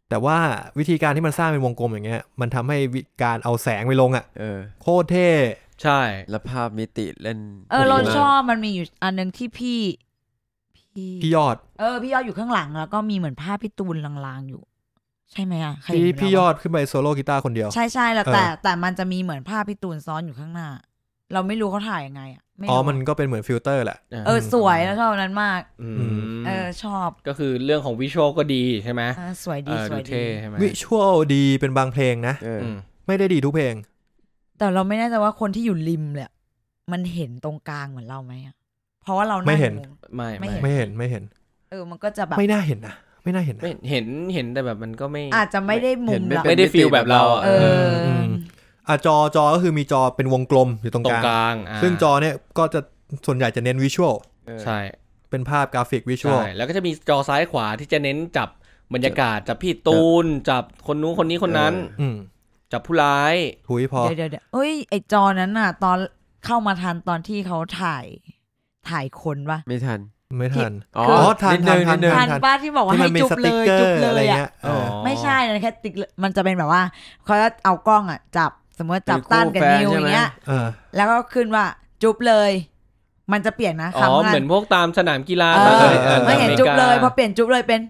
S1: แต่ว่าวิธีการที่มันสร้างเป็นวงกลมอย่างเงี้ย มันทำให้วิการเอาแสงไปลงอ่ะ
S3: เออ
S1: โคตรเท่
S2: ใช่
S3: แล้วภาพมิติเล่น
S4: เออเรา
S3: ดีมก
S4: ชอบมันมีอยู่อันหนึงที่พี่ พี่
S1: พี่ยอด
S4: เออพี่ยอดอยู่ข้างหลังแล้วก็มีเหมือนภาพพี่ตูนลางๆอยู่ ใช่ไหมอ่ะใคร
S1: ที่
S4: เห็น
S1: พี่
S4: แล้วะ
S1: ยอดขึ้นไปโซโล่กีตาร์คนเดียว
S4: ใช่ใช่แล้ว
S1: เออ
S4: แต่ แต่มันจะมีเหมือนภาพพี่ตูนซ้อนอยู่ข้างหน้า เราไม่รู้เขาถ่ายยังไงอ่ะไรู้
S1: อ๋อมันก็เป็นเหมือนฟิลเตอร์แหละ
S4: เออสวยแล้วชอบอันนั้นมาก
S2: อืม
S1: อื
S4: เออชอบ
S2: ก็คือเรื่องของวิชวลก็ดีใช่ไหม
S4: เออสวย
S2: เอ
S4: ดี
S2: อ
S4: ส
S2: ดู
S4: วยดี
S2: เท่ใช่ไหม
S1: วิชวลดีเป็นบางเพลงนะ
S3: เออ
S2: อืม
S1: ไม่ได้ดีทุกเพลง
S4: แต่เราไม่แน่ใจว่าคนที่อยู่ริมเลยอะมันเห็นตรงกลางเหมือนเราไหมอ่ะเพราะว่าเราง
S1: ไม่เห็น
S4: อยู่
S2: ไม่
S4: ไม่
S2: ไม่
S4: เห็น
S1: ไม่เห็นไม่เห็น
S4: เออมันก็จะแบบ
S1: ไม่น่าเห็นนะไม่น่าเห็นนะ
S2: ไม่เห็นเห็นแต่แบบมันก็ไม่
S4: อาจจะไม่ได้มุ
S3: เห็น
S4: ม
S3: ไม่
S4: เรา
S3: เป็น
S2: ไม่ได้ฟีลแบบเราอะ
S4: เอออ
S1: ม อ่ะจอจอก็คือมีจอเป็นวงกลมอยู่ตรง
S2: ตร
S1: ก
S2: ง
S1: ลาง
S2: กลางา
S1: ซึ่งจอเนี่ยก็จะส่วนใหญ่จะเน้นวิชวล
S3: เออ
S2: ใช่
S1: เป็นภาพกราฟิกวิชวล
S2: ใช่แล้วก็จะมีจอซ้ายขวาที่จะเน้นจับบรรยากาศจับพี่ตูน จับคนนู้นคนนี้คนนั้น
S1: อืม
S2: จับผู้ร้าย
S1: ถุยพอ
S4: เดี๋ยวเดี๋ยวเดี๋ยวเอ้ยไอจอนั้นน่ะ ตอนเข้ามาทันตอนที่เขาถ่ายถ่ายคนปะ
S3: ไม่ทัน
S1: ไม่ทัน
S3: อ๋อ
S4: คือ
S1: อ๋อทัน
S3: นิดนึ
S1: ทันทั
S3: ง
S1: น
S3: นิดนึง
S1: ทั
S4: ทั
S1: น
S4: นป้าที่บอกว่า
S1: ที่มั
S4: ให้
S1: นมี
S4: จุบ
S1: ส
S4: เล
S1: ติ๊ก
S4: ย
S1: เกอ
S4: จุบ
S1: ร์
S4: เล
S1: อะไร
S4: ยอ่ะ
S1: เงี้ยเออ
S4: ไม่ใช่นะแค่ติ๊กเลยมันจะเป็นแบบว่าเขาจะเอากล้องอ่ะ จับสมมติจับต้านกับ
S3: เป็น
S4: นิว
S3: คู่แฟนใช่
S4: อ
S3: ไหม
S4: ย่างเงี้ย
S1: เออ
S4: แล้วก็ขึ้นว่าจุบเลย มันจะเปลี่ยนนะ
S2: อ๋อ
S4: คำนั้น
S2: เหมือนพวกตามสนามกีฬา
S4: เอ
S2: ตาม
S4: อ
S2: อ่อ
S4: ไม่เห็น
S2: อริกา
S4: จุบเลยพอเปลี่ยนจุบเลยเป็น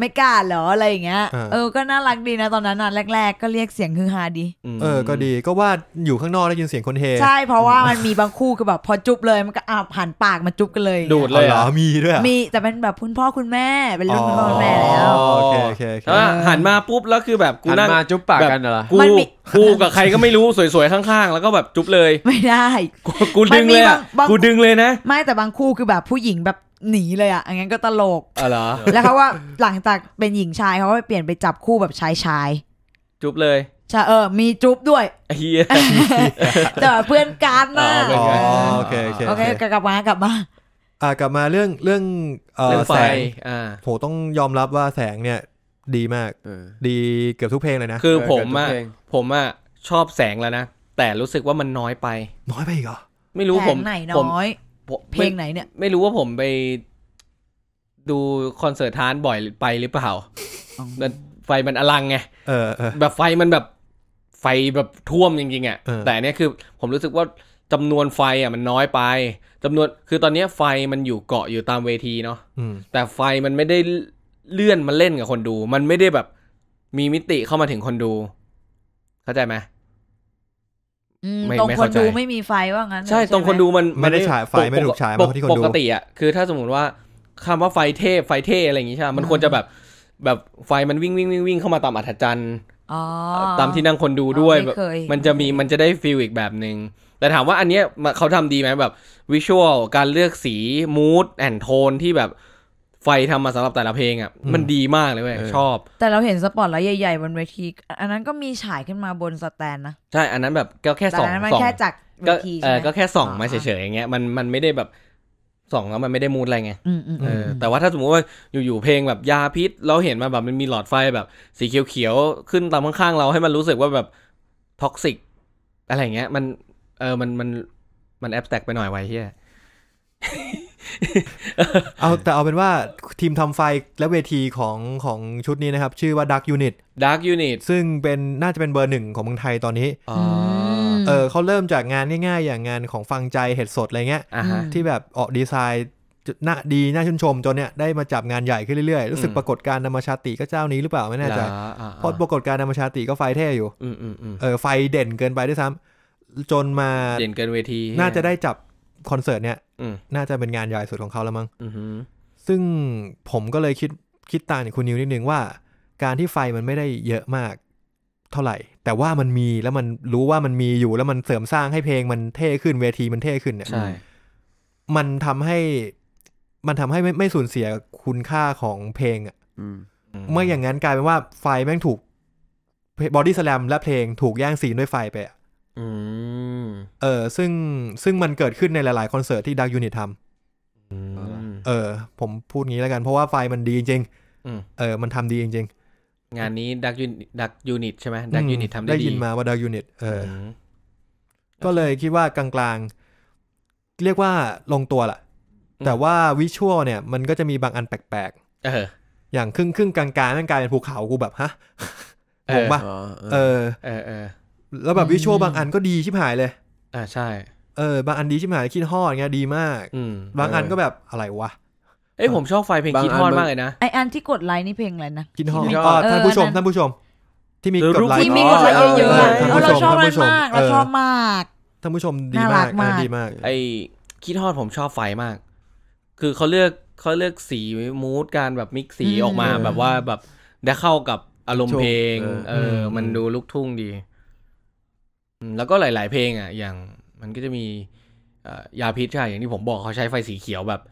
S4: ไม่กล้าเหรออะไรอย่างเงี้ย
S1: อ่า
S4: เออก็น่ารักดีนะตอนนั้นน่ะแรก ๆ ก็เรียกเสียงฮือฮาดี
S2: ม
S1: เออ ก็ดีก็ว่าอยู่ข้างนอกได้ยินเสียงคนเฮ
S4: ใช่เพราะว่ามันมีบางคู่คือแบบพอจุ๊บเลยมันก็อ่าผ่านปากมาจุ๊บกันเลย
S2: ดูดเลย
S1: อาหร
S2: เหร
S1: อ
S2: อ
S1: มีด้วยอะ
S4: มีแต่เป็นแบบคุณพ่อคุณแม่เป็นรุ่นคุณพ่อคุณ
S1: ม่
S4: แม่แล้ว
S1: อ๋อโอเคโอเคโอเค
S2: แต่ว่าหันมาปุ๊บแล้วคือแบบกู
S3: หัน
S2: นั่ง
S3: มาจุ๊บปาก
S2: แบบ
S3: กันเหรอ
S2: กู
S4: มันมี
S2: กูกับใครก็ไม่รู้สวยๆข้างๆ แล้วก็แบบจุ๊บเลย
S4: ไม่ได้
S2: กูกูดึงเลยอะ
S4: มันมีบาง
S2: กูดึงเลยนะ
S4: ไม่แต่บางคู่คือแบบผู้หญิงแบบหนีเลยอ่ะอันนั้นก็ตลก
S2: อ๋อเหรอ
S4: แล้วเขาว่าหลังจากเป็นหญิงชายเขาก็ไปเปลี่ยนไปจับคู่แบบชายชาย
S2: จุ๊บเลย
S4: ใช่เออมีจุ๊บด้วย
S2: ไอ้เฮีย
S4: แต่แบบเพื่อนการ
S2: อ๋
S4: น่ะ
S2: อเพื่
S1: อ๋
S2: น
S1: อ
S2: กัน
S1: โอเคโอเค
S4: โอ
S1: โอ
S4: เค
S1: เค
S4: กลับมากลับมา
S1: อ่ากลับมาเรื่องเรื่องเอ่อ
S2: เรื่องไฟ
S1: แสง
S2: อ่า
S1: โหต้องยอมรับว่าแสงเนี่ยดีมากดีเกือบทุกเพลงเลยนะ
S2: คือ
S3: เออ
S2: ผมอะ
S3: เกิดตัวเอง
S2: ผมอะชอบแสงแล้วนะ แต่รู้สึกว่ามันน้อยไป
S1: น้อยไปอีกเหรอ
S2: ไม่รู้
S4: แผ
S2: ผ
S4: ง
S2: ม
S4: ไหน
S2: ผม
S4: น้อย
S2: ผม
S4: เพล
S2: ไม่
S4: งไหนเนี่ย
S2: ไม่รู้ว่าผมไปดูคอนเสิร์ตทานบ่อยหรือไปหรือเปล่า
S4: อ๋อ
S2: มันไฟมันอลังไง
S1: เออเออ
S2: แบบไฟมันแบบไฟแบบท่วมจริงๆอะ่ะ
S1: เออ
S2: แต่อันเนี้ยคือผมรู้สึกว่าจำนวนไฟอะ่ะมันน้อยไปจำนวนคือตอนเนี้ยไฟมันอยู่เกาะอยู่ตามเวทีเนาะ
S1: อืม
S2: แต่ไฟมันไม่ได้เลื่อนมาเล่นกับคนดู มันไม่ได้แบบมีมิติเข้ามาถึงคนดู เข้าใจไหม
S4: อืม
S2: ไม่
S4: ตรง
S2: ไม่
S4: คน
S2: เข้าใจ
S4: ดูไม่มีไฟว่างั้น
S2: ใช่ตรงคนดูมัน
S1: ไม่ได้ฉายไฟไม่ถูกฉาย
S2: ป
S1: มาก ที่คน
S2: ป
S1: ดู
S2: กติอ่ะคือถ้าสมมติว่าคำว่าไฟเทพไฟเทอะไรอย่างงี้ใช่ไหมมันควรจะแบบแบบไฟมันวิ่งวิ่งวิ่งวิ่งเข้ามาตามอัธจันทร์
S4: อ๋อ
S2: ตามที่นั่งคนดูด้วย
S4: อ๋อไม่
S2: แบบ
S4: เคย
S2: มันจะมีมันจะได้ฟิลอีกแบบหนึง่งแต่ถามว่าอันเนี้ยมาเขาทำดีไหมแบบวิชวลการเลือกสีมูดแอนโทนที่แบบไฟทำมาสำหรับแต่ละเพลงอะ่ะ
S1: อืม
S2: มันดีมากเลยเว้ย
S3: เออ
S2: ชอบ
S4: แต่เราเห็นสปอตไลท์ใหญ่ๆบนเวทีอันอันนั้นก็มีฉายขึ้นมาบนสแตนนะ
S2: ใช่อันนั้นแบบก็แค่
S4: แต่
S2: ส
S4: อั
S2: อน ง
S4: นั้นมัน
S2: สอง
S4: แค่จากเว
S2: ก็
S4: ที
S2: เอ
S4: ใช่
S2: อ
S4: ไหม
S2: ก็แค่ส่องมาเฉยๆอย่างเงี้ยมันมันไม่ได้แบบส่องแล้วมันไม่ได้มูดอะไรไง
S4: อืมอืม
S2: เอ
S4: อืม
S2: ออแต่ว่าถ้าสมมติว่าอยู่ๆเพลงแบบยาพิษเราเห็นมาแบบมันมีหลอดไฟแบบสีเขียวๆขึ้นตามข้างๆเราให้มันรู้สึกว่าแบบท็อกซิกอะไรอย่างเงี้ยมันเออมันมันมันแอบแตกไปหน่อยไว้เฮีย
S1: เอาแต่เอาเป็นว่าทีมทำไฟและเวทีของของชุดนี้นะครับ ชื่อว่า Dark Unit
S2: ดาร์กยูนิต
S1: ซึ่งเป็นน่าจะเป็นเบอร์หนึ่งของเมืองไทยตอนนี้
S2: อ๋อ
S4: อืม
S1: เออเขาเริ่มจากงานง่ายๆ อย่างงานของฟังใจเห็ดสดอะไรเงี้ย
S2: อ่าฮะ
S4: ม
S1: ที่แบบออกดีไซน์จุดน่าดีน่าชื่นชมจนเนี่ยได้มาจับงานใหญ่ขึ้นเรื่อยๆ รู้สึก
S2: อืม
S1: ปรากฏการณ์ธรรมชาติก็เจ้านี้หรือเปล่าไม่แน่ใจ
S2: เหรออ่า
S1: เพราะปรากฏการณ์ธรรมชาติก็ไฟเท่อยู่
S2: อืมอืมอืม
S1: เออไฟเด่นเกินไปด้วยซ้ำจนมา
S2: เด่นเกินเวที
S1: น่าจะได้จับคอนเสิร์ตเนี่ย
S2: อืม
S1: น่าจะเป็นงานใหญ่สุดของเขาแล้วมั้ง
S2: อืม
S1: ซึ่งผมก็เลยคิดคิดต่างจากคุณนิวนิดนึงว่า การที่ไฟมันไม่ได้เยอะมากเท่าไหร่ แต่ว่ามันมีแล้วมันรู้ว่ามันมีอยู่แล้วมันเสริมสร้างให้เพลงมันเท่ขึ้นเวทีมันเท่ขึ้นเนี่ย
S2: ใช่
S1: มันทำให้มันทำให้ไม่ไม่สูญเสียคุณค่าของเพลงอะเมื่ออย่างนั้นกลายเป็นว่าไฟแม่งถูกบอดี้สแลมและเพลงถูกแย่งซีนด้วยไฟไปอะ
S2: อืม
S1: เออซึ่งซึ่งมันเกิดขึ้นในหลาย ๆ คอนเสิร์ตที่ดักยูนิตท
S2: อืม
S1: ำเออ ผมพูดงี้แล้วกัน เพราะว่าไฟมันดีจริงๆ
S2: อืม
S1: เออมันทำดีจริงๆ
S2: งานนี้ดักยูดักยูนิตใช่ไหมดักยูนิตทำได้
S1: ได้
S2: ดี
S1: ยินมาว่าดักยูนิตเอออ
S2: ม
S1: ก็เลยคิดว่ากลางๆ เรียกว่าลงตัวแหละแต่ว่าวิชวลเนี่ย มันก็จะมีบางอันแปลก
S2: เออ
S1: ๆ อย่างครึ่งครึ่งๆกลางๆนั่นกลายเป็นภูเขากูแบบฮะ
S2: เออ
S1: งงปะ
S3: อ๋อ
S1: เออ
S2: เออเออ
S1: แล้วแบบวิชวล
S4: อืม
S1: บางอันก็ดีชิบหายเลย
S2: อ่าใช่
S1: เออบางอันดีชิบหายคิดฮอดเงี้ยดีมาก
S2: อืม
S1: บางอันก็แบบอะไรวะ
S2: เอ้ยผมชอบไฟเพลงคีทอนมากเลยนะ
S4: ไออันที่กดไลค์นี่เพลงอะไรนะ
S1: คิดฮอด
S3: คิดฮอด
S1: อ๋อท่านผู้ชม
S4: เออ
S1: ท่านผู้ชม ที่มี
S2: หรือก
S1: ดไลค์
S4: ที่มีกดไลค์เยอะๆอะ
S1: ท่าน
S4: เออ
S1: ผู้
S4: เรา
S1: ชม
S4: ชอบ
S1: ท่าน
S4: มัน
S1: ผู้ชม
S4: มากเราชอบมาก
S1: ท่านผู้ชมดี
S4: น่ารั
S1: มาก
S4: ก
S1: อันนั้
S4: มานก
S1: ดีมาก
S2: ไอ้คีทอนผมชอบไฟมาก คือเขาเลือกเขาเลือกสีมูดการแบบมิกซ์สี
S4: อืม
S2: ออกมาแบบว่าแบบได้เข้ากับอารมณ์เพลง
S3: ถูกเออ
S2: เอ
S1: อื
S2: อ
S1: ม
S2: มันดูลูกทุ่งดีอืมแล้วก็หลาย ๆ เพลงอ่ะ อย่างมันก็จะมีเอ่อยาพิษใช่ อย่างที่ผมบอกเขาใช้ไฟสีเขียวแบบ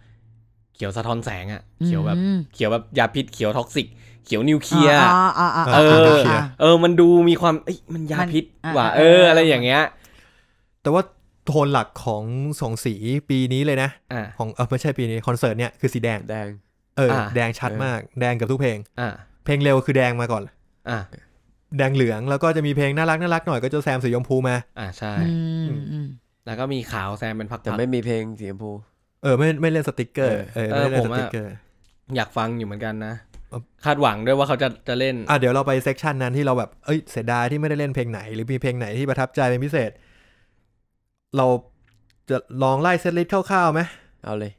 S2: เขียวสะท้อนแสงอ่ะ เขียวแบบ
S4: อืม
S2: เขียวแบบยาพิษเขียวท็อกซิก เขียวนิวเคลียร์
S4: อ๋ออ๋ออ๋อ
S2: เออ
S4: โค
S2: เออ มันดูมีความเอ้ยมันยามพิษ
S4: มัน
S2: ว่ะ
S4: อ่า
S2: เออ
S4: อ่า
S2: อะไรอย่างเงี้ย
S1: แต่ว่าโทนหลักของสองสีปีนี้เลยนะ
S2: อ่า
S1: ของเออไม่ใช่ปีนี้คอนเสิร์ตเนี่ยคือสีแดง
S3: แดง
S1: เออ
S2: อ่า
S1: แดงชัดมาก แดงกับทุกเพลง
S2: อ่า
S1: เพลงเร็วคือแดงมาก่อน
S2: อ่า
S1: แดงเหลืองแล้วก็จะมีเพลงน่ารักน่ารักหน่อยก็จะแซมสีชมพูมา
S2: อ่าใช่
S4: อืมอืม
S2: แล้วก็มีขาวแซมเป็นพัก
S3: แต่
S2: ๆ
S3: ไม่มีเพลงสีชมพู
S1: เออไม่ไม่เล่นสติกเกอร์เออ
S2: เออ
S1: ไม่ได้เล่
S2: ผ
S1: นส
S2: มอะ
S1: ติกเกอร์
S2: อยากฟังอยู่เหมือนกันนะ
S1: เอ่อ
S2: คาดหวังด้วยว่าเขาจะจะเล่น
S1: อ่ะเดี๋ยวเราไปเซกชันนั้นที่เราแบบเอ้ยเสียดายที่ไม่ได้เล่นเพลงไหน หรือมีเพลงไหนที่ประทับใจเป็นพิเศษ เราจะลองไล่เซตลิสต์คร่าวๆไหม
S3: เอาเลย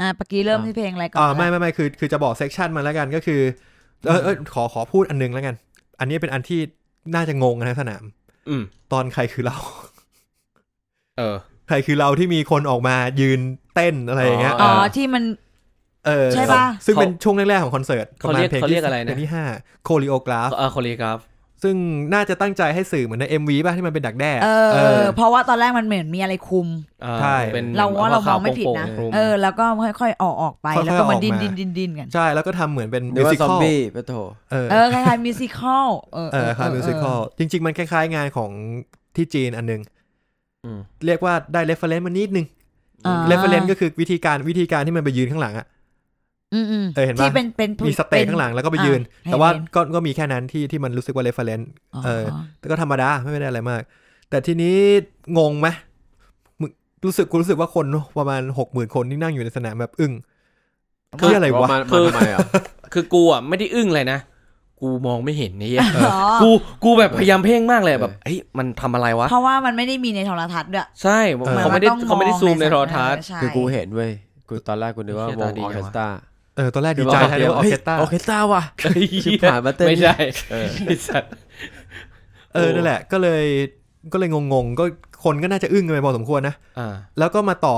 S4: อ่ะปกี้เริ่ม
S3: อ่ะ
S4: ที่เพลงอะไรก่อน
S1: อ่า
S4: ละ
S1: ไม่ไม่ไม่คือคือจะบอกเซกชันมาแล้วกันก็คือเออเออขอขอพูดอันนึงแล้วกัน อันนี้เป็นอันที่น่าจะงงกันทั้งสนาม
S2: อืม
S1: ตอนใครคือเรา
S2: เออ
S1: ใครคือเราที่มีคนออกมายืนเต้นอะไรอย่างเงี้ย
S2: อ๋
S4: อ๋อ
S2: อ
S4: ที่มัน
S1: เออ
S4: ใช่ปะ
S1: ซึ่งเป็นช่วงแรกๆของคอนเสิร์ต
S2: เขาเรียก
S1: ปมณพลง
S2: เขาเรียก
S1: ที่
S2: อะไรนะ
S1: เพลงที่ห้าโคลิโอกราฟ
S2: เออคนนี้ครับ
S1: ซึ่งน่าจะตั้งใจให้สื่อเหมือนใน MV ป่ะที่มันเป็นดักแด้
S4: เออเออ เพราะว่าตอนแรกมันเหมือนมีอะไรคุม
S2: อ่า
S1: ใช่
S2: ป็น
S4: เราว่าเราม
S2: ข่
S4: องไม่ผิดนะ
S2: โป่งๆ
S4: เออ แล้วก็ค่อยๆออกออกไป
S1: ค่อยๆ
S4: แล้วก็มัน
S1: ออก
S4: ดิน
S1: มา
S4: ดินดินดินกัน
S1: ใช่ แล้วก็ทำเหมือนเป็น
S3: นึ
S1: มิ
S3: ก
S1: ว
S3: ว่า
S1: สิ
S3: ซอ
S1: ค
S3: ม
S1: อล
S3: บี้ปะโถ
S1: เออ
S4: เออคล้ายๆมิวสิคอลเออ
S1: เออคล้ายมิวสิคอลจริง ๆ มันคล้ายๆงานของที่จีนอันนึง
S2: อืม
S1: เรียกว่าได้เรฟเฟรนซ์มานิดนึง
S4: อ่า
S1: เรฟเฟรนซ์ก็คือวิธีการวิธีการที่มันไปยืนข้างหลังอะ
S4: อืมอืม
S1: เออเห็นปะ
S4: ที่เป็นเป็น
S1: มีสเตจข้างหลังแล้วก็ไปยืน
S4: อ่ะ
S1: แต่ว่า
S4: เห็น
S1: ก็ก็มีแค่นั้นที่ที่มันรู้สึกว่าเรฟเฟรนซ์
S4: ห็น
S1: เออ
S4: อ
S1: แต่ก็ธรรมดาไม่ได้อะไรมาก แต่ทีนี้งงไหมมึงรู้สึกกูรู้สึกว่าคนประมาณหกหมื่นคนที่นั่งอยู่ในสนามแบบอึ้งเพื่ออะไรวะ
S3: มา
S2: คือ
S3: ทำไมอ่ะ
S2: คือกูอ่ะไม่ได้อึ้งเลยนะ กูมองไม่เห็นนี่ย
S4: อ๋อ
S2: กูกูแบบพยายามเพ่งมากเลย
S3: เออ
S2: แบบเฮ้ยมันทำอะไรวะ
S4: เพราะว่ามันไม่ได้มีในโทรทัศน์ด้วย
S2: ใช่
S1: เออ
S2: เขาไม่ได้
S4: นต้อง
S2: เขาไม่ได้
S4: อง
S2: ซูมใน
S4: สัญ
S2: โท
S4: ญาณ
S2: รทัศน์
S4: ใช่
S3: คือกูเห็นเว้ยกูตอนแรกกูนึกว่า
S2: เชี่ยว
S3: ง
S2: ตาดี
S3: ออเค
S2: จังวะ
S3: สตรา
S1: เออตอนแรกดีใจใช่ไหมว่าออร์เคสตรา
S3: ออเคสตราว่ะ ชิบหายมาเต้น
S2: ไม่ใช่ไอ้สัตว์
S1: เออ
S2: โอ้
S1: นั่นแหละ ก็เลย ก็เลยงงๆ ก็คนก็น่าจะอึ้งกันไปพอสมควรนะ
S2: อ่า
S1: แล้วก็มาต่อ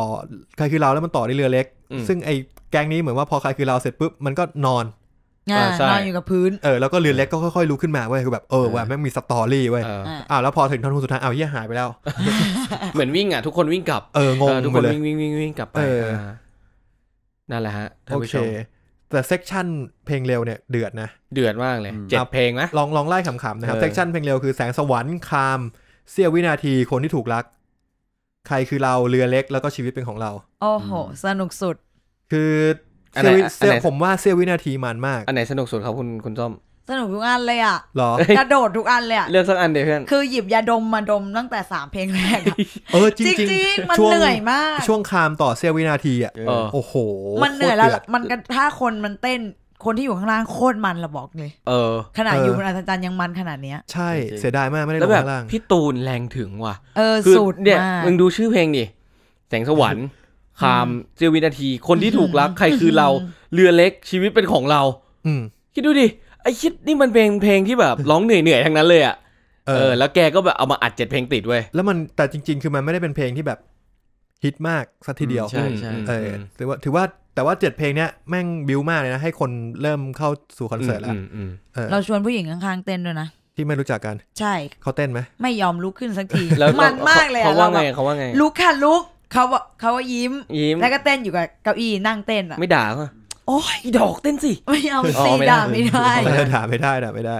S1: ใครคือเราแล้วมันต่อในเรือเล็ก
S2: อืม
S1: ซึ่งไอ้แก๊งนี้เหมือนว่าพอใครคือเราเสร็จปุ๊บ มันก็นอน
S4: อ่ะ
S2: อ่าใช่
S4: นอนอยู่กับพื้น
S1: เออ แล้วก็เรือเล็กก็ค่อยๆลุกขึ้นมาเว้ย คือแบบ เออว่ะแม่งมีสตอรี่เว้ย
S2: เออ
S4: อ่ะ
S1: อ้าว แล้วพอถึงท่อนฮุกสุดท้าย เอาวเหี้ยหายไปแล้ว
S2: เหมือนวิ่งอ่ะทุกคนวิ่งกลับ
S1: เออ งง
S2: เออทุก
S1: ไป
S2: คน
S1: เลย
S2: วิ่งวิ่งวิ่งวิ่งกลับไป
S1: เอออ่
S2: านั่นแหละฮะท่าน
S1: โอ
S2: ผู้
S1: เค
S2: ชม
S1: แต่เซกชันเพลงเร็วเนี่ยเดือดนะ
S2: เดือดมากเลย
S3: อืม
S2: เจ็ดเพลงนะ
S1: ลองลองไล่ขำๆนะครับ
S2: เออ
S1: เซกชันเพลงเร็วคือแสงสวรรค์คามเสี้ยววินาทีคนที่ถูกรัก ใครคือเราเรือเล็กแล้วก็ชีวิตเป็นของเรา
S4: โอ้โห สนุกสุด
S1: คืออน เสี้ยว
S2: ไหน
S1: วิ
S2: อันไหน
S1: เสี้ยวผมว่าเสี้ยววินาทีมันมาก
S2: อันไหนสนุกสุดครับคุณคุณส้ม
S4: สนุกทุกอันเลยอ่ะ
S1: เหรอ
S2: เฮ้ย
S4: กระโดดทุกอันเลยอ่ะ
S2: เลือกสักอันเดียวเพื่อน
S4: คือหยิบยาดมมาดมตั้งแต่สามเพลงแรกอะ
S1: เออจ
S4: จ
S1: ริงๆ
S4: ริงๆ มัน
S1: ช่วง
S4: เหนื่อยมาก
S1: ช่วงคามต่อเสี้ยววินาทีอ่ะ
S2: เออ
S1: โอ้โห
S4: มันเหนื่อยแล้ว
S1: โคตรดืด
S4: มันก็ถ้าคนมันเต้น คนที่อยู่ข้างล่างโคตรมันเราบอกเลย
S2: เออ
S4: ขนาด
S1: เออ
S4: อ
S1: อ
S4: ยู่บนอัศจรรย์ยังมันขนาดเนี้ย
S1: ใช่
S3: จริงๆ
S1: เสียดายมากไม่ได้ล
S2: แล้ว
S1: ง
S2: แบบ
S1: ข้างล่าง
S2: พี่ตูนแรงถึงว่ะ
S4: เออ
S2: คือ
S4: สุด
S2: เนี่ย
S4: มาก
S2: มึงดูชื่อเพลงดิแสงสวรรค์คามเจยววินาที คนที่ถูกรัก
S4: อืม
S2: ใครคือเรา
S4: อืม
S2: เรือเล็กชีวิตเป็นของเรา
S1: อืม
S2: คิดดูดิไอคิดนี่มันเพลงเพลงที่แบบ ร้องเหนื่อยๆทั้งนั้นเลยอ่ะ
S1: เอ
S2: เอ
S1: อ
S2: อ แล้วแกก็แบบเอามาอัดเจ็ดเพลงติดเว้ย
S1: แล้วมันแต่จริง ๆ คือมันไม่ได้เป็นเพลงที่แบบฮิตมากสักทีเดียว
S3: ใช่ใช่
S2: อืม
S1: เออถือว่าถือว่าแต่ว่าเจ็ดเพลงเนี้ยแม่งบิวมากเลยนะให้คนเริ่มเข้าสู่คอนเสิร์ตแล้ว
S2: มอืม
S1: เออ
S4: เราชวนผู้หญิงข้างๆเต้นด้วยนะ
S1: ที่ไม่รู้จักกัน
S4: ใช่
S1: เขาเต้นไหม
S4: ไม่ยอมลุกขึ้นสักที
S2: อืแล้ว
S4: มันมากเลย
S2: เขา
S4: อะ
S2: ว่า
S4: เราแบ
S2: ไง
S4: บ
S2: เขาว่าไง
S4: ลุกค่ะลุกเขาว่าเขาว่ายิ้ม
S2: ยิ้ม
S4: แล้วก็เต้นอยู่กับเก้าอี้นั่งเต้นอ่ะ
S2: ไม่ด่าเขาอะ
S4: โอ้ย
S2: อีดอกเต้นสิ
S4: ไม่เอา
S2: อ๋อ
S4: สี
S2: ไม่ได้
S4: ด่าไม่ได้
S1: เออด่าไม่ได้ด่าไม่ได้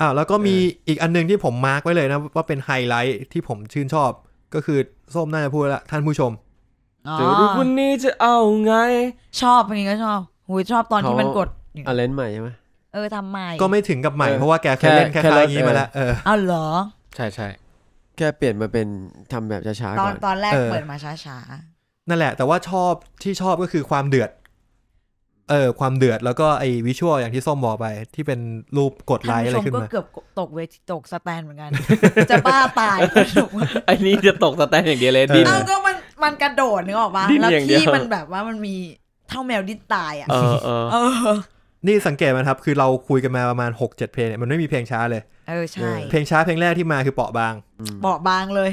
S1: อ้าวแล้วก็มีอีกอันหนึงที่ผมมาร์กไว้เลยนะว่าเป็นไฮไลท์ที่ผมชื่นชอบ ก็คือส้มน่าจะพูดแล้วท่านผู้ชม
S4: อ๋อ
S2: จะรู้วันนี้จะเอาไง
S4: ชอบเพลงนี้ก็ชอบหูยชอบตอนที่มันกด
S3: อะเลนใหม่ใช่ไหม
S4: เออทำใหม่
S1: ก็ไม่ถึงกับใหม่
S3: เออ
S1: เพราะว่าแกเคย
S3: แค่
S1: เล่นแค่
S3: แค่
S1: ค
S3: เลิ
S1: ล้าย
S3: ก
S1: นี้มาแล้วเออ
S4: อ้าวเหรอ
S2: ใช่ใช่
S3: แค่เปลี่ยนมาเป็นทำแบบช้า
S4: ตอ
S3: ๆก่
S4: น
S3: อน
S4: ตอนแรก
S1: เออ
S4: เปิดมาช้า
S1: นั่นแหละ แต่ว่าชอบที่ชอบก็คือความเดือด เออ ความเดือดแล้วก็ไอ้วิชวลอย่างที่ส้มบอกไป ที่เป็นรูปกด
S4: ๆ
S1: ไล
S4: ท่าน
S1: ค์อะไร
S4: ผู้ชม
S1: ขึ้น
S4: ก็
S1: มา
S4: เกือบตกเวทีตกสแตนเหมือนกัน จะบ้า ตายสนุกมาก
S2: ไอ้นี่จะตกสแตนอย่างเดียวเลยดิ้น
S4: เอ้าก็มันมันกระโดดนึกออกปะ
S2: ดิ้น
S4: แล้ว
S2: อย่างเดียว
S4: ที่มันแบบว่ามันมีเท่าแมวดิ้นตายอ่ะ
S2: เออเออ
S4: เออ
S1: นี่สังเกตไหมครับ คือเราคุยกันมาประมาณ 6 7 เพลงเนี่ยมันไม่มีเพลงช้าเลย
S4: เออใช่
S1: เพลงช้าเพลงแรกที่มาคือเปราะบาง
S4: เบาะบางเลย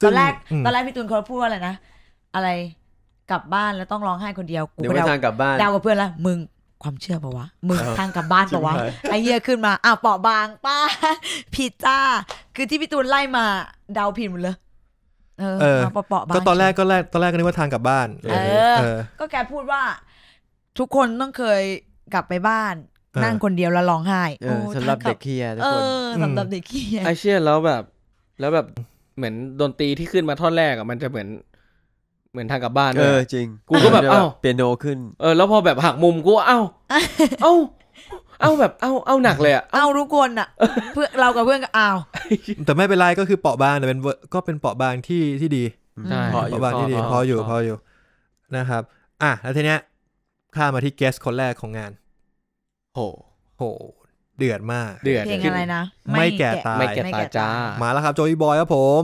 S4: ต
S1: ซึ่
S4: อง นแรก
S1: ม
S4: ตอนแรกพี่ตูนเขาพูดว่าอะไรนะอะไรกลับบ้านแล้วต้องร้องไห้คนเดียวกู
S3: เดี๋ยว
S4: ก็
S3: ไม่
S4: เดา
S3: ทางกลับบ้าน
S4: เดากับเพื่อนละมึงความเชื่อปะวะ มึง
S3: เออ
S4: ทางกลับบ้านปะวะ
S3: จริงไหม
S4: ไอ้เหี้ยขึ้นมาอ้าวเปราะ บางป้า ผิดจ้า คือที่พี่ตูนไล่มาเดาผิดหมดเลยเออมาเปราะๆบาง
S1: ก็ตอนแรกก็แรกตอนแรกก็นึกว่าทางกลับบ้าน
S4: เออ ก็แกพูดว่า ทุกคนต้องเคยกลับไปบ้าน นั่งคนเดียวแล้วร้องไห้
S3: เออ
S4: โอ้
S3: สำหรับ
S4: ทางกลั
S3: เด็กเฮียทุก
S4: เอ
S3: ค
S4: อ
S3: น
S4: สำหรับเด็กขี้
S2: ไอเชี่ยแล้วแบบ แล้วแบบเหมือนดนตรีที่ขึ้นมาท่อนแรกอะมันจะเหมือน เหมือนทางกลับบ้าน
S3: เอ
S2: ด้วย
S3: อ
S2: อะ
S3: จริง
S2: กูก็แบบ
S3: ดี๋ยว
S2: อ้าว
S3: เปียโนขึ้น
S2: เออแล้วพอแบบหักมุมกูว่าเอ้า เอ้า เอ้าแบบเอ้าเอ้าหนักเลยอะ
S4: เอาทุกคนอ่ะ เพื่อนเรากับเพื่อนก็อ้าว
S1: แต่ไม่เป็นไรก็คือเปราะบางแต่เป็นเวอร์ก็เป็นเปราะบางที่ที่ดี
S4: ใช่
S3: พอ
S1: เป
S3: อยู่
S1: ราะบางที่ดีพออยู่พออยู่นะครับ อ่ะแล้วทีเนี้ยข้ามมาที่เกสคนแรกของงาน
S2: โห
S1: โหเดือดมาก
S2: เดือด
S4: เพลงอะไรนะ
S1: ไม่แก่ตาย
S2: ไม่แก่ตาจ้า
S1: มาแล้วครับโจ y บอยครับผม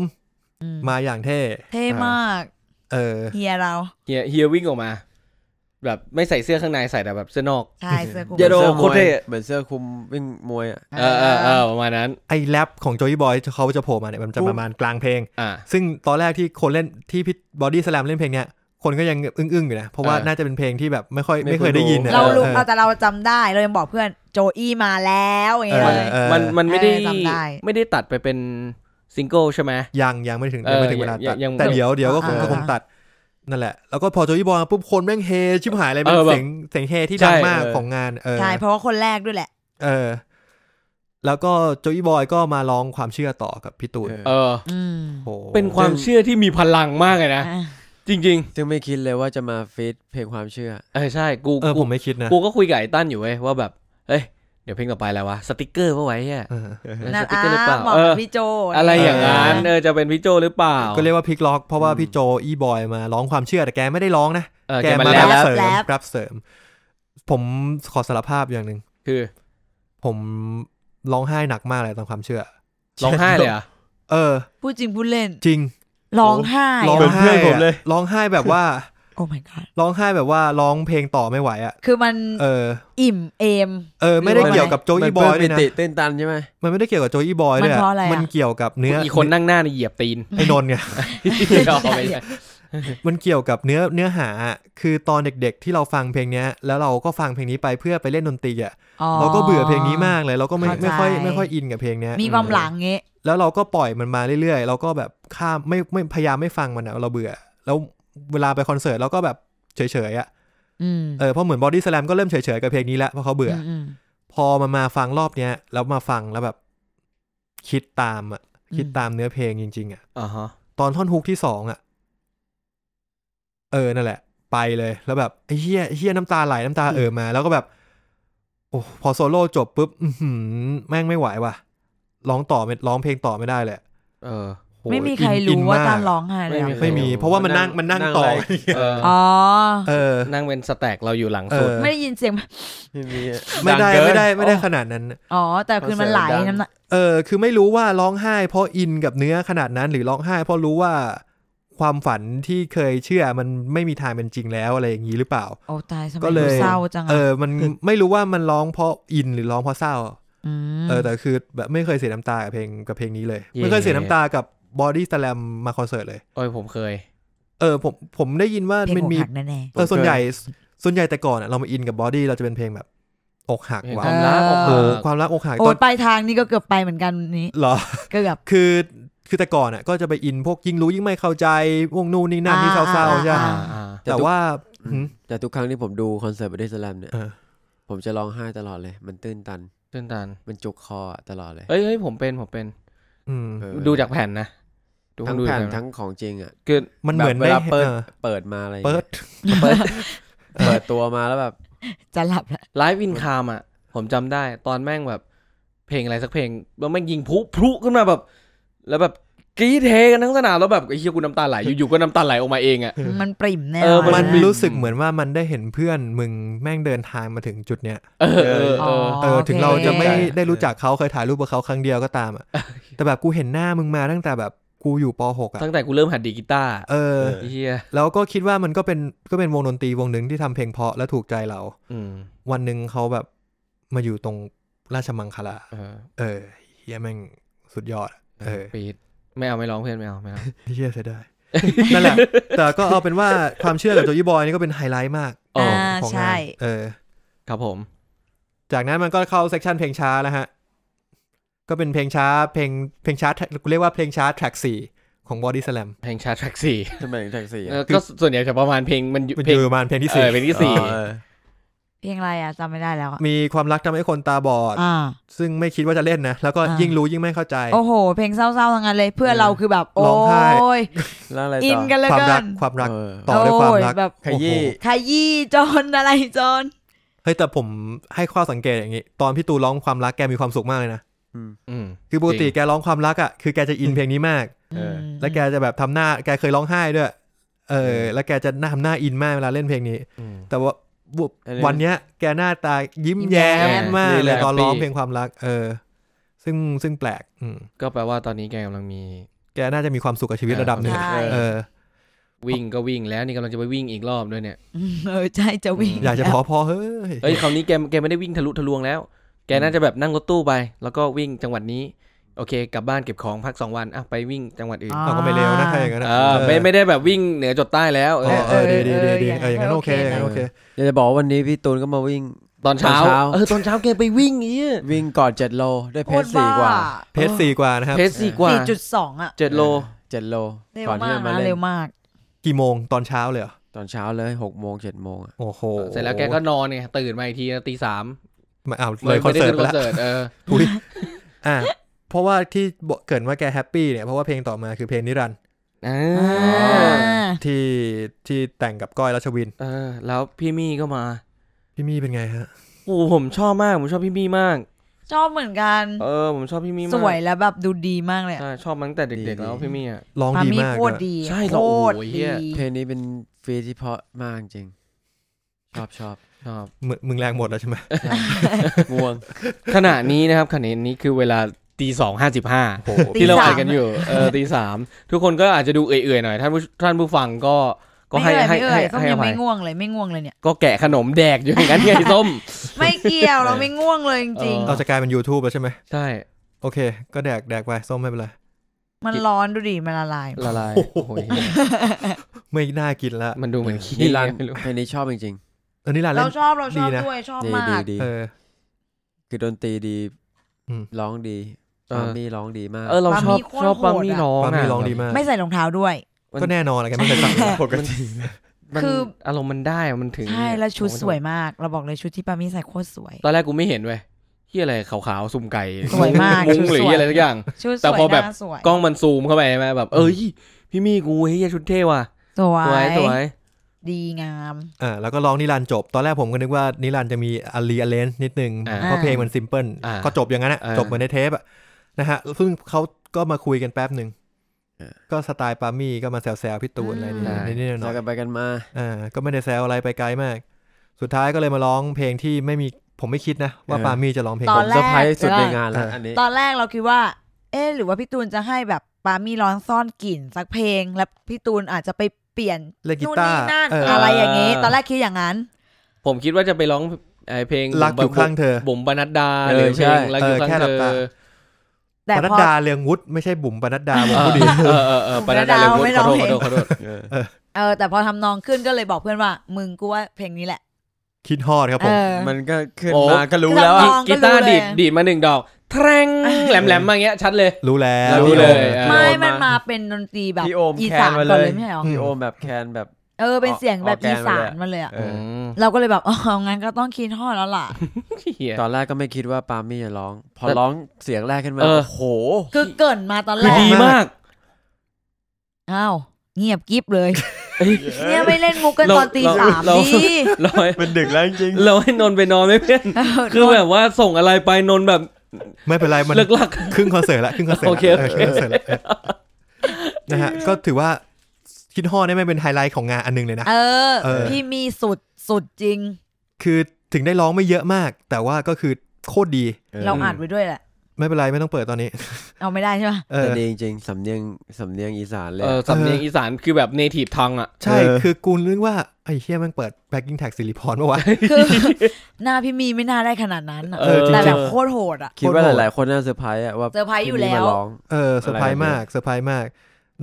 S4: อืม
S1: มาอย่างเท่
S4: เท่มาก
S1: เออ
S4: เฮียเรา
S2: เฮียเฮียวิ่งออกมา แบบไม่ใส่เสื้อข้างในใส่แต่แบบเสื้อนอก
S4: ใช่เสื้อคลุม
S2: เยโด
S3: สื้อมว
S2: โคตรเท่
S3: เหมือนเสื้อคลุมวิ่งมวยอ่ะ
S2: เออเออเออประมาณนั้น
S1: ไอ้แรปของโจยบอยเขาจะโผล่มาเนี่ยมันจะ
S3: ปุ๊บ
S1: ประมาณกลางเพลง
S2: อ่า
S1: ซึ่งตอนแรกที่คนเล่นที่พิทบอดี้สแลมเล่นเพลงเนี้ยคนก็ยังอึ้งๆอยู่นะ เพราะว่า
S2: เออ
S1: น่าจะเป็นเพลงที่แบบไม่ค่อย
S3: ไม่
S1: ไม่
S3: เค
S1: เค
S3: ย
S1: ย
S3: ดู
S1: ได้ยินอะ
S4: เรารู้
S1: ออ
S4: เราแต่เราจำได้เรายังบอกเพื่อนโจอี้มาแล้วอย่างเงี้ย
S1: เอ
S2: มั
S4: เล
S2: น
S4: ย
S1: เออ
S2: มันมันไม่ได้
S4: เออจำได้
S2: ไม่ได้ตัดไปเป็นซิงเกิลใช่ไหม
S1: ยังยังไม่ถึง
S2: เออ
S1: ไม่ถึงเวลาตัด
S2: ยังยัง
S1: แต่เดี๋ยวเดี๋ยวก็คง
S4: อ่า
S1: ก็คงตัดนั่นแหละ แล้วก็พอโจยบอยมาปุ๊บคนแม่งเฮชิบหายเลยเป็น
S2: เออแบบ
S1: เสียงเสียงเฮที่ดัง
S2: ใช่
S1: มาก
S2: เออ
S1: ของงานเออ
S4: ใช่เพราะว่าคนแรกด้วยแหละ
S1: เออ แล้วก็โจยบอยก็มาร้องความเชื่อต่อกับพี่ตูน
S3: เออ
S2: เออ
S4: อืม
S1: โอ้
S2: เป็นความเชื่อที่มีพลังมากเลยนะ
S4: อ่ะ
S2: จริง
S3: ซึ่งไม่คิดเลยว่าจะมาฟีดเพลงความเชื่อ
S2: ๆ เออใช่กู
S1: เออ
S2: กู
S1: ผมไม่คิดนะ
S2: กูก็คุยกับไอ้ตั้นอยู่เว้ยว่าแบบ เฮ้ย เดี๋ยวเพลงต่อไปอะไรวะ สติกเกอร์ปะไว้เนี่ย
S1: เออ
S2: ส
S4: นั่น
S2: ติก
S4: อ่ะ
S2: เกอร์หรือเปล่า
S4: เหมาะ
S2: เอ
S4: กั
S2: อบ
S4: พี่โจ
S2: อะไรอย่างนั้นเออจะเป็นพี่โจหรือเปล่า
S1: ก็เรียกว่าพลิกล็อกเพราะว่าพี่โจอีบอยมาร้องความเชื่อแต่แกไม่ได้ร้องนะ
S2: เออ
S1: แก
S2: แกมัน
S1: มา
S2: แล้
S1: รั
S2: ว
S1: บเสริมรับเสริม ผมขอสารภาพอย่างหนึ่ง
S2: คือ
S1: ผมร้องไห้หนักมากเลยตอนความเชื่อ
S2: ร้องไห้เลยเหรอ่ะ
S1: เออ
S4: พูดจริงพูดเล่น
S1: จริง
S4: ร้องไห้
S1: ร้อง
S3: เหมือนเพื่
S1: ไห้
S3: อนผม
S1: อะ
S3: เลย
S1: ร้องไห้แบบว่า
S4: โอ้ my god
S1: ร้องไห้แบบว่าร้องเพลงต่อไม่ไหวอ่ะ
S4: คือมัน
S1: เออ
S4: อิ่มเอม
S1: เออ ไม่ได้เกี่ยวกับโจ
S3: มั
S1: อี
S3: น
S1: บ
S3: เพิ่
S1: อ
S3: ม
S1: ย
S3: ปิ
S1: ด้วยนะ
S3: ติเต้นตันใช่ไหม
S1: มันไม่ได้เกี่ยวกับโจอีบอยด้วย
S4: มันเพราะอะไรอะ
S1: มันเกี่ยวกับเนื้อ
S2: อีกคนนั่งหน้านี่เหยียบตีน
S1: ไอ้น นท์ไง
S2: เดี๋ยวเอาไปเลย
S1: มันเกี่ยวกับเนื้อเนื้อหาอะคือตอนเด็กๆที่เราฟังเพลงเนี้ย แล้วเราก็ฟังเพลงนี้ไปเพื่อไปเล่นดนตรีอ่ะ
S4: อ๋อ
S1: เราก็เบื่อเพลงนี้มากเลย เราก็ไม่
S4: เข้าใจ
S1: ไม่ค่อยไม่ค่อยอินกับเพลงเนี้ย
S4: มีความหลังเงี้ย
S1: แล้วเราก็ปล่อยมันมาเรื่อยๆ เราก็แบบข้ามไม่ไม่พยายามไม่ฟังมันอะเราเบื่อ แล้วเวลาไปคอนเสิร์ตเราก็แบบเฉยๆอ่ะ
S4: อืม
S1: เออเพราะเหมือนบอดี้สแลมก็เริ่มเฉยๆกับเพลงนี้แล้วเพราะเขาเบื่ออ
S4: มอืม
S1: พอมันมาฟังรอบเนี้ยแล้วมาฟังแล้วแบบ คิดตามอ่ะ
S4: อืม
S1: คิดตามเนื้อเพลงจริงๆอ่ะ
S2: อ่าฮะ
S1: ตอนท่อนฮุกที่สองอะเออนั่นแหละ ไปเลยแล้วแบบไอ้เฮียเฮียน้ำตาไหลน้ำตาเอ่อมา แล้วก็แบบโอ้พอโซโล่จบปุ๊บอื้อหือแม่งไม่ไหวว่ะร้องต่อไม่ร้องเพลงต่อไม่ได้เลย
S2: เออ
S1: โห
S4: ไม่มีใคร
S1: อิ
S4: รู้
S1: น
S4: ว่า
S1: อินมก
S4: ตาร้องไห้เลย
S2: ไม่มี
S4: อะ
S1: ไม่มี เพราะว่ามันนั่ง
S3: มั
S1: มัน น
S3: นั่
S1: นั่
S3: ง
S1: งต่อ
S3: นั่งอะไร
S2: เออ
S4: อ๋อ
S1: เออ
S2: นั่งเป็นสแต็กเราอยู่หลัง
S1: เอ
S2: สุด
S1: อ
S4: ไม่ได้ยินเสียง
S3: ไม่มีอะ
S1: ไม่ได้
S3: งเกิน
S1: ไม่ได้ไม่ได้
S4: อ๋อ
S1: ขนาดนั้น
S4: อ๋อ แต่คือมันไหลน้ำตา
S1: เออ คือไม่รู้ว่าร้องไห้ เพราะอินกับเนื้อขนาดนั้น หรือร้องไห้ เพราะรู้ว่าความฝันที่เคยเชื่อมันไม่มีทางเป็นจริงแล้วอะไรอย่างนี้หรือเปล่า
S4: โอ้ตายทำไม
S1: ก็เล
S4: ดู
S1: ย
S4: เศร้าจัง
S1: เอ
S4: อะ
S1: อ มันไม่รู้ว่ามันร้องเพราะอินหรือร้องเพราะเศร้า
S4: ม
S1: เออ แต่คือแบบไม่เคยเสียน้ำตากับเพลงกับเพลงนี้เลย
S2: เย่
S1: ไม่เคยเสียน้ำตากับบอดี้สแลมมาคอนเสิร์ตเลย
S2: โอ้ยผมเคย
S1: เออ ผมผมได้ยินว่า
S4: เพล
S1: มั
S4: ง
S1: น
S4: อก
S1: มี
S4: หักแน่
S1: เออส่วนใหญ่ส่วนใหญ่แต่ก่อนอะเรามาอินกับบอดี้เราจะเป็นเพลงแบบอกหัก
S2: เห็น
S1: หวา
S2: คน วามรักอ
S4: เอ
S2: อ
S1: โอ้
S2: กมา
S4: อ
S1: โหความรักอกหัก
S4: ๆโอ้
S1: ตอ
S4: ย
S1: น
S4: ปลายทางนี่ก็เกือบไปเหมือนกันนี้
S1: เหรอ
S4: เกือบ
S1: คือคือแต่ก่อนอะก็จะไปอินพวกยิ่งรู้ยิ่งไม่เข้าใจพวกนู่นนี่นั่นที่เศร้าๆใช่
S4: อ่
S1: ไหม
S2: อ่าอ่า
S1: แต่ว่าหืม
S3: แต่ทุกครั้งที่ผมดูคอนเสิร์ตบอดี้สแลมเนี่ย
S1: เออ
S3: ผมจะร้องไห้ตลอดเลย มันตื้นตัน
S2: ตื่นตัน
S3: มันจุกคออะตลอดเลย
S2: เอ้ยเอ้ยผมเป็นผมเป็น
S1: อืม
S3: เออ
S2: ดูจากแผ่นนะดู
S3: ทั้ง
S2: ดู
S3: แผ่น
S2: จากผ่
S3: ทั้งของจริงอ่ะ
S2: คือ
S1: มันเหมือน
S3: แบบ
S1: ได้
S3: เวลาเปิด
S1: เออ
S3: เปิดมาอะไรอย่าง
S1: เปิด
S3: เงี้ยเปิด ตัวมาแล้วแบบ
S4: จะหลับแล้ว
S2: ไลฟ์อินคามอ่ะ ผมจำได้ ตอนแม่งแบบ เพลงอะไรสักเพลงแล้วแม่งยิงพลุพลุขึ้นมาแบบ แล้วแบบกรีดเฮกันทั้งสนามแล้วแบบไอ้เฮียกูน้ำตาไหลอยู่ๆก็น้ำตาไหลออกมาเองอ่ะ
S4: มันปริ่มแน่
S2: เออ
S4: นอน
S1: มัน
S4: นะ
S1: รู้สึกเหมือนว่ามันได้เห็นเพื่อนมึงแม่งเดินทางมาถึงจุดเนี้ย
S2: เออเออเออ
S1: เออ
S4: โอเค
S1: ถึงเราจะไม่
S3: เข้าใจ
S1: ได้รู้จักเขาเคยถ่ายรูปกับเขาครั้งเดียวก็ตามอ่ะแต่แบบกูเห็นหน้ามึงมาตั้งแต่แบบกูอยู่ป .6 อ่ะ
S2: ตั้งแต่กูเริ่มหัดดีดกีตาร์
S1: เออ
S2: ไอ้เฮีย
S1: แล้วก็คิดว่ามันก็เป็นก็เป็นวงดนตรีวงหนึ่งที่ทำเพลงเพราะและถูกใจเรา
S2: อืม
S1: วันหนึ่งเขาแบบมาอยู่ตรงราชมังคลา
S2: เออ
S1: เออเฮียแม่งสุดยอดอะเออ
S2: ปีดไม่เอาไม่ร้องเพื่อนไม่เอาไม่เอา
S1: เฮียเสียดายนั่นแหละ แต่ก็เอาเป็นว่าความเชื่อกับโจยี่บอยนี่ก็เป็นไฮไลท์มาก
S2: เออ
S4: อ่า
S1: ของ
S4: ใช่
S1: งานเออ
S2: ครับผม
S1: จากนั้นมันก็เข้าเซกชันเพลงช้าแล้วฮะ ก็เป็นเพลงช้า เพลงเพลงช้ากูเรียกว่าเพลงช้าแทร็กสี่ของบอดี้ส a ลม
S2: เพลงชาแทร็กสี่
S3: ทำไมถึงแท็กซี่
S2: เออก็ส่วนใหญ่จะประมาณเพลงมันอยู่
S1: มัน
S2: เพล
S1: อง ยู่ประมาณเพลงที่
S2: เอ
S1: สี่
S2: อเพลงที่สี่
S4: เพลงอะไรอ่ะจำไม่ได้แล้วอะ
S1: มีความรักทำให้คนตาบอด
S4: อ่า
S1: ซึ่งไม่คิดว่าจะเล่นนะ แล้วก็
S4: อ่ายิ่
S1: ยิ่งรู้ยิ่งไม่เข้าใจ
S4: โอ้โห เพลงเศร้าๆทั้งนั้นเลยเพื่อนเราคือแบบ โอ
S1: ร้องไห้
S4: ้ย
S3: แล้วอะไร
S4: อิน
S3: ต่อ
S4: กันเหลย
S1: ความ
S4: กั
S1: รัก
S4: น
S1: ความรัก
S3: เออ
S1: ต่อด้วยความรัก
S4: โแบบ
S3: ขยี้
S1: โอ้โห
S4: ขยี้จนอะไรจน
S1: เฮ้ยแต่ผมให้ข้อสังเกตอย่างนี้ ตอนพี่ตูร้องความรักแกมีความสุขมากเลยนะ
S2: อืม
S1: คือปกติ
S2: จริง
S1: แกร้องความรักอ่ะ คือแกจะอินเพลงนี้มาก
S3: เออ
S1: แล้วแกจะแบบทำหน้า แกเคยร้องไห้ด้วย เอ
S3: เอ
S1: อ
S3: อ
S1: แล้วแกจะหน้าทำหน้าอินมากเวลาเล่นเพลงนี้
S2: อืม
S1: แต่ว่าวุ
S3: อันนี้
S1: วันเนี้ยแกหน้าตายิ้ม
S4: ยิ้ม
S1: แย้
S4: แย้
S1: ม
S4: ม
S1: มาก
S3: นี่
S1: เล
S3: แห
S1: ย
S3: ละ
S1: ตอนร้อง
S2: ปี
S1: เพลงความรัก เออ ซึ่งซึ่งแปลก อืม
S2: ก็แปลว่าตอนนี้แกกำลังมี
S1: แกน่าจะมีความสุขกับชีวิตระดับหนึ่ง
S4: ใช่
S1: เออ
S2: วิ่งก็วิ่งแล้วนี่กำลังจะไปวิ่งอีกรอบด้วยเนี่ย
S4: อืมเออใช่จะวิ่ง
S1: อยากจะพอพอเฮ้ย
S2: เอ้ยคราวนี้แกแกไม่ได้วิ่งทะลุทะลวงแล้ว แกน่าจะแบบนั่งรถตู้ไป แล้วก็วิ่งจังหวัดนี้ โอเค กลับบ้านเก็บของพักสองวันอ่ะไปวิ่งจังหวัดอื่น
S1: เอาก็ไม่เร็วนะถ้าอย่างนั้น
S2: เออไม่ไม่ได้แบบวิ่งเหนือจดใต้แล้วเอ
S1: เออ
S2: อ
S1: เออดีดีดีดีเอออย่างนั้นโอเคอย่างนั้นโอเค
S3: อยากจะบอกว่าวันนี้พี่ตูนก็มาวิ่ง
S2: ตอนเช้า
S3: ตอนเช้า
S2: เออตอนเช้าแกไปวิ่งอย่างเงี้ย
S3: วิ่งก่อนเจ็ดโลด้วยเพ
S4: โค
S3: จ
S4: ตร
S3: สี่
S4: บ้าก
S3: ว่า
S1: เพจสี่กว่านะครับ
S2: เพสสี่กว่า
S4: สี่จุดสองอะ
S2: เจ็ดโล
S3: เจ็ดโล
S4: เร็ว
S3: ก่อนที่
S4: มาก
S3: จะมา
S4: นะ
S3: เล่
S4: เร็
S3: น
S4: วมาก
S1: กี่โมงตอนเช้าเลยเหรอ
S3: ตอนเช้าเลยหกโมงเจ็ดโมงอะ
S1: โอ้โห
S2: เสร็จแล้วแกก็นอนไงตื่นมาอีกทีตีสาม
S1: มาเอาเลยคอนเสิร์ตไป
S2: คอน
S1: ละ
S2: เสิร์ตเออ
S1: อุ้ยอ่ะเพราะว่าที่บอกเกรินว่าแกแฮปปี้เนี่ย เพราะว่าเพลงต่อมาคือเพลงนิรันดร์
S2: อ่า
S1: ที่ที่แต่งกับก้อยรัชวิน
S2: เออ แล้วพี่มี่ก็มา
S1: พี่มี่เป็นไงฮะ
S2: โอ้ผมชอบมากผมชอบพี่มี่มาก
S4: ชอบเหมือนกัน
S2: เออผมชอบพี่มี่มาก
S4: สวยแล้วแบบดูดีมากเลยอะ
S2: ใช่ชอบมาตั้งแต่เด็กๆแล้วพี่มี่อ่ะ
S1: ร้อง
S4: มา
S1: ดี
S4: มี
S1: มาก
S4: โคตร
S1: เลย
S4: ดี
S2: ใช่
S4: โค
S2: เราโอ้โห
S4: ตร
S2: เหี้
S4: ดี
S2: ย
S3: เพลงนี้เป็นฟรีที่เพราะมากจริง ชอบชอบ
S2: ชอบ
S1: มึงมึงแรงหมดแล้วใช่ไหม
S3: ง่วง
S2: ขณะนี้นะครับขณะนี้คือเวลาตีสองห้าสิบห้า
S1: โอ้โห
S2: ที่เราอ่านกันอยู่เอ อตีสามทุกคนก็อาจจะดูเอื่อยๆหน่อย ท่านผู้ท่านผู้ฟังก็ก็ให้ให้
S4: ไม่เอ่ย
S2: ให้
S4: ไม่เอ่ยส้ม
S2: ให้อ
S4: ยัง
S2: ภั
S4: ไม่
S2: ย
S4: ง่วงเลยไม่ง่วงเลยเนี่ย
S2: ก็แกะขนมแดกอยู่อย่าง นั้นไงส้ม
S4: ไม่เกี่ยวเราไม่ง่วงเลยจริง
S2: เออ
S1: เราจะกลายเป็น YouTube แล้วใช่ไหม
S2: ใช่
S1: โอเค ก็แดกแดกไปส้มไม่เป็นไร
S4: ๆมันร้อนดูดิมันละลาย
S2: ละลาย
S1: โอ้โห
S2: โอ้ย
S1: ไม่น่ากินละ
S2: มันดูเหมือนขี้
S3: นี่รัน
S2: ไม่รู้
S3: เพลงนี้ชอบจริง
S1: เออนิรันดร์
S4: เรา
S1: เล่น
S4: ชอบเราชอบ
S1: ดีนะ
S4: ด้วยชอบ
S3: ๆดี
S4: มา
S3: ดี
S4: ก
S3: ดี
S1: เออ
S3: คือดนตรีดี
S1: อืม
S3: ร้องดีปามี่ร้องดีมาก
S2: เออเราชอบชอบปามี่ร้อง
S1: ปา
S2: อ่ะ
S1: มี่ร้องดีมาก
S4: ไม่ใส่รองเท้าด้วย
S1: ก็แน่นอนแหละแกไม่เคยฟังปกติ
S2: มัน
S4: คือ
S2: อารมณ์มันได้อะมันถึง
S4: ใช่แล้วชุดสวยมาก เราบอกเลยชุดที่ปามี่ใส่โคตรสวย
S2: ตอนแรกกูไม่เห็นเว้ยที่อะไรขาวๆสุ่มไก่
S4: สวยมาก
S2: มุ้ง
S4: ชุด
S2: หรือ
S4: สวย
S2: อะไรสักอย่าง
S4: ชุดส
S2: แต่
S4: วย
S2: พอ
S4: ห
S2: แบบ
S4: น้าสวย
S2: กล้องมันซูมเข้าไปใช่ไหมแบบ เอ้ยพี่มี่กูเฮียชุดเท่ว่ะ
S4: สว
S2: สวย
S4: ย
S2: สวย
S4: ดีงาม
S1: อ่าแล้วก็ร้องนิรันดร์จบ ตอนแรกผมก็นึกว่านิรันดร์จะมีอารีอเลนส์นิดนึง
S2: อ่า
S1: เพราะเพลงมันซิมเพิล
S2: อ่า
S1: ก็จบอย่างนั้นอะ
S2: อ่า
S1: จบเหมือนในเทปอะนะฮะซึ่งเขาก็มาคุยกันแป๊บหนึ่ง
S3: เออ
S1: ก็สไตล์ปามี่ก็มาแซวๆพี่ตูนอะไรนี่นิดๆห
S3: แซ
S1: น่อ
S3: วย
S1: ๆ
S3: กันไปกันมา
S1: อ่าก็ไม่ได้แซวอะไรไปไกลมาก สุดท้ายก็เลยมาร้องเพลงที่ไม่มีผมไม่คิดนะ ว่า
S3: เออ
S1: ปามี่จะร้องเพลง
S4: ต
S1: ผ
S4: อน
S1: ม
S4: แร
S3: เซอก ร์ไพรส์สุดในงานแล้ว
S1: เอออั
S3: อันนี้
S4: ตอนแรกเราคิดว่า เอ๊ะหรือว่าพี่ตูนจะให้แบบปามี่ร้องซ่อนกลิ่นสักเพลง แล้วพี่ตูนอาจจะไปเปลี่ยน
S1: เล่นกี
S4: นู่น
S1: ตา
S4: นี่
S1: ร์
S4: นั่น
S1: เออ
S4: อะไรอย่างนี้ ตอนแรกคิดอย่างนั้น
S2: ผมคิดว่าจะไปร้องไอ้เพลง
S1: รักอยู่ข้างเธอ
S2: บุ๋มปนัดดา
S3: เออ
S2: หรือเพล
S3: ใช่
S2: งรักอยู่ข้าง
S1: เออแค่หลับตา
S2: เธอ
S4: แต่
S1: ปนัด
S4: พอ
S1: ดาเรืองวุฒิไม่ใช่บุ๋มปนัดดาบุ๋ม
S2: เอ
S1: ผู้
S2: อ
S1: ดี
S2: เออเออเออปนัดดา
S4: บุ๋
S2: เร็ว
S4: มปนัดดา
S2: ข
S4: ไม่ร้
S2: อ
S4: อง
S2: โทษของ โทษ
S4: เพล
S2: ขอโทษ
S3: เออ
S4: เออแต่พอทำนองขึ้นก็เลยบอกเพื่อนว่า มึงกูว่าเพลงนี้แหละ
S1: คิดฮอดครับผ
S4: เอ
S1: ม
S4: อ
S3: มันก็ขึ้นมาก็รู้
S4: คือ
S3: แล้ว
S4: เรา
S3: อะ
S4: มองก็
S2: กี
S4: รู้
S2: ตาร์
S4: เลย
S2: ดีดดีดมาหนึ่งดอกแทรงแหลมแหลมๆมาอย่างเงี้ยชัดเลย
S1: รู้แล้ว
S2: รู้เลย
S1: ออ
S4: ไม่
S3: โอนมามั
S4: มันมาเป็นดนตรีแบบ
S3: พี่โอม
S4: อี
S3: แค
S4: สาน น
S3: มา
S4: ก่อนเล
S3: เล
S4: ย ยไม่ใช่หรอ
S1: อื
S3: พี่โอมแบบแคนแบบ
S4: เออเป็นเสียงแบบ
S3: ออกแก
S4: อี
S3: น
S4: สา
S3: ไปเลย
S4: นมาเลย
S3: อะ
S4: อ่ะ
S3: เออ
S2: ม
S4: เราก็เลยแบบอ๋องั้นก็ต้องคิดฮอดแล้วล่ะ
S2: เหี้ย
S3: ตอนแรกก็ไม่คิดว่าปาล์มมี่จะร้อง พอ
S2: แต่
S3: ร้องเสียงแรกขึ้นมา
S2: เออ
S3: โอ้โห
S4: คือเกรินมาตอน แร
S2: คือดี
S4: ก
S2: มาก
S4: อ้าวเงียบกิ๊บเลย
S2: เอ้ย
S4: เนี่ยไม่เล่นมุกกัน
S2: เรา
S4: ตอนตี
S2: เรา
S4: สาม
S2: เรา
S4: ดิ
S2: เราให้
S3: เป็นดึกแล้วจริง
S2: เราให้นนท์ไปนอนไม่เพื่อน
S4: เอ อ
S2: คือแบบว่าส่งอะไรไปนนท์แบบ
S1: ไม่เป็นไรมัน
S2: เลิกลัก
S1: ครึ่งคอนเสิร์ตละครึ่งคอนเสิร์ต
S2: โอเค
S1: ละ
S2: โอเค
S1: รึ่งอนสิร์ตละเออนะฮะก็ถือว่าคิดฮอดเนี่ยไม่เป็นไฮไลท์ของงานอันหนึงเลยนะ
S4: เออ
S1: เออ
S4: พี่มีสุดสุดจริง
S1: คือถึงได้ร้องไม่เยอะมาก แต่ว่าก็คือโคตรดี
S4: เราอัดไว้ด้วยแหละ
S1: ไม่เป็นไรไม่ต้องเปิดตอนนี้
S4: เอาไม่ได้ใช่ปะ
S1: เออ
S3: แต่ดีจริงๆ สำเนียงสำเนียงอีสานเลย
S2: เออ
S3: อะ
S2: สำเนียงอีสานคือแบบเนทีฟทังอ่ะ
S1: ใช่
S3: เออ
S1: คือกูนึกว่าไอ้เฮียแมันเปิดแบ็กกิ้งแท็กสิริพรเมื่อวาน
S4: คือ หน้าพี่มีไม่น่าได้ขนาดนั้นอะ
S2: เออจริงๆ
S4: แต่แบบโคตรโหดอะ
S3: คิดว่าหลายๆ คนน่าเซอร์ไพรส์อะว่า
S4: เซอร์ไพรส์อยู่
S3: พี่
S4: แล้ว
S3: มาร้อง
S1: เออเซอร์ไพรส์
S3: อะไรแบบเนี้ย
S1: มากเซอร์ไพรส์มาก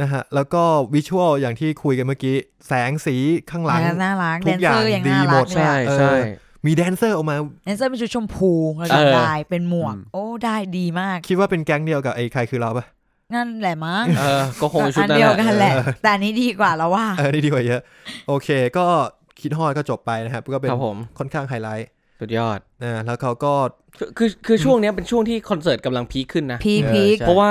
S1: นะฮะแล้วก็วิชวลอย่างที่คุยกันเมื่อกี้ แสงสีข้างหลัง
S4: น่ารัก
S1: ทุ
S4: แด
S1: ก
S4: น
S1: อย่า
S4: เซ
S1: ง
S4: อร์ยัง
S1: ดี
S4: น่า
S1: หม
S4: รั
S1: ด
S4: กเลยอะ
S1: เออ
S2: ใช่
S1: มีแดนเซอร์ออกมา
S4: แดนเซอร์เป็นชุดชมพูเรา
S2: เออ
S4: จำได้เป็นหมวก
S3: อืม
S4: โอ้ได้ดีมาก
S1: คิดว่าเป็นแก๊งเดียวกับไอ้ใครคือเราปะ
S4: นั่นแหละมั้ง
S2: เออก็คงชุด
S4: อั
S2: นั้น
S4: เดียว
S2: แหละ
S4: กันแหละ แต่อันนี้ดีกว่าแล้วว่า
S1: เออนี่ดีกว่าเยอะ โอเค ก็คิดฮอดก็จบไปนะครับ ก็เป็น
S2: ครับผม
S1: ค่อนข้างไฮไลท์
S2: สุดยอด
S1: นะแล้วเขาก็
S2: คือคือคือช่วงเนี้ยเป็นช่วงที่คอนเสิร์ตกำลังพีคขึ้นนะ
S4: พีค
S3: เออ
S4: พีค
S3: ใช่
S2: เพราะว่า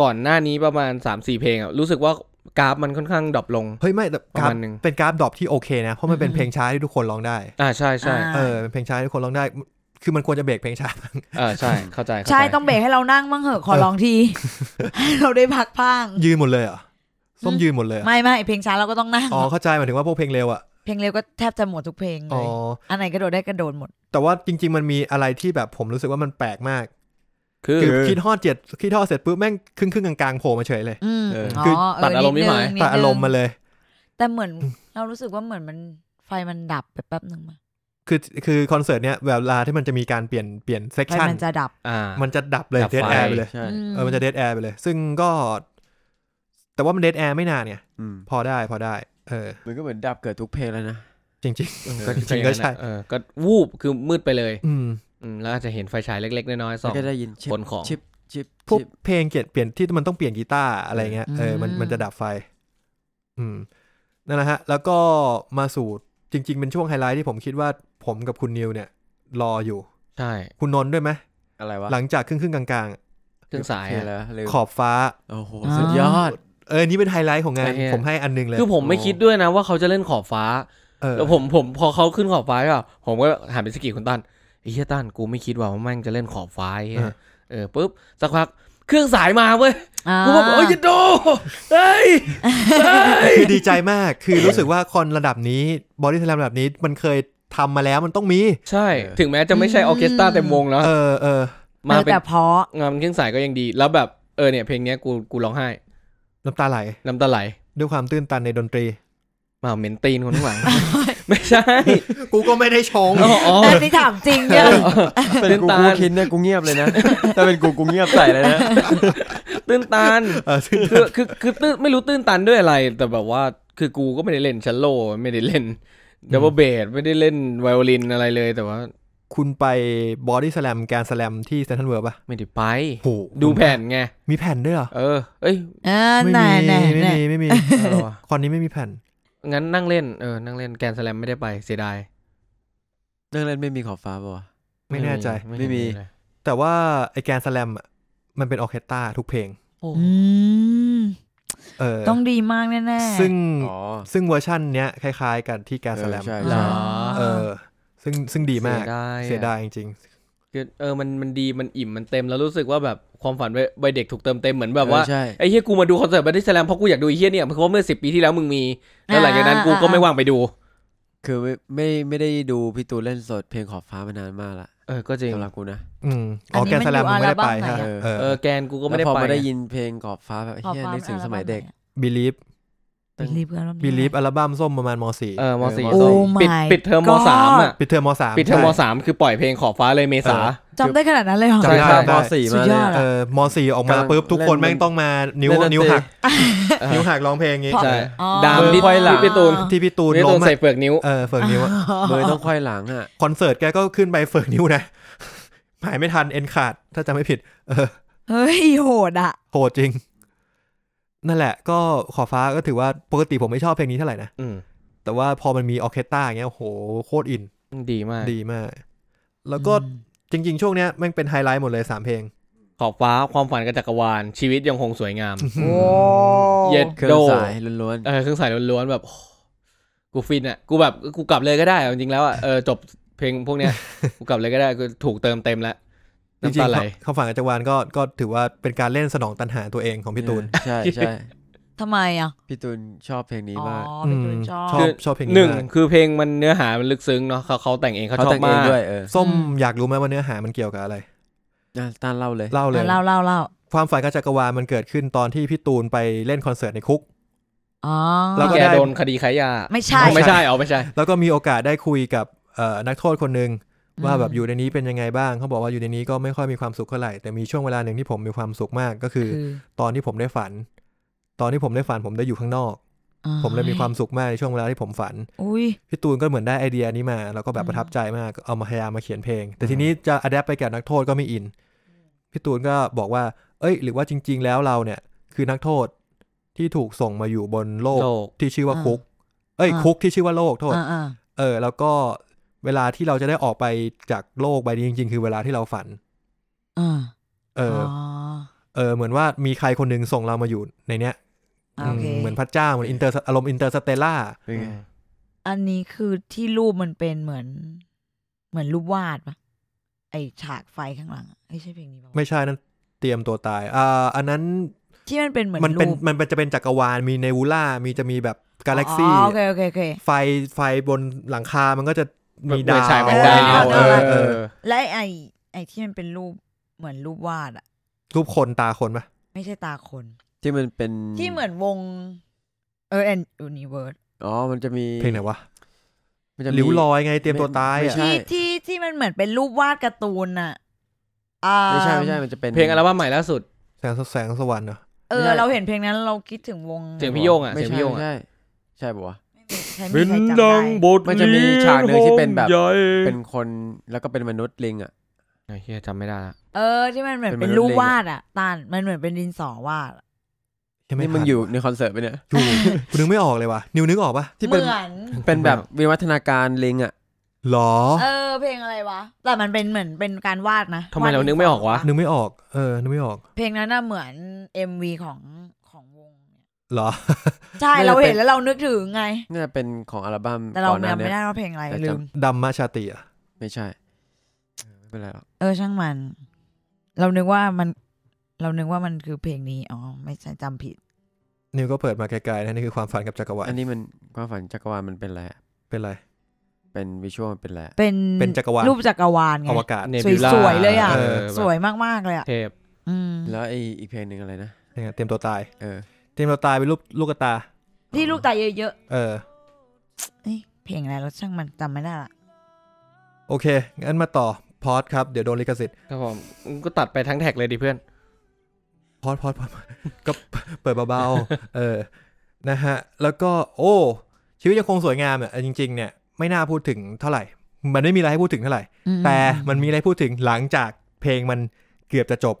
S2: ก่อนหน้านี้ประมาณ 3 4 เพลงอะรู้สึกว่ากราฟมันค่อนข้างดรอปลง
S1: เฮ้ย ไม่แต่
S2: ประ
S1: กราฟ
S2: มาณหนึ่ง
S1: เป็นกราฟดรอปที่โอเคนะ เพราะมันเป็นเพลงช้าที่ทุกคนร้องได้
S2: อ่าใช่ใช่
S1: เออเป็นเพลงช้าที่ทุกคนร้องได้ คือมันควรจะเบรกเพลงช้า
S2: เออใช่เข้าใจเข้าจ
S4: ใช่ต้องเบรกให้เรานั่งบ้างเหอะขอ
S1: เออ
S4: ร้องที ให้เราได้พักพัง
S1: ยืนหมดเลยเหรอ่ะส้มยืนหมดเลยเหรอ
S4: ไม่ไม่เพลงช้าเราก็ต้องนั่ง
S1: อ๋อเข้าใจหมายถึงว่าพวกเพลงเร็วอ่ะ
S4: เพลงเร็วก็แทบจะหมดทุกเพลงเล
S1: อ๋อ
S4: ยอันไหนกระโดดได้กระโดดหมด
S1: แต่ว่าจริง ๆ มันมีอะไรที่แบบผมรู้สึกว่ามันแปลกมาก
S2: คือ
S1: คือคิดฮอดเจ็ดคิดฮอดเสร็จปุ๊บแม่งครึ่งครึ่งๆกลางๆโผล่มาเฉยเลย
S4: อืม
S3: เออ
S4: อ๋อ
S2: คือ
S4: เ
S2: ตัดอารมณ์นิดหน่อย
S4: ง
S1: ตัดอารมณ์มาเลย
S4: แต่เหมือนเรารู้สึกว่าเหมือนมันไฟมันดับไปแป๊บหนึ่งมา
S1: คือคือคอนเสิร์ตเนี้ยเวลาที่มันจะมีการเปลี่ยนเปลี่ยนเซก
S4: ไฟ
S1: ชัน
S4: มันจะดับ
S2: อ่า
S1: มันจะดับเลย
S2: ดับ
S1: เดด
S2: ไฟ
S1: แอร์ไปเลย
S3: ใช่
S1: เออมันจะเดดแอร์ไปเลย ซึ่งก็ แต่ว่ามันเดดแอร์ไม่นานเนี่ย
S3: อืม
S1: พอได้พอได้ เออ
S3: มันก็เหมือนดับเกิดทุกเพลงแล้วนะ
S1: จริง
S2: ก็
S1: จริงๆก็ใช่
S2: เออก็วูบคือมืดไปเลย
S1: ๆ อืม
S2: อืมแล้วอาจจะเห็นไฟฉายเล็กๆน้อยๆสอง
S3: แล้วก็ได้ยินชิป
S2: ขนของ
S3: ชิปชิป
S1: พวก
S3: ชิป
S1: เพลงเกียนเปลี่ยนที่มันต้องเปลี่ยนกีตาร์อะไรเงี้ยเออมันมันจะดับไฟ อืมนั่นนะฮะ แล้วก็มาสู่จริง ๆ เป็นช่วงไฮไลท์ที่ผมคิดว่าผมกับคุณนิวเนี่ย รออยู่
S2: ใช่
S1: คุณนนท์ด้วยไหม
S3: อะไรวะ
S1: หลังจากครึ่งครึ่งๆกลาง
S2: เครื่องสาย
S3: คืออะไร
S2: อะ
S3: วะลืม
S1: ๆ ขอบฟ้า
S3: โอ้โหสุดยอด
S1: เออนี่เป็นไฮไลท์ของงาน
S2: ไอ้เหี้ย
S1: ผมให้อันหนึงเลย
S2: คือผมไม่คิดด้วยนะว่าเขาจะเล่นขอบฟ้า
S1: เออ
S2: แล้วผมผมพอเขาขึ้นขอบฟ้าใช่ป่ะผมก็หันไปสะกิดคุณตั้นไอ้เฮียตั้นกูไม่คิดว่าแม่งจะเล่นขอบฟ้าไอ้เหี้ยเออปุ๊บสักพักเครื่องสายมาเว้ย
S4: อ่า
S2: กูบอกโอ้ยโดเฮ้ยเฮ้ย
S1: คือดีใจมากคือรู้สึกว่าคอนระดับนี้บอดี้สแลมระดับนี้มันเคยทำมาแล้วมันต้องมี
S2: ใช่ ถึงแม้จะไม่ใช่ออร์เคสตราเต็มวงเนาะ
S1: เออเออ
S2: มา
S4: เออ
S2: เป็น
S4: แต่เพราะ
S2: งานเครื่องสายก็ยังดี แล้วแบบเออเนี่ยเพลงเนี้ยกูกูร้องไห้
S1: น้ำตาไหล
S2: น้ำตาไหล
S1: ด้วยความตื้นตันในดนตรี
S2: มาเหม็นตีนคน ข้างหลัง ไม่ใช่
S1: กูก็ไม่ได้ชง
S2: อ๋ออ๋อ
S4: แต่นี่ถามจริงเนี่ย
S3: เป็น
S2: ตื่
S3: กู
S2: นตา
S3: กู
S2: น
S3: คิดเนี่ยกูเงียบเลยนะ ถ้าเป็นกูกูเงียบใส่เลยนะ
S2: ตื้นตัน
S1: เออซึ่ง
S2: คือคือคือตื้นไม่รู้ตื้นตันด้วยอะไร แต่แบบว่าคือกูก็ไม่ได้เล่นชัลโลไม่ได้เล่นดับเบิลเบสไม่ได้เล่นไวโอลินอะไรเลยแต่ว่า
S1: คุณไปบอดี้สแลมแกนสแลมที่เซนทรัลเวิร์ป่ะ
S2: ไม่ได้ไป
S1: โห
S2: ดูแผ่นไง
S1: มีแผ่นด้วยเหรอ
S2: เออ เอ้ย
S4: เออ
S1: ไม่
S4: ไหน
S1: มี
S4: ไหน
S1: ไม่
S4: ไหน
S1: มีไม่มี
S2: อะไรวะ
S1: คอนนี้ไม่มีแผ่น
S2: งั้นนั่งเล่นเออนั่งเล่นแกนสแลมไม่ได้ไปเสียดาย
S3: เรื่องเล่นไม่มีขอบฟ้าป่ะวะ
S1: ไม่แน่ใจ
S3: ไม่มี
S2: เลย
S1: แต่ว่าไอแกนสแลมอะมันเป็นออร์เคสตราทุกเพลง
S2: โอ้
S4: อืม
S1: เออ
S4: ต้องดีมากแน่ๆ
S1: ซึ่ง
S3: อ๋อ
S1: ซึ่งเวอร์ชั่นเนี้ยคล้ายๆกันที่แกนสแลม
S3: เออใช่
S2: เหรอ
S4: อ่า
S1: เออ ซึ่งซึ่งดีมาก
S2: อะ
S1: เสียดายจริง
S2: คือเออมันมันดีมันอิ่มมันเต็มแล้วรู้สึกว่าแบบความฝันวัยวัยเด็กถูกเติมเต็มเหมือนแบบว่า
S3: เออใช่
S2: ไอ้เฮียกูมาดูคอนเสิร์ตบันที่แสลมเพราะกูอยากดูไอ้เฮียเนี่ยเพราะว่าเมื่อสิบปีที่แล้วมึงมีแล้วหลังจากนั้นกูก็ไม่ว่างไปดู
S3: คือไม่ไม่ไม่ได้ดูพี่ตูนเล่นสดเพลงขอบฟ้ามานานมากละ
S2: เออก็จริง
S3: สำหรับกูนะ
S1: ๆอืม
S4: อั
S1: อ๋อน
S4: นี้
S1: แกนสแลม
S4: มั
S1: มึ
S4: น
S1: ง
S4: อยู่
S1: ไม่ได้ไป
S4: อัลบั้มไหนอะ
S1: ฮะเอ
S2: เออ
S1: อ
S2: แกนกูก็
S3: แล้
S2: ไม่
S3: ว
S2: ได้
S3: พอ
S2: ไป
S3: มาได้
S2: ไง
S3: ยินเพลงขอบฟ้าแบบ
S4: ขอบ
S3: เฮีย
S4: ฟ้า
S3: นึกถึงสมัยเด็ก
S1: บิลีฟ
S4: บิลีฟอัลบั้ม
S1: บิลีฟ
S4: เท่าไหร่
S1: อัลบั้มส้มประมาณมสี่
S2: เออมสี่
S3: เออม
S2: ส้ม
S4: my
S2: ปิดปิดเทอมม
S4: god
S2: สามอ่ะ
S1: ปิดเทอมมสาม
S2: ปิดเทอมม
S1: ใช่
S2: สามคือปล่อยเพลงขอบฟ้าเลยเมษา
S4: จำได้ขนาดนั้นเลยเหรอ
S1: จำได้
S3: ข้ามปสี่
S4: สุ
S3: มา
S4: ด
S3: เลย ย
S4: อด
S3: อะ
S1: เออมสี่ออกมาก
S3: ำลัง
S1: ปุ๊บทุกคน
S3: เล่
S1: แม่ง
S3: นมัน
S1: ต้องมานิ้ว
S3: เล่ด
S1: นิ้ว
S3: ตรี
S1: หัก
S2: เออ
S1: นิ้วหักร้องเพลงงี้
S4: เพราะ
S2: ใช่
S4: อ๋อ
S2: ดาม
S3: มือ
S2: ที่
S3: ไขว้หลัง
S2: ที่พี่ตูน
S1: ที่พี่ตูน
S2: พี่
S1: ล้
S2: ตูน
S1: ม
S2: ใส่
S1: อะ
S2: เปลือกนิ้ว
S1: เออเฟิร์กนิ้วอะ
S3: มือต้องควายหลังอ่ะ
S1: คอนเสิร์ตแกก็ขึ้นไปเฟิร์กนิ้วนะ หายไม่ทันเอ็นขาด ถ้าจำไม่ผิด เออ
S4: เฮ้ยโหดอ่ะ
S1: โหดจริง นั่นแหละ ก็ขอฟ้าก็ถือว่าปกติผมไม่ชอบเพลงนี้เท่าไหร่นะ
S2: อืม
S1: แต่ว่าพอมันมีออร์เคสตราอย่างเงี้ยโอ้โหโคตรอิน
S2: ดีมาก
S1: ดีมาก แล้วก็จริง ๆ ช่วงเนี้ยแม่งเป็นไฮไลท์หมดเลยสามเพลง
S2: ขอบฟ้าความฝันกับจักรวาลชีวิตยังคงสวยงาม
S4: โอ้
S2: เย็ด
S3: เครื่อ
S2: โด
S3: งสายล้วน
S2: เออเครื่องสายล้วนๆแบบโอ้ กูฟินอ่ะกูแบบกูกลับเลยก็ได้เอาจริงๆแล้วอ่ะเออจบเพลงพวกเนี้ยกูกลับเลยก็ได้กูถูกเติมเต็มแล้ว
S1: จริ
S2: น้ำ
S1: ง
S2: ตาไหล
S1: ๆเขาฝังอาจารย์วานก็ก็ถือว่าเป็นการเล่นสนองตันหาตัวเองของ
S3: ๆ
S1: พี่ตูน
S3: ใช่ใช่
S4: ทำไมอ่ะ
S3: พี่ตูนชอบเพลงนี้
S4: อ๋อ
S3: มาก
S4: เป็นคนชอบ
S1: ชอบชอบเพลงนี้
S2: หนึ่ง
S1: มาก
S2: คือเพลงมันเนื้อหามันลึกซึ้งเนาะเขาเขาแต่งเองเขา
S3: เขา
S2: ชอ
S3: แต่
S2: บ
S3: งเอ
S2: มาง ก
S3: ด้วยเออ
S1: ส้ม
S4: อืม
S1: อยากรู้ไหมว่าเนื้อหามันเกี่ยวกับอะไร
S3: อ่ะตานเล่าเลย
S1: เล่าเลย
S4: อ่ะเล่าเล่าเล่า
S1: ความฝันกับจักรวาลมันเกิดขึ้นตอนที่พี่ตูนไปเล่นคอนเสิร์ตในคุก
S4: อ๋อ
S1: แล้ว
S2: แกโดนคดีขายยา
S4: ไม่ใช่
S2: ไม่ใช่เอาไม่ใช่
S1: แล้วก็มีโอกาสได้คุยกับเอ่อนักโทษคนหนึ่งว่าแบบ
S4: อืม
S1: อยู่ในนี้เป็นยังไงบ้าง เขาบอกว่าอยู่ในนี้ก็ไม่ค่อยมีความสุขเท่าไหร่แต่มีช่วงเวลาหนึ่งที่ผมมีความสุขมากก็คือ
S4: คือ
S1: ตอนที่ผมได้ฝัน ตอนที่ผมได้ฝันผมได้อยู่ข้างนอก
S4: อ๋อ
S1: ผมเลยมีความสุขมากในช่วงเวลาที่ผมฝัน
S4: อุ้ย
S1: พี่ตูนก็เหมือนได้ไอเดียนี้มา แล้วก็แบบประทับใจมากเอามาพยายามมาเขียนเพลง แต่ทีนี้จะอัดแอปไปกับนักโทษก็ไม่อินพี่ตูนก็บอกว่า เอ้ย หรือว่าจริง ๆ แล้วเราเนี่ย คือนักโทษที่ถูกส่งมาอยู่บนโลก
S2: โลก
S1: ที่ชื่อว่าคุก เอ้ย
S4: อ่า
S1: คุกที่ชื่อว่าโลกโทษ
S4: อ่า
S1: เออแล้วก็เวลาที่เราจะได้ออกไปจากโลกใบนี้จริง ๆ คือเวลาที่เราฝัน
S4: ๆอ่า
S1: เอออ
S4: อ
S1: เออเหมือนว่ามีใครคนหนึงส่งเรามาอยู่ในเนี้ย
S4: โอเค
S1: อืมเหมือนพระเจ้าเหมือนอินเตอร์อารมณ์อินเตอร์สเตลล่า
S3: เป็นไง
S4: อันนี้คือที่รูปมันเป็นเหมือน เหมือนรูปวาดปะไอฉากไฟข้างหลังอะไม่ใช่เพลงนี้ปะวะ
S1: ไม่ใช่นั่นเตรียมตัวตายอ่าอันนั้น
S4: ที่มันเป็นเหมือน
S1: มันเป็น
S4: รูป
S1: มันเป็นจะเป็นจักรวาลมีเนวูล่ามีจะมีแบบกาแล็ก
S4: อ๋
S1: ซี่
S4: อโอเคโอเคโอเค
S1: ไฟไฟบนหลังคา มันก็จะมี
S2: เหมื
S1: ดา
S2: อน
S1: ว
S2: ฉายแมง
S4: เอ
S2: ดา
S4: อ
S2: ว
S4: เอ
S2: เอ
S4: อ
S2: อ
S1: เอ
S2: เอ
S1: อ
S2: อ
S4: และไอไอที่มันเป็นรูปเหมือนรูปวาดอะ
S1: รูปคนตาคนปะ
S4: ไม่ใช่ตาคน
S3: ที่มันเป็น
S4: ที่เหมือนวงเออแอนยูนิเวิร์ส
S3: อ๋อ มันจะมี
S1: เพลงไหนวะ
S3: มันจะมี
S1: หลิวลอยไงเตรียมตัวตาย
S3: ไม่
S1: อะ
S3: ใช่
S4: ที่ที่ที่มันเหมือนเป็นรูปวาดการ์ตูนอะอ่า
S3: ไม่ใช่ไม่ใช่ มันจะเป็น
S2: เพลงอัลบั้มใหม่ล่าสุด
S1: แสงแสงสวรรค์เหรอ
S4: เออ
S3: ไม่ใช่
S4: เราเห็นเพลงนั้นเราคิดถึงวง
S2: เสียงพี่โยงอ่ะ
S3: ไม่
S2: เสียง
S3: ใช่
S2: พี่โยง
S3: ไม่
S2: อ่ะ
S3: ใช่ ใช่ปะวะ
S4: ใครไม่มีใครจำได้
S3: มันจะมีฉากหนึ่งที่เป็นแบบ
S2: โฮมใหญ่
S3: เป็นคนแล้วก็เป็นมนุษย์ลิงอ่ะ
S2: ไอ้เฮียจำไม่ได้ละ
S4: เออที่มันเหมือน
S3: เป็
S4: เป็นน
S3: มนุษย์
S4: รูปวาดอะตานมันเหมือนเป็นดินสอวาดอะ
S1: ยัง
S3: นี่
S1: ไทั
S3: มึงอยู่ในคอนเสิร์ตไปะเนี่ย
S1: อยู่กูนึกไม่ออกเลยว่ะนิวนึกออกปะ
S4: เหมือน
S3: เป็นแบบวิวัฒนาการลิงอ่ะ
S1: หรอ
S4: เออเพลงอะไรวะ แต่มันเป็นเหมือนเป็นการวาดนะ
S2: ทำไมเรานึกไม่ออกวะ
S1: นึกไม่ออก เออ นึกไม่ออก
S4: เพลงนั้นน่ะเหมือนเอ็มวีของของวง
S1: เหรอ
S4: ใช่
S3: ไม่ได้
S4: เราเห็นแล้วเรานึกถึงไง
S3: น่าจะเป็นของอัลบั้ม
S4: แต่เรา
S3: ก่อนหน้า
S4: จำ
S3: เนี้
S4: ไม่
S3: ย
S4: ได้ว่าเพลงอะไร
S3: แต่จำ
S4: ลืม
S1: ดัมมาชาติอ่ะ
S3: ไม่ใช่เออไม่เป็นไรหรอก
S4: เออช่างมัน เรานึกว่ามัน เรานึกว่ามันคือเพลงนี้อ๋อไม่ใช่จำผิด
S1: นิวก็เปิดมาไกลๆนะนี่คือความฝันกับจักรวาล
S3: อันนี้มันความฝันจักรวาลมันเป็นอะไรอะ
S1: เป็นไร
S3: เป็นวิชวลมันเป็นอะไรอะ
S4: เป็น
S1: เป็นจักรวาล
S4: รูปจักรวาลไง
S1: อวกาศ
S2: Nebula
S4: สวยๆเลยอะ
S2: อ
S1: แบบ
S4: สวยมากๆเลยอ่ะ
S2: เทพ
S4: อืม
S3: แล้วไออีกเพลงหนึ่งอะไรนะ
S1: เนี่ยเตรียมตัวตาย
S3: เออ
S1: เตรียมตัวตายเป็นรูปลูกตา
S4: ที่ลูกตาเยอะ
S1: เออ
S4: ๆเอ้ยเพลงอะไรเราช่างมันจำไม่ได้ละ
S1: โอเค งั้นมาต่อ พอดครับ เดี๋ยวโดนลิขสิทธิ์
S2: ครับผมมึงก็ตัดไปทั้งแท็กเลยดิเพื่อน
S1: พอดพอดพอด ก็เปิดเบาๆ เออ นะฮะ แล้วก็ โอ้ ชีวิตยังคงสวยงามอ่ะ จริง ๆ เนี่ย ไม่น่าพูดถึงเท่าไหร่ มันไม่มีอะไรให้พูดถึงเท่าไหร่
S4: อืม
S1: แต่มันมีอะไรพูดถึงหลังจากเพลงมันเกือบจะจบ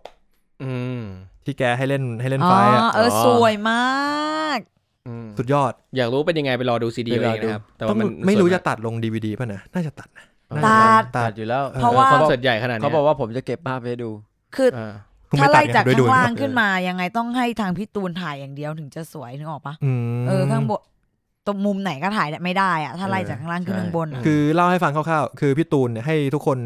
S2: อืม
S1: ที่แกให้เล่นให้เล่น
S4: อ๋
S1: ไฟ
S4: อ
S1: ล์อ่ะ
S4: เออสวยมาก
S2: อืม
S1: สุดยอด
S2: อยากรู้เป็นยังไงไปรอดูซีดีเอ
S3: ไปรอง ดู
S2: นะครับ แต่
S1: ต้อ
S2: ว่าง มัน
S1: ไม่รู้
S2: สวย
S1: จะตัดลงดีวดีป่ะนะ น่าจะตัดนะ
S4: ตัด
S3: ตัดอยู่แล้ว
S4: เพราะว่า
S2: คอน
S3: เขา
S2: เสิร์ตใหญ่ขนาดนี้ย
S3: เขาบอกว่าผมจะเก็บภาพไว้ให้ดู
S4: คือ
S2: เออ
S1: คงม่
S4: ถ้า
S1: ตั
S4: ไล่
S1: ดไง
S4: จาก
S1: ด้วยดู
S4: ข้างล่าง
S1: เนอะ
S4: ขึ้นมายังไงต้องให้ทางพี่ตูนถ่ายอย่างเดียวถึงจะสวยนึกออกปะ
S1: อืม
S4: เออข้างบนตรงมุมไหนก็ถ่ายไม่ได้อะถ้าไล่จากข้างล่างขึ้น
S3: ใช่
S4: ข้างบนอะ
S1: คือเล่าให้ฟังคร่าวๆ คือพี่ตูนเนี่ยให้ทุกคน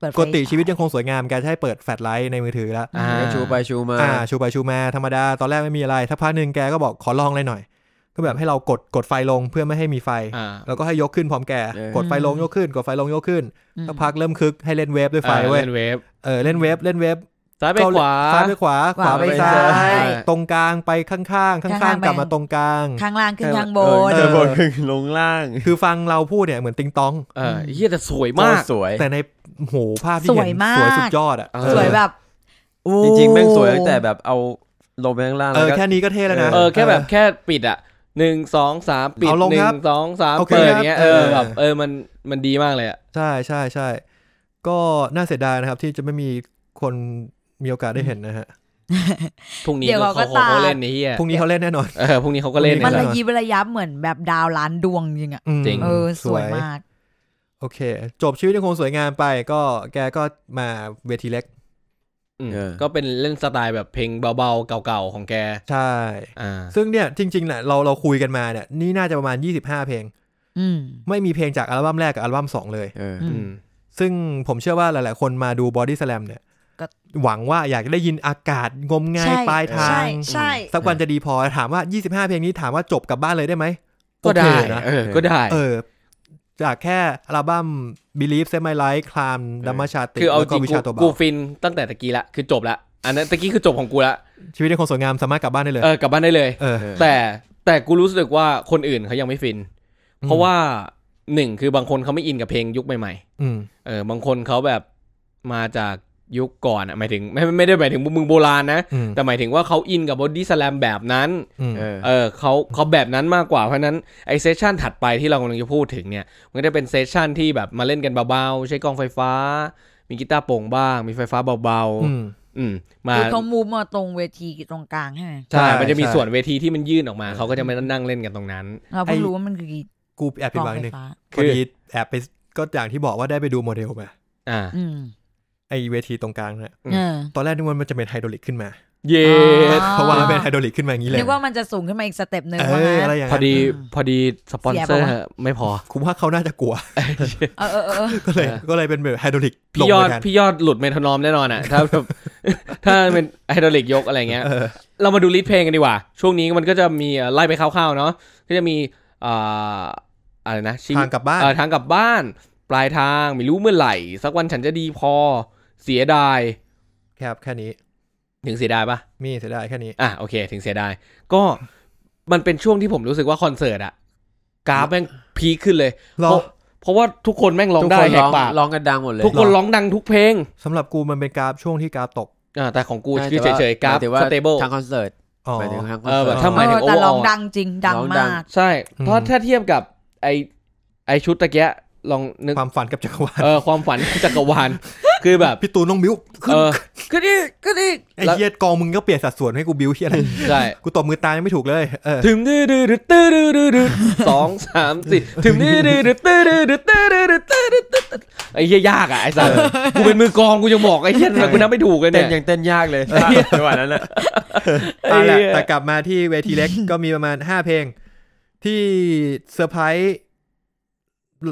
S4: เปิด
S1: ปกติ
S4: ไฟฉาย
S1: ชีวิตยังคงสวยงามแกจะให้เปิดแฟลชไลท์ในมือถือแล้ว
S2: อ่า
S3: แล้วก็ชูไปชูมา
S1: อ่า ชูไปชูมาธรรมดา ตอนแรกไม่มีอะไรถ้าพักหนึ่งแกก็บอกขอลองเลยหน่อย ก็แบบให้เรากดกดไฟลงเพื่อไม่ให้มีไฟ
S2: อ่า
S1: แล้วก็ให้ยกขึ้นพร้อมแก
S3: เออ
S1: กดไฟลงยกขึ้น กดไฟลงยกขึ้น
S4: อืม
S1: สักพักเริ่มคึกให้เล่นเวฟด้วยไฟเว้ย
S2: อ่าล่นเวฟ
S1: เออ เล่นเวฟเล่นเวฟ
S2: ซ้ายไปขวา
S1: ซ้ายไปขวา ขวาไป
S3: ขวาไป
S1: ซ้า
S3: ซ้าย ย
S1: ตรงกลางไปข้างๆ ข้างๆ กลับมาตรงกลาง
S4: ข้างล่างขึ้นข้างบ
S3: เออน เจอบนขึ้นลงล่าง
S1: คือฟังเราพูดเนี่ยเหมือนติงตอง
S2: เออเฮียแต่สวยมาก
S3: โคตรสวย
S1: แต่ในโหภาพที่เห็น
S4: สวยมาก
S1: สวยสุดยอดอ่ะ
S2: เอ
S1: เออ
S4: สวยแบบโอ้
S3: จริงๆแม่งสวยตั้งแต่แบบเอาลงไปข้างล่าง
S1: เออ
S3: แล้วก็
S1: แค่นี้ก็เท่แล้วนะ
S2: เออแค่แบบแค่ปิดอ่ะหนึ่งสองสามปิด
S1: เอาลง
S2: หนึ่
S1: ครั
S2: ง
S1: บ
S2: สองสาม
S1: โอเค
S2: เปิ
S1: ค
S2: ด
S1: รับ
S2: เงี้ยเอ
S1: เอ
S2: อ
S1: อ
S2: แบบเออมันมันดีมากเลยอ่ะ
S1: ใช่ใช่ใช่ก็น่าเสียดายนะครับ ที่จะไม่มีคนมีโอกาสได้เห็นนะฮะ
S2: พรุ่งนี้
S4: เดี๋ยว
S2: เขา
S4: เขา
S2: เขา
S4: ก็
S2: เขา
S4: ตาย
S2: เล่นไอ้เฮีย
S1: พรุ่งนี้เขาเล่นแน่นอน
S2: เออพรุ่งนี้เขาก็เล่น
S1: พรุ่งนี้
S4: มัน
S2: เอ
S4: ระ
S2: อ
S4: ยิบระยับเหมือนแบบดาวล้านดวงจริงอะ
S1: อืม
S2: จริง
S4: เออสวยมาก
S1: โอเค จบชีวิตยังคงสวยงามไป ก็แกก็มาเวทีเล็ก
S2: อืม
S3: เออ
S2: ก็เป็นเล่นสไตล์แบบเพลงเบาๆเก่าๆของแก
S1: ใช่
S2: อ่า
S1: ซึ่งเนี่ยจริงๆเนี่ยเราเราคุยกันมาเนี่ยนี่น่าจะประมาณ 25 เพลง
S4: อืม
S1: ไม่มีเพลงจากอัลบั้มแรกกับอัลบั้ม2 เลย
S3: เออ
S4: อื
S2: อืม
S1: ซึ่งผมเชื่อว่าหลายๆ คนมาดู Body Slam เนี่ย
S4: ก็
S1: หวังว่าอยากได้ยินอากาศงมงาย
S4: ใช่
S1: ปลายทา
S4: ใช่
S1: ง
S4: ใช่
S1: สักวันจะดีพอถามว่า 25 เพลงนี้ถามว่าจบกลับบ้านเลยได้ไหม
S2: ก็ได้
S1: โอเคนะ
S2: เออก็ได้
S1: เออ จากแค่อัลบั้ม Believe Save My Life คลามดัมมาชาติ
S2: คือเอา
S1: แล้ว
S2: จ
S1: ก็
S2: ริง
S1: วิ
S2: กู
S1: ชาตัวเบา
S2: กูฟินตั้งแต่ตะกี้ละคือจบละอันนั้นตะกี้คือจบของกูละ
S1: ชีวิตในคนสวยงามสามารถกลับบ้านได้เลย
S2: เออกลับบ้านได้เลย
S1: เออ
S2: แต่แต่กูรู้สึกว่าคนอื่นเขายังไม่ฟิน เพราะว่าหนึ่งคือบางคนเขาไม่อินกับเพลงยุคใหม่
S1: อืม
S2: ๆเออบางคนเขาแบบมาจากยุคก่อนอะหมายถึงไม่ไม่ได้หมายถึงมึงโบราณนะ
S1: อืม
S2: แต่หมายถึงว่าเขาอินกับบอดี้สแลมแบบนั้น
S1: อืม
S3: เออ
S2: เออเขาเขาแบบนั้นมากกว่าเพราะฉะนั้นไอเซสชันถัดไปที่เรากำลังจะพูดถึงเนี่ย มันก็จะเป็นเซสชันที่แบบมาเล่นกันเบาๆ ใช้กล้องไฟฟ้า มีกีตาร์โปร่งบ้าง มีไฟฟ้าเบา
S1: อืม
S2: ๆอืมมา
S4: คือเขามูฟมาตรงเวทีตรงกลางใช่ไหม
S2: ใช่
S1: ใช่
S2: มันจะมี
S1: ใช่
S2: ส่วนเวทีที่มันยื่นออกมา เขาก็จะไม่นั่งเล่นกันตรงนั้น
S4: เราเพิ่งรู้ว่ามันคือกี
S1: กูแอบ
S4: ก
S1: ผิด
S4: อง
S1: หวัง
S4: ไฟ
S1: หนึ่ง
S4: ฟ้า
S1: พ
S2: คือ
S1: อดีแอบไปก็อย่างที่บอกว่าได้ไปดูโมเดลมา
S2: อ่า
S4: อืม
S1: ไอเวทีตรงกลางเนี่ย
S2: อืม
S4: เออ
S1: ตอนแรกนึกว่ามันจะเป็นไฮดรอลิกขึ้นมา
S2: เย่
S4: อ๋อ
S1: เขาวางไว้เป็นไฮดรอลิกขึ้นมาอย่างนี้เลย
S4: นึกว่ามันจะสูงขึ้นมาอีกสเต็ปหนึ่ง
S1: เอ
S4: ว่า
S1: อ
S4: งั้น
S1: อะไรอย่าง
S2: พอ
S1: นั้น
S2: ดี
S4: อืม
S2: พอดีสปอนเซอ
S4: เสีย
S2: ร์
S4: เปล่าวะ
S2: ไม่พอ
S1: คุณว่าเขาน่าจะกลัว
S4: เออเออเออ
S1: ก็เลย
S2: เออ
S1: ก็เลยเป็นแบบไฮดรอลิกล
S2: พี่
S1: ง
S2: ยอ
S1: ไป
S2: ด
S1: แทน
S2: พี่ยอดหลุดเมโทนอมแน่นอนอ่ะ ถ้าแบบ ถ้าเป็นไฮดรอลิกยกอะไรเงี้ย
S1: เออ
S2: เรามาดูลิสต์เพลงกันดีกว่า ช่วงนี้มันก็จะมีเอ่อไล่ไปคร่าวๆเนาะก็จะมีเอ่ออะไรนะชีวิ
S1: ทา
S2: ต
S1: งกลับบ้าน
S2: เออทางกลับบ้าน ปลายทางไม่รู้เมื่อไหร่ สักวันฉันจะดีพอ เสียดาย
S1: ครับแค่นี้
S2: ถึงเสียดายปะ
S1: มีเสียดายแค่นี้
S2: อ่ะโอเค ถึงเสียดาย ก็มันเป็นช่วงที่ผมรู้สึกว่าคอนเสิร์ตอะ กราฟแม่งพีคขึ้นเลย
S1: หรอ
S2: เพราะเพราะว่าทุกคนแม่งร้องได้แห
S3: ร้
S2: ก
S3: อง
S2: ปาก
S3: ร้องกันดังหมดเลย
S2: ทุกคนร้องดังทุกเพลง
S1: สำหรับกูมันเป็นกราฟช่วงที่กราฟตก
S2: อ่าแต่ของกู
S3: ใช่
S2: คือ
S3: แต่ว่า
S2: เฉยๆกราฟ
S3: หมถึงว่
S2: สเตเบิล
S3: ทางคอนเสิร์ต
S1: อ๋อ
S3: หมายถึงทางคอน
S2: เออ
S3: เสิ
S2: แบ
S3: ร์
S2: บ
S3: ต
S2: ถ้า หมยถึง
S4: เออแต่
S2: overall
S4: ร้องดังจริงดัง
S3: ร้องดั
S4: มาง ก
S2: ใช่
S1: อืม
S2: เพราะถ้าเทียบกับไอไอชุดตะเกียะลองนึก
S1: ความฝันกับจักรวาล
S2: เออความฝัน จักรวาลคือแบบ
S1: พี่ตูนต้องบิ้วขึ้น
S2: เออก็ดีก็ดี
S1: ไอ้เฮียกองมึงก็เปลี่ยนสัดส่วนให้กูบิ้วเฮียอะไร
S2: ใช่
S1: กูตบมือตายยังไม่ถูกเลยเออ
S2: ถึงดื้อดื้อดื้อตื้อดื้อดื้อดื้อสองสามสี่ถึงดื้อดื้อดื้อตื้อดื้อดื้อตื้อดื้อดื้อตื้อดื้อตื้อดื้อไอ้เหี้ยยากอะไอ้สัสกูเป็นมือกลองกูยังบอกไอ้เหี้ยทำไมกูนับไม่ถูกเลย
S3: เต้
S2: เนี่ย
S3: นยังเต้นยากเลยจังหวะนั้นแหละ
S1: เอาละ
S2: ไอ้เหี้ย
S1: แต่กลับมาที่เวทีเล็ก ก็มีประมาณห้าเพลง ที่เซอร์ไพรส์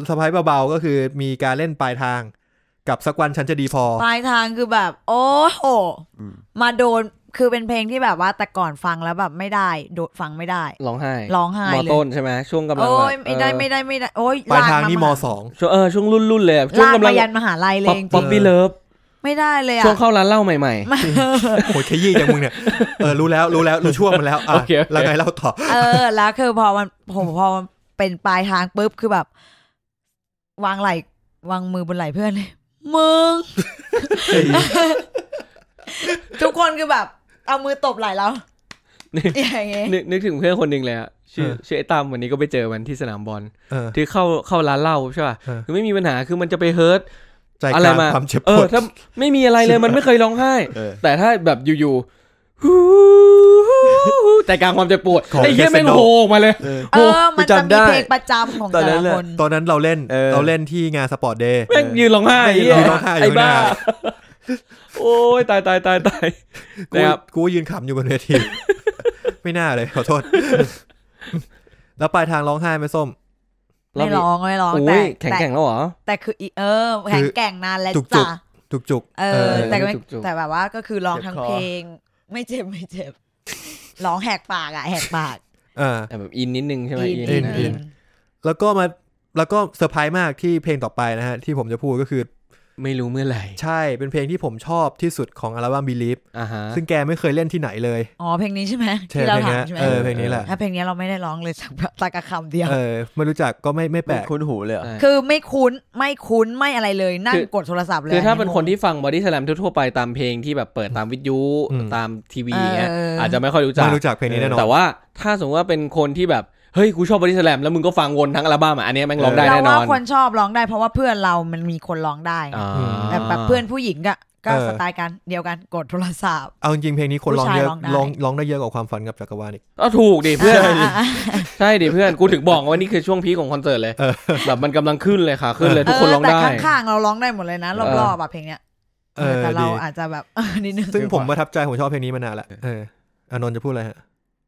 S1: เซอร์ไพรส์เบาๆก็คือมีการเล่นปลายทางกับสักวันฉันจะ ดีพอ
S4: ปลายทางคือแบบ โอ้โห มาโดนคือเป็นเพลงที่แบบว่าแต่ก่อนฟังแล้วแบบไม่ได้โดดฟังไม่ได้
S2: ร้องไห้
S4: ร้องไห้
S2: มอ
S4: เลย
S2: ต้นใช่ไหมช่วงกำลัง
S4: โอ้ย
S2: แบบ
S4: ไม่ได้
S2: เออ
S4: ไม่ได้ไม่ได้โอ้ย
S1: ปลายทาง
S4: ก
S1: นี่มสอง
S2: ช่วงเออช่วงรุ่นรุ่นเลยอะช่วง
S4: ลาก
S2: กำลั
S4: มาง ยันมหาลัยเลยจริง
S2: ป๊อปปี้เลิฟ
S4: ไม่ได้เลยอ่ะ
S2: ช่วงเข้าร้านเหล้าใหม่ ๆ
S1: โหยขยี้จังมึงเนี่ย เออ รู้แล้ว รู้แล้ว รู้ช่วงมันแล้วอ่ะ
S2: โอเคโอเค
S1: แล้วไงเล่าต่อ
S4: เออ แล้วคือพอมันผมพอมันเป็นปลายทางปุ๊บคือแบบ วางไหลวางมือบนไหลเพื่อนเลยมึง ทุกคนคือแบบ เอามือตบไหลเรา
S2: นี่
S4: อย่างเงี้ย
S2: นึกนึกถึงเพื่อนคนหนึ่งเลยอะชื่อ
S1: เออ
S2: ชื่อไอ้ตั้มวันนี้ก็ไปเจอมันที่สนามบอล
S1: เออ
S2: ที่เข้าเข้าร้านเหล้าใช่ป่ะ
S1: เออ
S2: คือไม่มีปัญหาคือมันจะไปเฮิร์ต
S1: ใจ
S2: อะ
S1: ก
S2: ไร
S1: ลาง
S2: มา
S1: ความเจ็บ
S2: เอ
S1: ป
S2: อ
S1: วด
S2: ถ้าไม่มีอะไรเลยมันไม่เคยร้องไห้
S1: เออ
S2: แต่ถ้าแบบอยู่ๆฮู้แต่กลางความเจ็บปวด
S1: ของ
S2: ไอ้เหี้ย
S1: Yes and
S2: แม่ง
S1: No
S2: โฮออกมาเลย
S4: เออ มันจะ
S3: จำ
S4: มี
S3: ได้
S4: เพลงประจำของ
S3: ตอน
S4: แต่
S3: นั้น
S4: ละ
S3: น่ะ
S4: คน
S1: ตอนนั้นเราเล่น
S3: เออ
S1: เราเล่นที่งานสปอร์ตเดย์
S2: แม่งยืนร้องไห้
S1: ยืนร้องไห้อยู่
S2: ไอ้
S1: ข้างห
S2: บ้า
S1: น้า
S2: โอ้ยตายตายตายตาย
S1: กู
S2: นะครับ
S1: กูยืนขำอยู่บนเวที ไม่น่าเลย ขอโทษ แล้วปลายทางร้องไห้ไหมส้ม
S4: ไม่ร้องไม่ร้อง
S2: โอ้
S4: แต่
S2: ยแข็ง
S4: แต่
S2: แกร่งแล้วเหรอ
S4: แต่คืออีเออแข็งแกร่งนานแล้ว
S1: จุกๆ
S4: จ้ะ
S1: จุกจุกๆ
S4: เออ แต่ก็ไม่
S2: จุกๆ
S4: แต่แบบว่าก็คือร้องทั้งเพ
S3: เจ็บคอ
S4: ลง ไม่เจ็บไม่เจ็บร้องแหกปากอะแหกปาก
S1: เออ
S2: แต่แบบอินนิดนึงใช่ไหม
S4: อิน
S1: อิ
S4: อิ
S1: น
S4: น
S1: อิ
S4: อิ
S1: น
S4: น
S1: แล้วก็มาแล้วก็เซอร์ไพรส์มากที่เพลงต่อไปนะฮะ ที่ผมจะพูดก็คือ
S2: ไม่รู้เมื่อไหร่
S1: ใช่เป็นเพลงที่ผมชอบที่สุดของอัลบั้ม Believe
S2: อ่าฮะ
S1: ซึ่งแกไม่เคยเล่นที่ไหนเลย
S4: อ๋อเพลงนี้ใช่ไหม
S1: ใช่
S4: ที่
S1: เพ
S4: เรา
S1: ลง
S4: ถาม
S1: เนี้ย
S4: ใช่ไหม
S1: เออเพลงนี้แหละ
S4: ถ้าเพลงนี้เราไม่ได้ร้องเลย สักสักกระคำเดียว
S1: เออไม่รู้จักก็ไม่ไม่แปล
S3: ไม่
S1: ก
S3: คุ้นหูเลยเหรอ
S2: ใช่
S4: คือไม่คุ้นไม่คุ้นไม่อะไรเลยนั่ง
S2: คือ
S4: กดโทรศัพท์เลย
S2: คือถ้าเป็น
S4: งง
S2: คนที่ฟังบอดี้สแลมทั่วๆไปตามเพลงที่แบบเปิดตามวิทยุ
S1: อืม
S2: ตามทีวีอย่างเงี้ย
S4: เอออ
S2: อาจจะไม่ค่อยรู้จัก
S1: ไม่รู้จักเพลงนี้แน่นอน
S2: แต่ว่าถ้าสมมติว่าเป็นคนที่แบบ เฮ้ย กูชอบบอดี้สแลมแล้วมึงก็ฟังวนทั้งอัลบั้มอ่ะอันเนี้ยแม่งร้องได้
S4: เรา
S2: แน่น
S4: ว่า
S2: อน
S4: คนชอบร้องได้เพราะว่าเพื่อนเรามันมีคนร้องได้ไง
S2: อ่า
S4: แต่แบบเพื่อนผู้หญิงก็ก็
S1: เออ
S4: สไตล์กันเดียวกันกดโทรศัพท์
S1: เอาจริงๆเพลงนี้คนร้องเยอะ
S4: ผู้ชายร้
S1: ร้อ
S4: อง งได้
S1: ร้องได้เยอะกว่าความฝันกับจักรวาลอีก
S2: ก็ถูกดิเพื่อน
S4: อ่ะอ่ะ
S2: ใช่ดิเพื่อนกูถึงบอกว่านี่คือช่วงพีคของคอนเสิร์ตเลย
S1: เออ
S2: แบบมันกำลังขึ้นเลยค่ะขึ้นเลยทุกคนร้อง
S4: เแต่
S2: ได้
S4: ข้างๆเราร้องได้หมดเลยนะ
S2: เอ
S4: ร
S2: อ
S4: อบๆแบบเพลงเนี้ย
S1: เออ
S4: แต่เรา
S1: ดี
S4: อาจจะแบบ นิดนึง
S1: ซึ่งผมประทับใจผมชอบเพลงนี้มานานละเอออานนท์จะพูดอะไรฮะ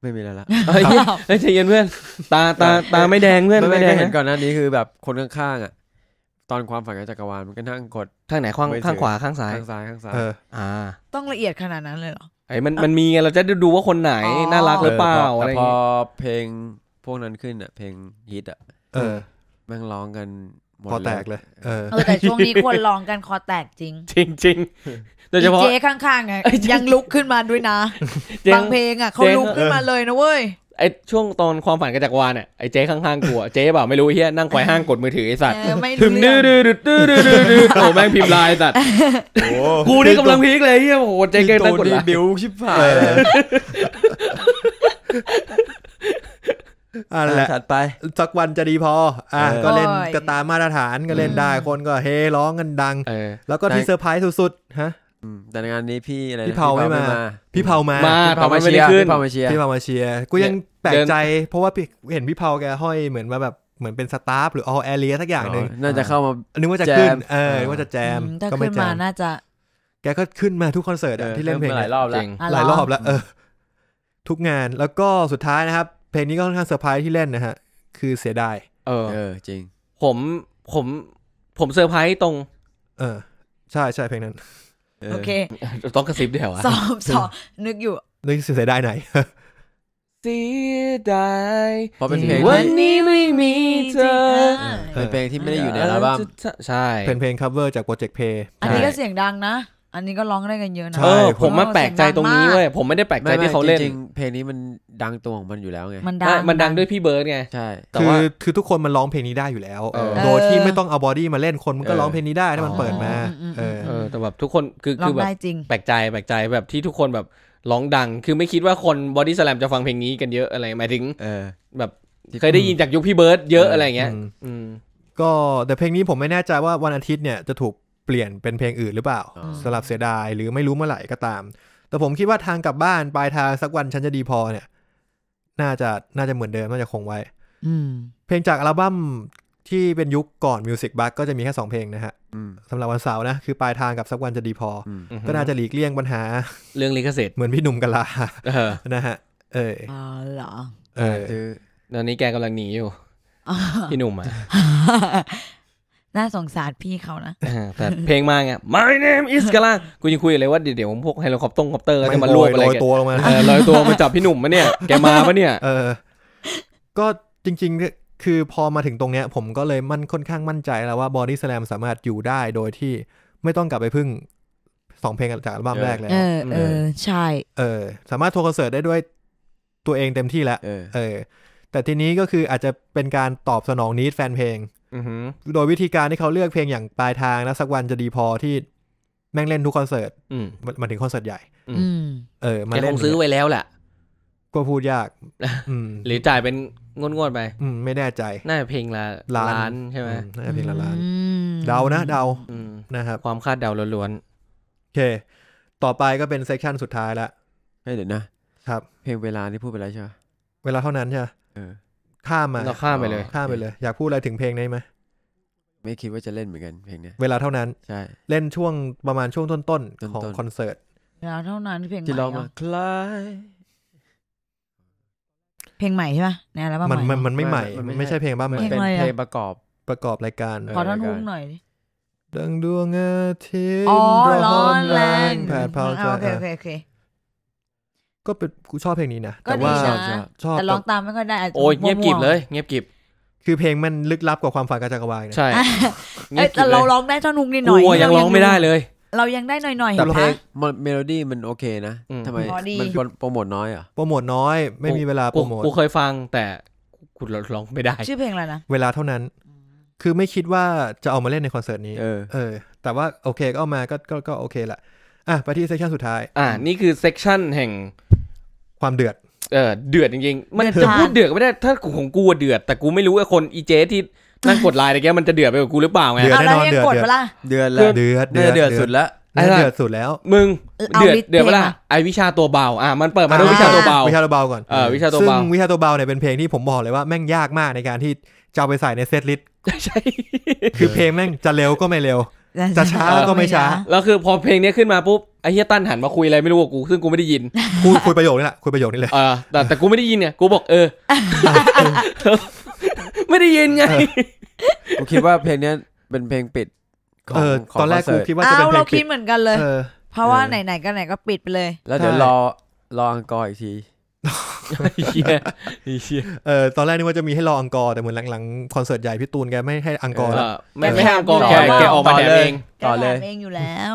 S3: ไม่มีแล้วละ
S2: เฮ้ยเฮ้ยใจเย็นเพื่อน ตาตาตาไม่แดงเพื่อน
S3: ไม่ไม่
S2: ไม่แด
S3: ได้
S2: ง
S3: เห็น
S2: นะ
S3: ก่อนหน้านี้คือแบบคนข้างๆอ่ะ ตอนความฝันกับจักรวาลมันก็นั่งกด
S2: ข้างไหนข้าง
S3: ไม่ถึง
S2: ข้างขวาข้างซ้าย
S3: ข้างซ้ายข้างซ้าย
S1: เออ
S2: อ่า
S4: ต้องละเอียดขนาดนั้นเลยเหรอ
S2: ไอ้มันมันมีไงเราจะได้ดูว่าคนไหน
S4: อ๋อ
S2: น่ารักหรือเปล่าอะ
S3: แต่
S2: ไรอ
S3: พ
S2: ย่าง
S3: อ
S2: งี้
S3: เพลงพวกนั้นขึ้นอ่ะ เพลงฮิตอ่ะ
S1: เออ
S3: แม่งร้องกันหมด
S1: พอแตกเลย เออ
S4: เออแต่ช่วงนี้คนร้องกันคอแตกจริง
S2: จริงจริงๆโดยเฉพาะ
S4: อีเจ๊ข้างๆไง
S2: ไอ้เจ๊
S4: ยังลุกขึ้นมาด้วยนะ
S2: เจ๊
S4: บางเพลงอ่ะเขาลุกขึ้นมาเลยนะเว้ย
S2: ไอช่วงตอนความฝันกระจักรวาลเนี่ยไอเจ๊ข้างๆกลัวเจ๊เปล่าไม่รู้ไอ้เฮียนั่งควายห้างกดมือถือไอสัตว์
S4: เออไม่รู้
S2: ถึง
S4: เรื่
S2: ดื้
S4: อ
S2: อง ดื้อดื้อดื้อดื้อดื้อดื้อโอ้แม่งพิมพ์ไลน์ไอ้สัตว์
S3: โอ้
S2: กูนี่กำลังพีคเลยไอ้เฮียโอ้โหเจ๊
S3: เจ๊
S2: เก
S3: เก
S2: นั่งกด
S3: ด
S2: ไลน์
S3: บิวชิบหา
S1: เอย ออันแหละ
S3: ถัดไป
S1: สักวันจะดีพอ อ่ะ
S3: เออ
S1: ก็เล่น
S4: โอ้ย
S1: ก็ตามมาตรฐานก็เล่นได้คนก็เฮร้องกันดัง
S2: เออ
S1: แล้วก็ที่เซอร์ไพรส์สุดๆฮะ
S3: อืมแต่ในงานนี้พี่อะไรนะ
S1: พี่เผาไม่มา พี่เผามา
S2: มา
S3: พี่เผามา
S2: แต่มัน
S3: เชียร์
S2: ไม่ได้ขึ้น
S3: พี่เผามาเชียร์
S1: พี่เผามาเชียร์กูยังแปลกใจ เพราะว่าพี่เห็นพี่เผาแกห้อยเหมือนว่าแบบเหมือนเป็นสตาฟหรือออลแอเรียสักอย่างหนึ่ง
S3: อ๋อน่าจะเข้ามา
S1: นึกว่าจะขึ้น
S3: แจม
S1: เออนึกว่าจะแจม
S4: อืมถ้า
S1: ก็ไม่
S4: ขึ้น
S1: แจ
S4: มาม น่าจะ
S1: แกก็ขึ้นมาทุกคอนเสิร์ตอะที่เล่นเพลง
S3: ห
S1: เนี่
S3: ลาย ยรอบแล้
S2: จ
S3: ว
S2: ริง
S4: ะ
S1: หลายรอบ
S4: เห
S1: แล้ว เออ ทุกงานแล้วก็สุดท้ายนะครับ เพลงนี้ก็ค่อนข้างเซอร์ไพรส์ที่เล่นนะฮะ คือเสียดาย
S2: เออ
S3: เออจริง
S2: ผมผมผมเซอร์ไพรส์ตรง
S1: เออ ใช่ใช่เพลงนั้น
S4: โอเค
S2: ต้องกระซิบเดี๋ยวอะ
S4: สอบ สอบนึกอยู่
S1: นึกเสียดาย ไหน
S2: เสียดาย
S3: เพราะเป็นเพลง
S2: วั
S3: ที่
S2: นนี้ไม่มีเธอ
S1: เออ
S3: เป็นเพลงที่ไม่ได้อยู่ในอัลบั้ม
S2: ใช่
S1: เป็นเพลง cover จากโปรเจกต์เพย์
S4: อันนี้ก็เสียงดังนะ อั อันนี้ก็ร้องได้กันเยอะนะ
S1: ใช่
S2: เออ
S1: ผม
S2: ผมมาแปลกใจตรงนี้เว้ยผมไม่ได้แปลกใจ
S3: ไม่ไม่
S2: ที่เขา
S3: จ
S2: เล่น
S3: ริงๆเพลงนี้มันดังตัวของมันอยู่แล้วไง
S4: มันดั
S2: ใช่
S4: ง
S2: มันดังด้วยพี่เบิร์ดไง
S3: ใช่
S2: แต่
S1: คื
S2: ว่า
S1: อคือทุกคนมันร้องเพลงนี้ได้อยู่แล้ว
S2: เออ
S1: โดยที่ไม่ต้องเอาบอดี้มาเล่นคนมันก็
S3: เออ
S1: ร้องเพลงนี้ได้ถ้ามันเปิดมา
S4: อืมอืม
S1: เออ
S2: เออแต่แบบทุกคนคือ
S4: ร้อ
S2: คือ
S4: ง
S2: แบบ
S4: ได้จริง
S2: แปลกใจแปลกใจแบบที่ทุกคนแบบร้องดัง คือไม่คิดว่าคนบอดี้สแลมจะฟังเพลงนี้กันเยอะอะไรหมายถึง
S3: เออ
S2: แบบเคยได้ยินจากยุคพี่เบิร์ดเยอะอะไรเงี้ย
S1: อืม
S2: อืม
S1: ก็แต่เพลงนี้ผมไม่แน่ใจว่าวันอาทิตย์เนี่ยจะถูกเปลี่ยนเป็นเพลงอื่นหรือเปล่า
S3: อ๋อ
S1: สลับเสียดายหรือไม่รู้เมื่อไหร่ก็ตาม แต่ผมคิดว่าทางกลับบ้านปลายทางสักวันฉันจะดีพอเนี่ย น่าจะน่าจะเหมือนเดิมน่าจะคงไว้
S4: อืม
S1: เพลงจากอัลบั้มที่เป็นยุคก่อนมิวสิกบัคก็จะมีแค่สองเพลงนะฮะ
S3: อืม
S1: สำหรับวันเสาร์นะคือปลายทางกับสักวันจะดีพออ
S3: อืม
S2: อือฮึ
S1: ก็น่าจะหลีกเลี่ยงปัญหา
S2: เรื่องลิขสิทธิ์
S1: เหมือนพี่หนุ่มกะลา
S2: เออ
S1: นะฮะ เออ
S4: อ๋อเหรอ
S1: เออ
S3: ซื้อ
S2: ตอนนี้แกกำลังหนีอยู่ พี่หนุ่มอ่ะ
S4: น่าสงสารพี่เขานะ
S2: เออแต่เพลงมาไง My name is กะล่างกูยังคุยเลยว่าเดี๋ยวๆพวกไฮโลคอปตงคอปเตอร์ก็จะมาลวกอะไร
S1: โรย
S2: กัน
S1: ตัวลงมา
S2: เออลอยตัวมาจับพี่หนุ่มมะเนี่ยแกมาปะเนี่ย
S1: เออ ก็จริงๆเนี่ยคือพอมาถึงตรงเนี้ย ผมก็เลยมั่นค่อนข้างมั่นใจแล้วว่าบอดี้ส a ลมสามารถอยู่ได้โดยที่ไม่ต้องกลับไปพึ่งสองเพลงจากอัลบั้มแรกแล้ว
S4: เออเออ ใช่
S1: เออ สามารถทัวร์คอนเสิร์ตได้ด้วยตัวเองเต็มที่แล้ว
S3: เออ
S1: เออ แต่ทีนี้ก็คืออาจจะเป็นการตอบสนองนิดแฟนเพลง
S2: อือหือ
S1: โดยวิธีการที่เขาเลือกเพลงอย่างปลายทางและสักวันจะดีพอที่แม่งเล่นทุกคอนเสิร์ต
S2: อืม
S1: มันมันถึงคอนเสิร์ตใหญ่
S2: อืม
S4: อืม
S1: เออมา
S2: แก
S1: เล่
S2: คน งซื้อไว้แล้วแหละ
S1: ก็พูดยาก อืม
S2: หรือจ่ายเป็นงวดๆไป
S1: อืมไม่แน่ใจ
S2: น่าจะเพลงละ
S1: ล้าน
S2: ล้านใช่ไหม
S1: อืมน่าจะเพลงละล้าน
S4: อืม
S1: เดานะเดา
S2: อืม
S1: นะครับ
S2: ความคาดเดาล้วน
S1: โอเค ต่อไปก็เป็นเซสชันสุดท้ายละ
S3: เฮ้ยเดี๋ยวนะครับ เพลงเวลานี่พูดไปแล้วใช่ปะ
S1: เวลาเท่านั้นใช่ไหม
S3: เออ
S1: ข้ามมา
S2: ๆเราข้ามไปเลย
S1: ข้ามไปเลย อยากพูดอะไรถึงเพลงนี้ไหม
S3: ไม่คิดว่าจะเล่นเหมือนกันเพลงเนี้ย
S1: เวลาเท่านั้น
S3: ใช่
S1: เล่นช่วงประมาณช่วงต้นๆ ของ
S3: ต้นๆ
S1: คอนเสิร์ต
S4: แล้วเท่านั้นเพลงให
S3: ที่
S4: ม่
S3: ร้องมา
S4: เนาะ
S3: คลาย
S4: เพลงใหม่ใช่ปะในอัลบั้ม
S1: มัน
S4: ให
S1: มั
S4: ม่
S1: นมันไม่ใหม่ มันไม่ใช่เพลงบ้าให
S3: มัน
S1: ม่
S3: เป็นเพลงประกอบ
S1: ประกอบรายการ
S3: เอ
S4: ขอท่อนฮุกหน่อยดิ
S1: ดังดวงอาทิตย์
S4: อ๋อ
S1: ร้
S4: ร้
S1: อ
S4: อน น
S1: แร
S4: แรง ง
S1: แผดเผาใจ
S4: อ่าโอเคโอเคโอเค
S1: ก็เป็นกูชอบเพลงนี้นะ
S4: ก็
S1: แต่
S4: ดี
S1: ว่า
S4: นะ
S1: ชอบ
S4: แต่ร้องตามไม่ค่อยได้าจจะ
S2: โอ้ยเงียบกริบเลย เงียบกริบ
S1: คือเพลงมันลึกลับกว่าความฝันกาจักรวาลนะ
S2: ใช่เงี
S4: เอ้
S2: ย
S4: ย
S2: บกริ
S4: แต่
S2: บเล
S4: เรา
S2: ย
S4: ร้องได้ท่อนฮุกนิดห
S2: ก
S4: น่อย
S2: ลัวยังร้องไม่ได้เลย
S4: เรายังได้หน่อยหน่อยๆ
S3: แต่เพล
S4: เห็
S3: ง
S4: นปะ
S3: มันเมโลดี้มันโอเคนะ
S2: อืม
S3: ทำไม
S4: พอดี
S3: มันโปรโมทน้อยเหรอ่ะ
S1: โปรโมทน้อยไม่มีเวลาโป
S2: กู
S1: รโมท
S2: กูเคยฟังแต่กูร้องไม่ได้
S4: ชื่อเพลงอะไรนะ
S1: เวลาเท่านั้น คือไม่คิดว่าจะเอามาเล่นในคอนเสิร์ตนี้
S3: เออ
S1: เออ แต่ว่าโอเคก็เอามาก็ก็ก็โอเคแหละอ่ะไปที่เซสชันสุดท้าย
S2: อ่า นี่คือเซกชันแห่ง
S1: ความเดือด
S2: เออเดือดจริงๆ มัน
S4: เดือด
S2: จะ
S4: จ้า
S2: พูดเดือดก็ไม่ได้ ถ้าของกูอะเดือด แต่กูไม่รู้ไอ้คนอีเจที่นั่งกดไลน์อะไรเงี้ยมันจะเดือดไปกว่ากูหรือเปล่าไง
S1: เดือด
S4: เอา
S1: แน่
S4: แล้ว
S1: นน
S4: ยัง
S1: เดือด
S4: กด
S1: เดือด
S4: เวลา
S3: เดือนละ
S1: เดือด
S3: เดือนเดือดสุดละ
S1: น่าจะ
S2: ไอ้สัตว์
S1: เดือดสุดแล้ว
S2: มึง
S4: เอา
S2: เดือด
S4: ลิสต์
S2: เดือดปะ
S4: เพลง
S2: ล่ะ
S4: มา
S2: ไอ้วิชาตัวเบา อ่ะมันเปิดมาด้วยวิชาตัวเบา
S1: วิชาตัวเบาก่อน
S2: เออวิชาตัว
S1: ซึ่ง
S2: เบา
S1: วิชาตัวเบาเนี่ยเป็นเพลงที่ผมบอกเลยว่าแม่งยากมากในการที่จะเอาไปใส่ในเซตลิสต์
S2: ใช่
S1: คือเพลงแม่งจะเร็วก็ไม่เร็ว จะช้าก็ไม่ช้า
S2: แล้วคือพอเพลงเนี้ยขึ้นมาปุ๊บไอ้เฮียตั้นหันมาคุยอะไรไม่รู้กับกู ซึ่งกูไม่ได้ยิน
S1: พูดคุยประโยคนี้แหละคุยประโยคนี้เลย
S2: เออแต่แต่กูไม่ได้ยินเนี่ยกูบอกเออ ไม่ได้ยินไง
S1: เออ
S3: กูคิดว่าเพลงเนี้ยเป็นเพลงปิดขอ
S1: เอง อ
S3: ของ
S1: ตอนแรก
S3: คอน
S1: กู
S3: เสิร์ต
S1: คิดว่าจะ
S4: เอา
S1: เป็นเพล
S4: เรา
S1: ง
S4: คิ
S1: ปิ
S4: ด
S1: ด
S4: เหมือนกันเลย
S1: เออ
S4: เพราะว่า
S1: เออ
S4: ไหนๆก็ไหนก็ปิดไปเลย
S3: แล้วเดี๋ยว
S1: ใช่
S3: รอรออังกอร์อีกที
S2: ไอ้เฮียไอ้เฮีย
S1: เออตอนแรกนึกว่าจะมีให้รออังกอร์แต่เหมือนหลังๆคอนเสิร์ตใหญ่พี่ตูนแกไม่ให้อังกอร์
S2: เอ
S1: แล้ว
S2: อไม่ไม่ให้อากองแก
S3: ต่อเลย
S2: แกออกมาแดดเอง
S3: ต่อเลย
S4: แกถามเองอยู่แล้ว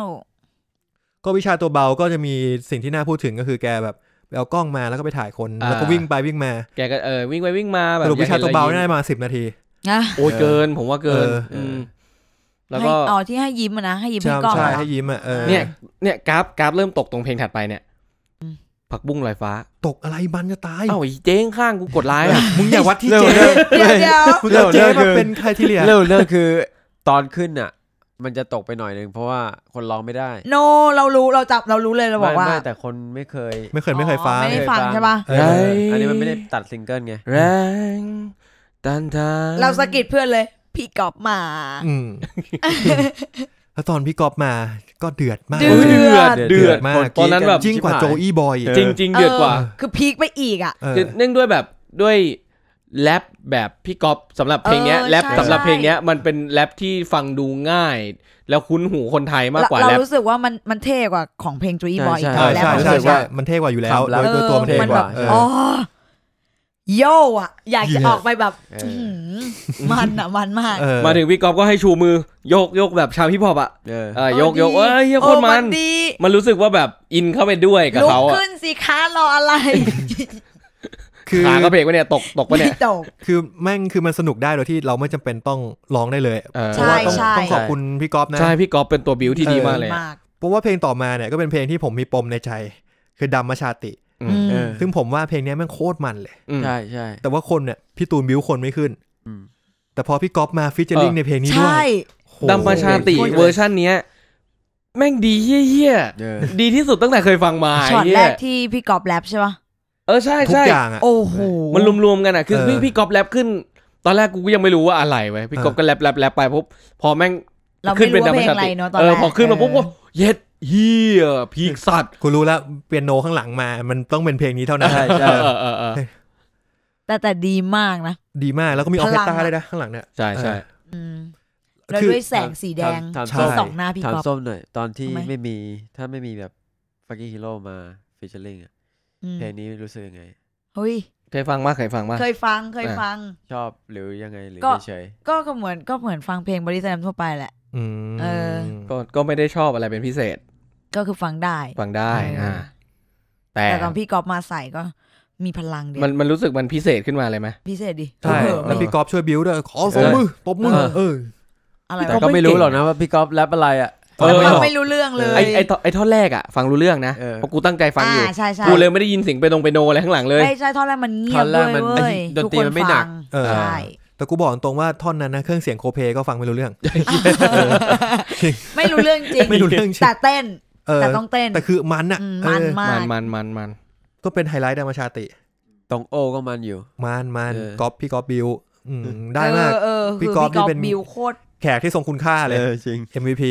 S1: ก็วิชาตัวเบาก็จะมีสิ่งที่น่าพูดถึงก็คือแกแบบไปเอากล้องมาแล้วก็ไปถ่ายคน
S2: อ่า
S1: แล้วก็วิ่งไปวิ่งมา
S2: แกก็เออวิ่งไปวิ่งมาแบ
S1: ส
S2: บ
S1: รุปวิชาตัวเบาได้มาสิบนาที
S4: นะ
S2: โอ้ยเกิน ผมว่าเกิน
S1: เออ
S2: อืมแล้วก็
S4: ให้อ๋อที่ให้ยิ้มอะนะ ให้ยิ้มให้
S1: ใช่
S4: กล้อง
S1: ใช่
S4: อะนะ
S1: ให้ยิ้มอ่ะเออ
S2: เนี่ย เนี่ยกราฟกราฟเริ่มตกตรงเพลงถัดไปเนี่ยผักบุ้งลอยฟ้า
S1: ตกอะไรมันจะตาย
S2: เอ้าไอ้เจ๊งข้างกูกดไลน์อ่ะ
S1: มึงอย่าวัดที่
S3: เร็ว
S1: เจ๊
S3: เร็ว
S4: เดี๋ยวเดี๋ยว
S1: มึงเอาเจ๊
S3: เร็วเร็ว
S1: มา
S3: เกิน
S1: เป็นใครที่เรีย
S3: เรื่องเรื่องคือตอนขึ้นอ่ะ มันจะตกไปหน่อยหนึ่งเพราะว่าคนร้องไม่ได้
S4: โนเรารู้เราจับเรารู้เลยเราบอกว่า
S3: ไม่ไม่แต่คนไม่เคย
S1: ไม่เคยไม่เคยฟัง
S4: อ๋อไม่ได้ฟัง
S3: ไม่เคยฟัง
S4: ใช่ปะ
S1: เออ
S2: ใช่
S3: อันนี้มันไม่ได้ตัดซิงเกิลไง
S2: แรงตันทาง
S4: เราสะกิดเพื่อนเลย พี่กอบมา
S1: อื มแล้วตอนพี่กอบมาก็เดือดมาก
S4: เดื
S2: เดือด
S1: เดื
S2: เดื
S1: อ
S2: อ
S1: ด
S2: ด
S1: มาก
S2: มากตอนนั้นแบบ
S1: จริงกว่าโจอี้บอยอีก
S2: จริงจริงๆเดือดกว่า
S4: เคือพีคไปอีกอ่ะ
S1: เออ
S2: คือเนื่องด้วยแบบด้วยแรปแบบพี่ก๊อฟสำหรับเพลงเนี้ย
S4: เออ
S2: แรป
S4: ใช่
S2: สำหรับเพลงเนี้ยมันเป็นแรปที่ฟังดูง่าย แล้วคุ้นหูคนไทยมากกว่า
S4: เรา
S2: แรป
S4: รู้สึกว่ามันมันเท่กว่าของเพลงจุ๊ยบอยอีก
S1: ใช่
S4: แล้ว
S1: ใช่
S4: ของ
S1: ใช่
S4: เพลง
S1: ใช่มันเท่กว่าอยู่แล้ว
S3: คำรั
S1: โดย
S3: บ
S1: โดยตัวมันเท่กว่าเออ
S4: อ๋อ โย่อะอยากจะ
S1: Yeah
S4: ออกไปแบบ
S3: เออ
S4: อื้อหือมันอะมันมาก
S1: เออ
S2: มาถึงพี่กอฟก็ให้ชูมือโยกโยกแบบชาวฮิปฮอปอ่ะ
S3: เออ
S2: เออโยก
S4: ดี
S2: โยกเอ้ยเหี้ยโคตร
S4: อ้
S2: มัน
S4: ดี
S2: มันรู้สึกว่าแบบอินเข้าไปด้วยกับ
S4: ลุก
S2: เขาอ่ะ
S4: ขึ้นสิคะรออะไร
S1: คือ
S2: ขากระเพกไปเนี่ยตกตกไปะเนี่ย
S4: ไม่ตก
S1: คือแม่งคือมันสนุกได้โดยที่เราไม่จำเป็นต้องร้องได้เลย
S2: เออ
S1: เพราะว่าต้อง
S4: ใช่
S1: ต้องขอบคุณพี่ก๊อฟนะ
S2: ใช่พี่กอฟเป็นตัวบิวที่ดี
S1: เออ
S2: มากเลยอะ
S4: มาก
S1: เพราะว่าเพลงต่อมาเนี่ยก็เป็นเพลงที่ผมมีปมในใจ คือดำมาชาติ
S2: อื
S4: อื
S2: ม
S4: ม
S3: เออ
S1: ซึ่งผมว่าเพลงเนี้ยแม่งโคตรมันเลย
S2: อืม
S3: ใช่ใช่
S1: แต่ว่าคนเนี่ยพี่ตูนบิวคนไม่ขึ้น
S3: อืม
S1: แต่พอพี่ก๊อฟมาฟิชเจอริง
S2: เออ
S1: ในเพลงนี้ด้ว
S4: ใช่
S1: ยโห
S2: ดัมมาชาติเวอร์ชันเนี้ย แม่งดีเยี่ย
S3: เออ
S2: ๆดีที่สุดตั้งแต่เคยฟังมา
S4: ช็อต
S2: เหี้ย
S4: แรกที่พี่กอบแรปใช่ปะ
S2: เออใช่
S1: ทุก
S2: ใช่
S1: อย่างอ่ะ
S4: โอ้โห
S2: มันรวมๆกันอ่ะคือ
S1: เออ
S2: พี่พี่กอฟแรปขึ้น ตอนแรกกูก็ยังไม่รู้ว่าอะไรเว้ยพี่กอฟ
S1: เออ
S2: ก็แรปแรปแรปไปปุ๊บพอแม่ง
S4: เรา
S2: ขึ้
S4: ไม่
S2: น
S4: รู้
S2: เป็นดัมา
S4: ว่าเพลง
S2: ชา
S4: อะไร
S2: ติ
S4: เนอะตอน
S2: เอ
S4: แร
S2: อก พอขึ้นมาปุ๊บ
S4: เอ
S2: ก็
S4: อ
S2: เย็ดเฮียพีคสัตว์
S1: คุณรู้แล้วเปียโนข้างหลังมา มันต้องเป็นเพลงนี้เท่านั้น
S3: ใช่ใช่
S2: เออเออเออ
S4: แต่แต่ดีมากนะ
S1: ดีมากแล้วก็มีออเคสตรา
S4: พลังอะ
S1: เลยนะข้างหลังเนี่ย
S2: ใช่ใช่
S4: อืมแล้ว
S1: คือ
S4: ด้วยแสงสีแดง
S3: ถามถาม
S4: ที่
S3: ส้ม
S4: สองหน้าพี่
S3: ถาม
S4: กอบ
S3: ส้มหน่อย ตอนที่
S4: ทำไม
S3: ไม่มีถ้าไม่มีแบบฟักกี้ฮีโร่มาฟิชเชอร์ลิงอะ
S4: อืม
S3: เพลงนี้รู้สึกยังไง
S4: เฮ้ย
S2: เคยฟังมากเคยฟังมาก
S4: เคยฟังเคย
S2: เออ
S4: ฟัง
S3: ชอบหรือยังไงหรือ
S4: ก็
S3: เฉย
S4: ก็ก็เหมือนก็เหมือนฟังเพลงบริสแลมทั่วไปแหละ
S1: อืม
S4: เออ
S2: ก็ก็ไม่ได้ชอบอะไรเป็นพิเศษ
S4: ก็คือฟังได้
S2: ฟังได้
S4: เอออ่
S2: อ่าแต่
S4: แต่ตอนพี่กอบมาใส่ก็มีพลังเดียว
S2: มันมันรู้สึกมันพิเศษขึ้นมาเลยไหม
S4: พิเศษดิ
S1: ใช่
S4: เออ
S1: แล้วพี่กอฟช่วยบิวด้วย ขอสอง
S2: เออ
S1: มือตบมือ
S2: เออ
S1: เออ
S4: อะไร
S3: ๆ
S2: แต่
S3: ก็
S4: วะ
S2: ก็ไม่
S3: ไม่
S2: เก่
S3: รู้
S2: ง
S3: หรอกนะว่าพี่กอฟแรปอะไรอะ
S1: ฟัง
S2: เออ
S4: เราไม่รู้เรื่องเลย
S2: ไอไอท่อนไอท่อนแรกอะฟังรู้เรื่องนะ
S3: เออ
S2: เพราะกูตั้งใจฟังอยู่
S4: อ่าใช่ใช่
S2: กูเลยไม่ได้ยินเสียงไปตรงไปโนอะไรข้างหลังเลย
S4: ไม่ใช่ท่อนแรกมันเงีย
S3: ท่
S4: บ
S3: อ
S4: ด้ว
S3: นแรก
S4: ย
S3: มัน
S4: เว้ย
S3: ไอ้ดนตรีมันไม่หนัก
S4: ทุค
S1: เออ
S4: ฟังใช่
S1: แต่กูบอกตรงว่าท่อนนั้นนะเครื่องเสียงโคเพก็ฟังไม่รู้เรื่อง
S4: ไม่รู้เรื่องจริง
S1: ไม่รู้เรื่องจริง
S4: แต่เต้น
S1: เออ
S4: แต่ต้องเต้น
S1: แต่คือมันอะ
S4: อืม
S1: เอ
S4: มัน
S1: อ
S4: มา
S2: มัน
S4: ก
S2: มันมันมัน
S1: ก็เป็นไฮไลท์ดามาชาติ
S3: ตรงโอก็มันอยู่
S1: มันมัน
S3: เออ
S1: ก๊อฟพี่ก๊อฟบิวอืมได้มาก
S4: เออเออ
S1: พี่
S4: คือพี่
S1: ก๊
S4: ก
S1: อ
S4: อ
S1: ฟ
S4: ฟ
S1: นี่เป็น
S4: บิวโคตร
S1: แขกที่ทรงคุณค่าเลย
S3: ออจริง
S1: MVP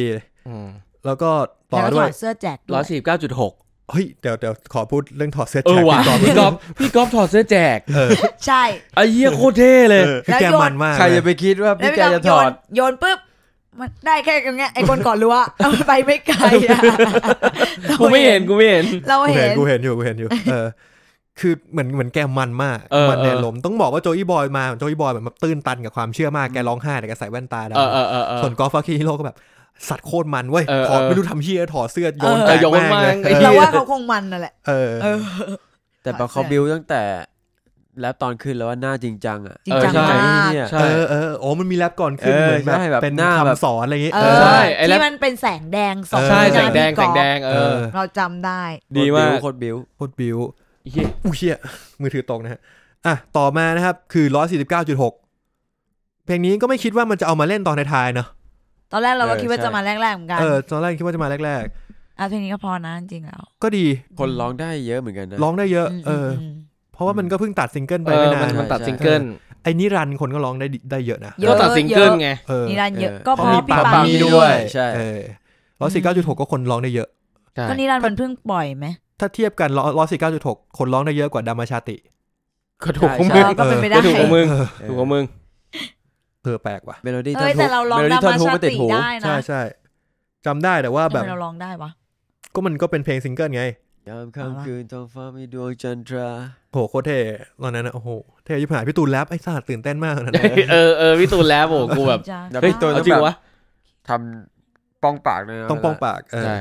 S2: อืม
S1: แล้วก็ต่อ
S4: แล้วก็
S1: ด้
S4: ถ
S1: ว
S4: อย ดเสื้อแจกด้
S2: ร้
S4: ว
S2: อย ยสี่เก้าจุดหก
S1: เฮ้ยเดี๋ยวเดี๋ยวขอพูดเรื่องถอดเสื้อ
S2: เอ
S1: แจ็
S2: อ
S1: ค
S2: ว่ะ
S1: พี่ก๊อฟ
S2: พี่กอฟพี่กอฟถอดเสื้อแจก
S1: เออ
S4: ใช่
S2: ไอ้เหี้ยโคตรเท่เลย
S1: คือแกมันมาก
S3: ใครจะ
S1: เลย
S3: ไปคิดว่า
S4: แล้ว
S3: พี่
S4: พี่
S3: แก
S4: กอฟโย
S3: จะถอน ด
S4: โยนปุ๊บมันได้แค่ตรงเนี้ยไอ้คนก่อนรั้วเอา มันไปไม่ไกลอะ
S2: กูไม่เห็นกูไม่เห็น
S4: เรา
S1: กู
S4: เห็
S1: เห็น
S4: น
S1: กูเห็นอยู่กูเห็นอยู่ เออ คือเหมือนเหมือนแกมันมาก
S2: เออ
S1: มันแน
S2: เออ
S1: ลมต้องบอกว่าโจอี้บอยมาโจอี้บอยแบบมาตื้นตันกับความเชื่อมากแกร้องไห้แต่แกใส่แว่นตาดำ
S2: เออเออเออเออ
S1: ส่วนกอล์ฟฟักกี้ฮีโร่ก็แบบ สัตว์โคตรมันเว้ย
S2: เออ
S1: ถอด
S2: เออ
S1: ไม่รู้ทำเฮียถอดเสื้อโยน
S4: เออ
S1: แตก
S2: โยน
S1: แม่งเล
S2: มาย ก
S1: เอ
S2: ไอ้
S1: อ
S2: เหี้
S4: เรา
S2: ย
S4: ว่าเขาคงมันนั่นแหละ
S1: เออ
S4: เออ
S3: แต่พอเขาบิวตั้งแต่แรปตอนขึ้นแล้วว่าหน้าจริงจังอะ
S4: จริงจัง
S2: เออใช่
S4: มาก
S3: เนี่ย
S2: ใช่
S1: เออเออโอ้มันมีแรปก่อนขึ้น
S3: เออ
S1: เหมือน
S3: ใช่
S1: แบ
S3: แบบ บ
S1: เป็น
S3: หน้าแบบ
S1: คำสอนอะไรอย่างเงี้ย
S4: เอ
S1: เอ
S4: อ
S1: อ
S2: ใช่ไอ้แรป
S4: ที่มันเป็นแสงแดงสอง
S1: เออ
S2: ใช่แสงแดง
S4: ห
S2: แส
S4: น้าง
S2: แดงเอ
S1: เอ
S2: อ
S1: อ
S4: เราจำได้
S2: ดีมาก
S3: โคตรบิว
S1: โคตรบิว
S2: เหี้ย
S1: อู้เชี่ยมือถือตกนะฮะอ่ะต่อมานะครับ คือ 149.6 เพลงนี้ก็ไม่คิดว่ามันจะเอามาเล่นตอนท้ายๆเนอะ
S4: ตอนแรกเราก็คิดว่าจะมาแรกๆเหมือนกัน
S1: เออตอนแรกคิดว่าจะมาแรก
S4: อ่ะเพลงนี้ก็พอนะจริงๆแล้ว
S1: ๆ ก็ดี
S3: โคตรบิวคนร้องได้เยอะเหมือนกันนะ
S1: ร้องได้เยอะ เออ
S4: ม
S1: เพราะว่ามันก็เพิ่งตัดซิงเกิลไป
S2: เอ
S1: ไม่
S2: อ
S1: นา
S2: มัน นมันตัด
S3: ใช่
S2: ซิงเกิล
S1: ไอ้นิรันดร์คนก็ร้องได้ดีได้เยอะนะ
S4: เยอะ
S2: ก็ตัดซิงเกิลไง
S1: เออ
S4: นิรันดร์เยอะ
S3: เออ
S4: ก็
S1: เพ
S4: เพ
S1: ราะมี
S4: ราะพี่
S1: ปา
S4: ปา
S1: ปามี
S4: มี
S1: ด้วย
S3: ใช่
S1: เออร้อยสี่เก้าจุดหกก็คนร้องได้เยอะ
S2: ใช่
S4: ก็นิรันดร์มันเพิ่งปล่อยไหม
S1: ถ้าเทียบกันร้อยสี่เก้าจุดหกคนร้องได้เยอะกว่าดามาชาติ
S2: ก็ถูกของ
S4: เอ
S2: มึง
S4: อก็เป็นไป
S2: ก็
S4: ได้
S2: ถูกของมึง
S3: เออ
S2: ถูกของมึง
S1: เธอแปลกว่ะ
S3: เมโลดี้
S4: เอ้ยแต่เราร้อง
S3: เมโล
S4: ดา
S3: ดี้ทอน
S4: มา
S3: ทู
S4: ชา
S3: มาติด
S4: ติ
S3: หู
S4: ได้
S1: ใช่
S4: นะ
S1: ใช่จำได้แต่ว่า
S4: ทำ
S1: แบบ
S4: ไมเราร้องได้วะ
S1: ก็มันก็เป็นเพลงซิงเกิลไง
S3: ยามค่ำคืนท้องฟ้ามีดวงจันทรา
S1: โหโคตรเท่ตอนนั้นนะโอ้โหเท่ยิบหายพี่ตูนแรปไอ้สัตว์ตื่นเต้นมากตอนนั้น
S2: เออเออเออพี่ตูนแล้วโอ้โหกูแบบ
S3: แล้ว
S2: เฮ้ย
S3: พี่ตูน
S2: เอาจริงวะ
S3: ทำป้องปากเลยนะ
S1: ต้องป้องปากเออ
S2: ใช่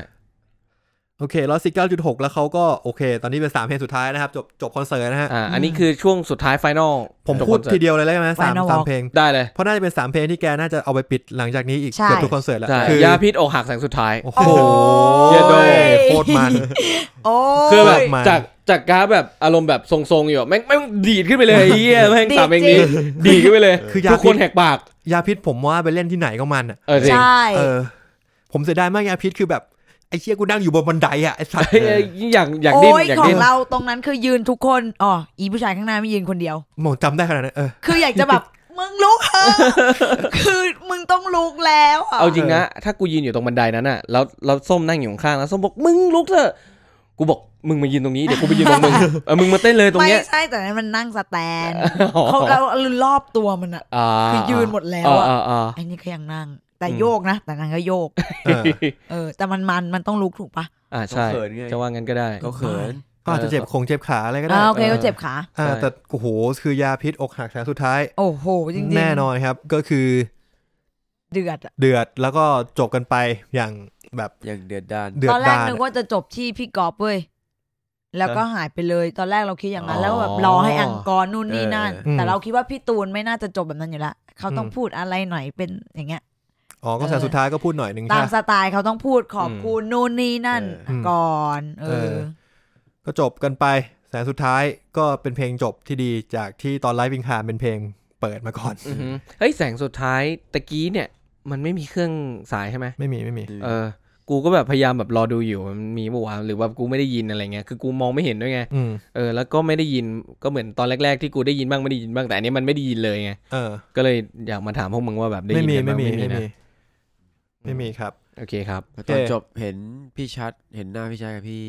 S1: โอเคร้อยสี่เก้าจุดหกแล้วเขาก็โอเค ตอนนี้เป็นสามเพลงสุดท้ายนะครับ จบจบคอนเสิร์ตนะฮะ
S2: อ่า อันนี้คือช่วงสุดท้ายไฟนอล
S1: ผมพูดทีเดียวเลยแล้วกันนะสาม
S4: Final
S1: สาม
S4: Walk
S1: เพลง
S2: ได้เลย
S1: เพราะน่าจะเป็นสามเพลงที่แกน่าจะเอาไปปิดหลังจากนี้อีก
S4: ใช่
S1: เกือบทุกคอนเสิร์ตแล้ว
S2: ใช่
S1: คื
S2: ยาพิษอกหักแสงสุดท้าย
S1: โอ้โห
S4: โอ้
S2: เหี้ยโดน
S1: โคตรมัน
S4: โอ้ย
S2: คือแบบ
S1: โคตรมัน
S2: จากจากกราฟแบบอารมณ์แบบทรงๆอยู่อะแม่งแม่งดีดขึ้นไปเลยไอ้เฮีย แม่ง
S4: ดีด
S2: ตามเองนี้
S4: จริง
S2: ดีดขึ้นไปเลย
S1: คือยา
S2: ทุก
S1: พิ
S2: ค
S1: ษ
S2: นแหกปาก
S1: ยาพิษผมว่าไปเล่นที่ไหนก็มันอะ
S2: เออจริง
S4: ใช่
S1: เออผมเสียดายมากยาพิษคือแบบ ไอ้เชี่ยกูนั่งอยู่บนบันไดอ่ะไอ้สัตว์
S2: เฮ้ยอย่างอย่าง
S4: โอ้
S2: ดิ้น
S4: ย
S2: อย่าง
S4: ของ
S2: ดิ้น
S4: เราตรงนั้นคือยืนทุกคนอ๋ออีผู้ชายข้างหน้าไม่ยืนคนเดียว
S1: หมอจำได้ขนาดนั้นเออ
S4: คืออยากจะ แบบ มึงลุกเถอะ คือมึงต้องลุกแล้วะ
S2: เอาจริงนะถ้ากูยืนอยู่ตรงบันไดนั้นอ่ะแล้วแล้วส้มนั่งอยู่ข้างๆแล้วส้มบอกมึงลุกเถอะกูบอกมึงมายืนตรงนี้เดี๋ยวกูไปยืนต รงมึงเออมึงมาเต้นเลยตรง
S4: ไม่
S2: เนี้ย
S4: ใช่แต่นั้นมันนั่งสแตน
S2: อ๋อ
S4: เขาเรารอบตัวมันอะ
S2: อ่า
S4: คือยืนหมดแล้ว
S2: อ่า
S4: อะ
S2: อ่าอ่า
S4: ไอ้นี่ก็ยังนั่ง แต่โยกนะ แต่นางก็โยก
S1: เออ
S4: เออ แต่มันมันมันต้องลุกถูกปะ
S2: อ่าใช่
S3: เขาเขินไง
S2: จะว่างั้นก็ได้
S3: เขาเขิน
S1: เขาอาจจะเจ็บคงเจ็บขาอะไรก็ได้
S4: อ่าโอเค
S2: เออ
S4: ก็เจ็บขา
S1: อ่า
S2: ใช่
S1: แต่โอ้โหคือยาพิษอกหักแสนสุดท้าย
S4: โอ้โห จริงๆ
S1: แน่นอนครับ ก็คือ
S4: เดือดอะ
S1: เดือดแล้วก็จบกันไปอย่างแบบ
S3: อย่างเดือดดาน
S1: เดือ
S4: ตอ
S1: ด
S4: นแรก
S1: ดาน
S4: นึกว่าจะจบที่พี่กอบเว้ยแล้วก็หายไปเลยตอนแรกเราคิดอย่างนั้น แล้วแบบ
S2: อ๋อ
S4: รอให้อังกอร์นู่นนี่นั่น
S3: เออเออ
S4: แต่เราคิดว่าพี่ตูนไม่น่าจะจบแบบนั้นอยู่ละเขาต้องพูดอะไรหน่อยเป็นอย่างเงี้ย
S1: อ๋อก็แสนสุดท้ายก็พูดหน่อยหนึ่ง
S4: ตาม
S1: ใช่
S4: สไตล์เขาต้องพูดขอบคุณนู่นนี่นั่น
S1: เออ
S4: ก่อน เอ
S1: เอ
S4: อ
S1: อ ก็จบกันไปแสนสุดท้ายก็เป็นเพลงจบที่ดีจากที่ตอนไลฟ์วิงคามเป็นเพลงเปิดมาก่อน
S2: อือหือเฮ้ยแสงสุดท้ายตะกี้เนี่ย มันไม่มีเครื่องสายใช่ไหม
S1: ไม่มีไม่มี
S2: เออ กูก็แบบพยายามแบบรอดูอยู่มันมีปะวะหรือว่ากูไม่ได้ยินอะไรเงี้ยคือกูมองไม่เห็นด้วยไง
S1: อืม
S2: เออแล้วก็ไม่ได้ยินก็เหมือนตอนแรก ๆ ที่กูได้ยินบ้างไม่ได้ยินบ้างแต่อันนี้มันไม่ได้ยินเลยไง
S1: เออ
S2: ก็เลยอยากมาถามพวกมึงว่าแบบได้
S1: ไม่
S2: ยิน
S1: มี
S2: กันบ้า
S1: ไม่
S2: ง
S1: มีไม่
S2: นะ
S1: มีไม่มีครับ
S2: โอเคครับ
S3: พอตอนจบเห็นพี่ชัด เห็นหน้าพี่ชัดกับพี่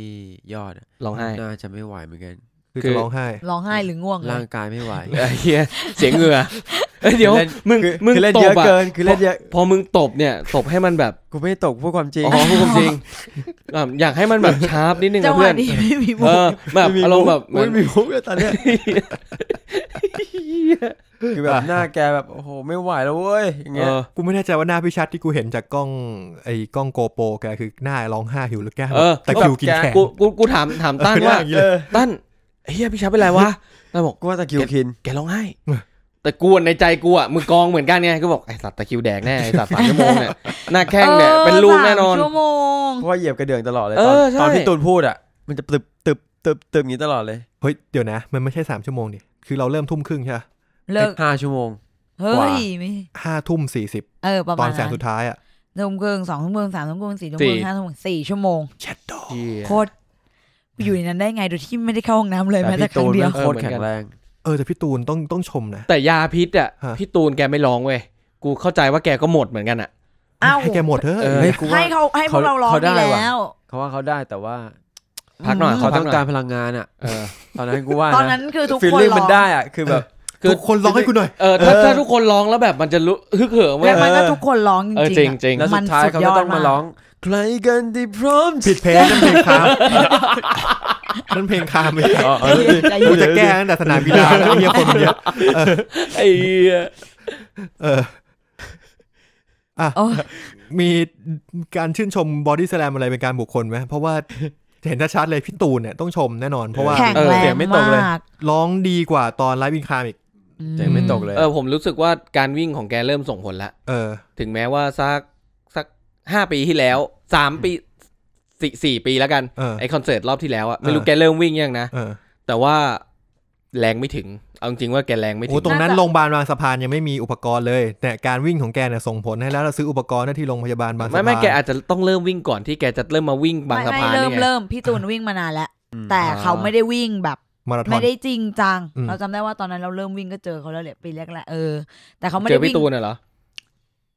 S3: ยอดอะ
S2: ร้องไห้
S3: น่าจะไม่ไหวเหมือนกัน
S1: คือ
S2: คื
S1: จะ
S2: อ
S1: ร้องไห้
S4: ร้องไห้หรือง่วงเล
S3: ร่าย งกายไม่ไหว
S2: เออเฮียเสียงเหงื่อเอ้ยเดี๋ยว
S3: คือเล่น
S2: มึง
S3: คือ
S2: มึง
S3: คือเล่น
S2: ต
S3: เย
S2: บ
S3: อะ
S2: อะ
S3: เกินคือเล่นเยอะ
S2: พอมึงตบเนี่ยตบให้มันแบบ
S3: กูไม่ได้ตกพูดความจริง
S2: อ๋อพูดความจริงอ่ะอยากให้มันแบบชาร์ปนิดนึง
S4: จั
S2: อะ
S4: งห
S2: เพื่
S4: วะ
S2: อน
S4: นี้ไม่มีมุ
S2: เอก อแบบ
S3: ไม่มี
S2: อารมณ์แบบเหมื
S3: ไม่
S2: อน
S3: มีมุกเลยตอนเนี้ยคือแบบหน้าแกแบบโอ้โหไม่ไหวแล้วเว้ยอย่าง
S2: เอ
S3: เงี้ย
S2: อ
S1: กูไม่แน่ใจว่าหน้าพี่ชัดที่กูเห็นจากกล้องไอ้กล้องโกโปรแกคือหน้าร้องไห้หิวแล้วแก้ม
S2: เออ
S1: ตะคริวกินแขน
S2: กูกูกูถามถามตั้น
S1: เออ
S2: ว่า
S1: อย่างนี้
S3: เออ
S2: ตั้นเฮียพี่ชาร์ปเป็นไรวะตั้นบอก
S3: กูว่าตะคริวคิน
S2: แกร้องไห้ แต่กูในใจกูอ่ะมือกองเหมือนกันไงก็บอกไอ้สัตว์ตะคริวแดกแน่ไอ้สัตว์สามชั่วโมงเนี่ยหน้าแข้งเนี่ยเป็นลูกแน่นอน
S4: สามชั่วโมง
S3: เพราะว่าเหยียบกระเดื่องตลอดเลย
S2: เอ
S3: ตอน
S2: อใช่
S3: ตอนพี่ตูนพูดอ่ะ มันจะตึบตึบตึบตึบอย่างนี้ตลอดเลย
S1: เฮ้ยเดี๋ยวนะ มันไม่ใช่สามชั่วโมงนี่คือเราเริ่มทุ่มครึ่งใช่ปะ
S4: เลิก
S3: ห้าชั่วโมง
S4: เฮ้
S3: กว่า
S4: ยไม่
S1: ห้าทุ่มสี่สิบ
S4: เออ ประ
S1: ต
S4: มา
S1: อ
S4: ณ
S1: นแส
S4: นั้น น
S1: สุดท้ายอ่ะ
S4: ทุ่มครึ่งสองทุ่มครึ่งสามทุ่มครึ่งสี่ทุ่ม
S2: สี่
S4: ครึ่งห้าทุ่มครึ่งสี่ชั่วโมง
S1: เช็ดดอก
S2: เหี้ย
S4: โคตรกูอยู่ในนั้นได้ไงโดยที่ไม่ได้เข้าห้องน้ำเลยแม้แต่
S3: พี่
S4: ค
S3: ตู
S4: รั้ง
S3: น
S4: เดียว
S3: โคตรแข็งแรง
S1: เออแต่พี่ตูนต้องต้องชมนะ
S2: แต่ยาพิษอ่ะ
S1: ฮะ
S2: พี่ตูนแกไม่ร้องเว้ยกูเข้าใจว่าแกก็หมดเหมือนกันอ่ะ
S4: อ้าว
S1: ให้แกหมดเถอะ
S2: เออ
S1: เฮ้ย
S3: กูว่า
S4: ให้เขาให้พวกเราร้อง
S3: เขาได้
S4: นี่
S3: ว่ะ
S4: แล้ว
S3: เขาว่าเขาได้แต่ว่า
S2: พักหน่อยข
S3: เขา
S2: อพั
S3: ต้
S2: ก
S3: อง
S2: หน่
S3: กา
S2: อย
S3: รพลังงานอ่ะ
S2: เออ
S3: ตอนนั้นกูว่า
S4: ตอนนั้นคือทุก
S3: ฟิล
S4: คน
S3: ลิ่ง
S4: ร้
S3: มั
S4: อนง
S3: ได้อ่ะคือแบบ
S2: คือ
S1: ทุกคนร้องให้กูหน่อย
S2: เออถ้าถ้าทุกคนร้องแล้วแบบมันจะรู้ฮึกเหิมเว้ย
S4: แล้วมันก็
S3: เออ
S4: ทุกคนร้อง
S2: เออ
S4: จ
S2: จ
S4: ริ
S2: ริ
S4: ง
S2: ง
S4: ๆอะ
S2: จริง
S3: แล้วสุดท้ายเขาก็ต้องมาร้อง ใครกันที่พร้อม
S1: ผิดเพลงนั่นเพลงคามนั่นเพลงคามเลย
S3: อ๋อเออ
S4: ใจเย็น
S1: กูจะแก้ตั้งแต่สนามกีฬาแล้วไอ้เฮียคนมันเยอะ
S2: ไอ้เหี้ย
S1: เออ
S4: โอ้ย
S1: มีการชื่นชมบอดี้สแลมอะไรเป็นการบุคคลไหมเพราะว่าเห็นชัดๆเลยพี่ตูนเนี่ยต้องชมแน่นอน เพราะว่า
S4: แข็งแร
S3: เสีย
S4: ง
S3: งไม่ตกเลย
S4: มาก
S1: ร้องดีกว่าตอนไลฟ์วินคามอีก
S3: เสียงไม่ตกเลย
S2: เออผมรู้สึกว่าการวิ่งของแกเริ่มส่งผลละ
S1: เออ
S2: ถึงแม้ว่าสักสักห้าปีที่แล้วสามปีสี่สี่ปีแล้วกัน
S1: เออ
S2: ไอคอนเสิร์ตรอบที่แล้วอะไม่รู้
S1: เออ
S2: แกเริ่มวิ่งยังนะ
S1: เออ
S2: แต่ว่าแรงไม่ถึง เอาจริงๆว่าแกแรงไม่ถึ
S1: โอ้
S2: ง
S1: ตรงนั้นโรงพยาบาลบางสะพานยังไม่มีอุปกรณ์เลย แต่การวิ่งของแกเนี่ยส่งผลให้แล้วเราซื้ออุปกรณ์ได้ที่โรงพยาบาลบางสะพาน
S2: ไม่ไม่แกอาจจะต้องเริ่มวิ่งก่อนที่แกจะเริ่มมาวิ่งบาง
S4: ไม่
S2: สะ
S4: ไม่
S2: พาน
S4: เริ่ม
S2: นี่ไง
S4: เริ่มพี่ตูนวิ่งมานานแล้ว แต่เขาไม่ได้วิ่งแบบ
S1: มาราธอ
S4: ไม่
S1: น
S4: ได้จริงจัง
S1: อืม
S4: เราจำได้ว่าตอนนั้นเราเริ่มวิ่งก็เจอเขาแล้วแหละปีแรกแหละเออ แต่เขาไม่
S2: เจ
S4: ได้
S2: อ
S4: วิ่
S2: พี่
S4: ง
S2: ตูนน่ะเหรอ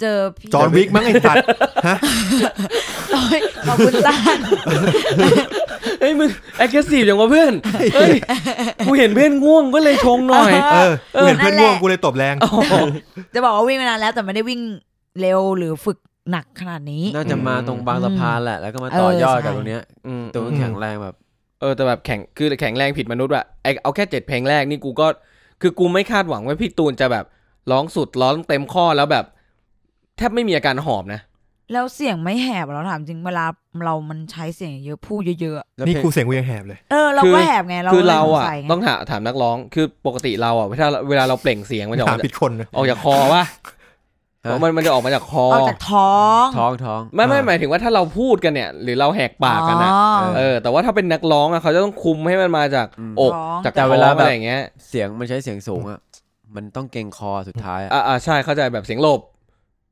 S4: เจอพี่
S1: จอห์นวิกมั้งไอ้สัตว์ฮะ
S4: โอ้ยขอบคุณต้าน
S2: เฮ้ยมึงแอคทีฟอย่างวะเพื่อนเฮ้ยกูเห็นเพื่อนง่วงก็เลยชงหน่อย
S1: เออกูเห็นเพื่อนง่วงกูเลยตบแรง
S4: จะบอกว่าวิ่งมานานแล้วแต่ไม่ได้วิ่งเร็วหรือฝึกหนักขนาดนี้
S3: น่าจะมาตรงบางสะพานแหละ แล้วก็มาต่อ
S4: เออย
S3: อดกับ
S4: ใช่
S3: ตรงเนี้ย
S2: อืม
S3: ตัวแข็งแรงแบบ
S2: เออแต่แบบแข็งคือแข็งแรงผิดมนุษย์อะไอเอาแค่เจ็ดเพลงแรกนี่กูก็คือกูไม่คาดหวังว่าพี่ตูนจะแบบร้องสุดร้องเต็มข้อแล้วแบบ แทบไม่มีอาการหอบนะ
S4: แล้วเสียงไม่แหบเหราถามจริงเวลาเรามันใช้เสียงเยอะพูดเยอะๆอะ
S1: นี่กูเสียงกูยังแหบเลย
S4: เออเรา
S2: คือ
S4: ก็แหบไงเรา
S2: คือเราอะ
S4: ลยสงสัยไง
S2: ต้องถามถามนักร้อง คือปกติเราอะถ้าเวลาเราเปล่งเสียงมันจะอ
S1: ถา
S2: อ
S1: ม
S2: ก
S1: ผิดคนนะ
S2: ออกจากคอวะ
S3: ฮะ
S2: มันมันจะออกมาจากคอ
S4: ออกจากท้อง
S3: ท้องท้อง
S2: ไม่ไม่หมายถึงว่าถ้าเราพูดกันเนี่ย หรือเราแหกปากกันอะ
S4: อ
S2: เออแต่ว่าถ้าเป็นนักร้องอะเขาจะต้องคุมให้มันมาจาก
S3: อืม
S2: อก
S4: ท้อง
S2: จาก
S3: แต่เวลา
S2: ท้อง
S3: แบบ
S2: อะไรอย่างเงี้ย
S3: เสียงมันใช้เสียงสูงอ่ะ มันต้องเก่งคอสุดท้ายอะ
S2: อ่าอ่าใช่เข้าใจแบบเสียงหลบ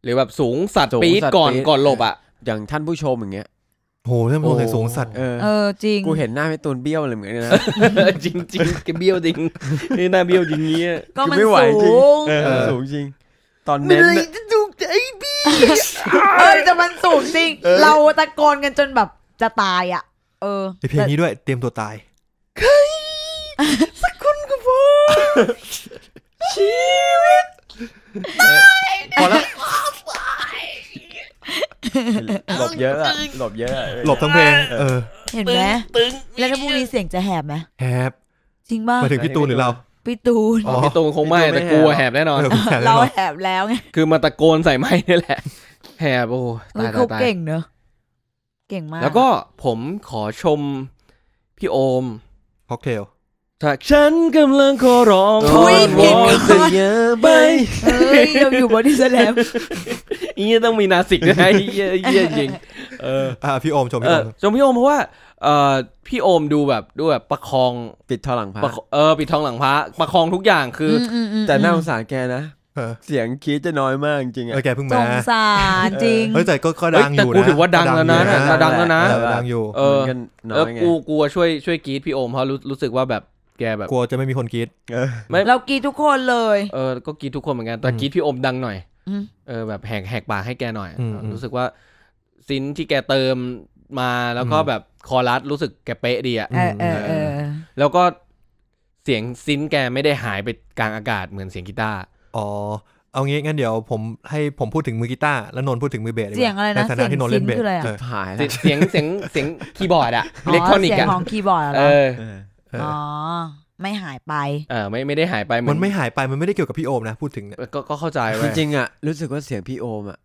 S2: หรือแบบสูงสัตว์
S3: สูง
S2: ปี๊ด
S3: สัตว์
S2: ก่อน
S3: ปี๊ด
S2: ก่อนหลบอะ
S3: อย่างท่านผู้ชมอย่างเงี้ย
S1: โหเริ่มโงเสียงสูงสัตว์
S3: เออ
S4: เออจริง
S3: กูเห็นหน้าพี่ตูนเบี้ยวเลยเหมือนกันนะ
S2: จริงจริงๆแกเบี้ยวจริง นี่หน้าเบี้ยวจริงเงี้ย
S4: ก็มัน
S3: ไม่ไหวจริ
S4: สู
S3: ง
S4: ง
S3: เออสูงจริง ตอนเน้นน่ะ
S4: เออแต่มันสูงจริง เราตะโกนกันจนแบบจะตายอ่ะ เออ
S1: ไอเพลงนี้ด้วยเตรียมตัวตาย
S3: พอแล้วหลบเยอะอะหลบเยอะอะ
S1: หลบทั้งเพลง เออ
S4: เห็นไหม
S2: ตึง
S4: แล้วถ้าพรุ่งนี้เสียงจะแหบไหม
S1: แฮป
S4: จริงป่ะ
S1: มาถึงพี่ตูนหรือเรา
S4: พี่ตูน
S1: อ๋อ
S2: พี่ตูนคงไม่
S3: พี่
S2: แต่ก
S3: ตูนไม่
S2: ลัว
S3: แหบ
S2: แหบแน่นอน
S1: เออผมแหบแน่
S4: เรา
S1: นอน
S4: แหบแล้วไง
S2: คือมาตะโกนใส่ไม้นี่แหละ แหบโอ้โห
S4: เอ
S2: ตา
S4: อย
S2: ตา
S4: เขา
S2: ยตาย
S4: เก่งเนอะเก่งมาก
S2: แล้วก็ผมขอชมพี่โอม
S1: ค็อกเทล
S2: ถ้าฉันกำลังขอร้อง
S4: อุ๊ยผิด
S2: วอนวอน
S3: จะเยอะไป
S2: ไป
S4: เฮ้ยเราอยู่บนดิสแลม
S2: อีนี่ต้องมีนาสิกด้วยนะไอ้เหี้ยไอ้เหี้ยจริงเออ
S1: อ่าพี่โอมชม
S2: เอ
S1: พี่โอมครับ
S2: อชมพี่โอมเพราะว่าเออพี่โอมดูแบบดูแบบประคอง
S3: ปิดทอหลังพระ
S2: ประคเออปิดทองหลังพระประคองทุกอย่างคืออ
S4: มอืม
S3: แต่น่าสงสารแกนะ
S1: เออ
S3: เสียงคีดจะน้อยมากจริงๆ
S1: เออ
S3: อ่ะ
S1: แกเพิ่ง
S4: ส
S1: มาง
S4: สารจริง
S1: เฮ้ยแต่ก็ก็
S2: เฮ้
S1: ดั
S2: ย
S1: งอ
S2: แต่
S1: ยู่นะ
S2: กูถือว่าดังแล้วนะ
S1: ก็อยู่
S2: ดังแล้วนะ
S1: เออ
S3: แบบ
S1: ดังอยู่
S2: เออ
S3: มันก็น้อ
S2: แล้ว
S3: ยไง
S2: กูกลัวช่วยช่วยกรีดพี่โอมเพราะรู้รู้สึกว่าแบบแกแบบ
S1: กลัวจะไม่มีคนกรีด
S3: เออ
S2: ไม่
S4: เรากรีดทุกคนเลย
S2: เออก็กรีดทุกคนเหมือนกันแต่
S1: อืม
S2: กรีดพี่โอมดังหน่อย
S4: อืม
S2: เออแบบแหกแหกปากให้แกหน่อย
S1: อืม
S2: เออ
S1: อืม
S2: รู้สึกว่าซินที่แกเติมมาแล้วก็
S1: อืม
S2: แบบคอรัสรู้สึกแกเป๊ะดีอะ
S4: เออเออเออ
S2: แล้วก็เสียงซินแกไม่ได้หายไปกลางอากาศเหมือนเสียงกีตาร์
S1: อ๋อเอางี้งั้นเดี๋ยวผมให้ผมพูดถึงมือกีตาร์แล้วนนท์พูดถึงมือเบสดีกว่า
S4: เสียงอะไรนะ
S1: ใฐา
S4: เสียง
S1: ที่นนท์
S4: ซิ
S1: เล่
S4: น
S1: นเบส
S4: คืออะไรอ่ะ
S1: เออ
S3: หาย
S2: เสียว ง
S3: แล้
S2: เสียงเสียงเสียงคีย์บอร์ดอะอิเล็กทรอนิกส์
S4: เสีย
S2: อะ
S4: งของคีย์บอร์ดเหร
S2: เอ
S4: อ
S2: อ
S3: เออ
S1: เอออ๋
S4: อ๋อ ไม่หายไป
S2: เออไม่ไม่ได้หายไปเห
S1: มันไม่หายไปมันไม่ได้เกี่ยวกับพี่โอมนะพูดถึงเนี่ย
S2: ก็ก็เข้าใจ
S3: จ
S2: เว้ย
S3: ริงๆอ่ะ รู้สึกว่าเสียงพี่โอมอ่ะ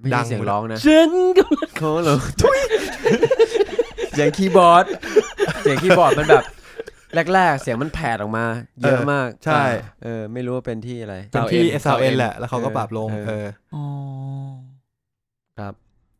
S3: ไม่
S1: ดั
S3: ใช่
S1: ง
S3: เสียงร้อง นะ
S2: ฉันก็
S3: เขาเหรอทุย เสียงคีย์บอร์ด เสียงคีย์บอร์ดมันแบบ แรก ๆ เสียงมันแผดออกมา เยอะมาก
S1: ใช่
S3: เออ ไม่รู้ว่าเป็นที่อะไร
S1: เป็นที่ SLN แหละแล้วเขาก็ปรับลง
S3: เออ
S1: เออ
S4: อ๋อ
S2: ครับ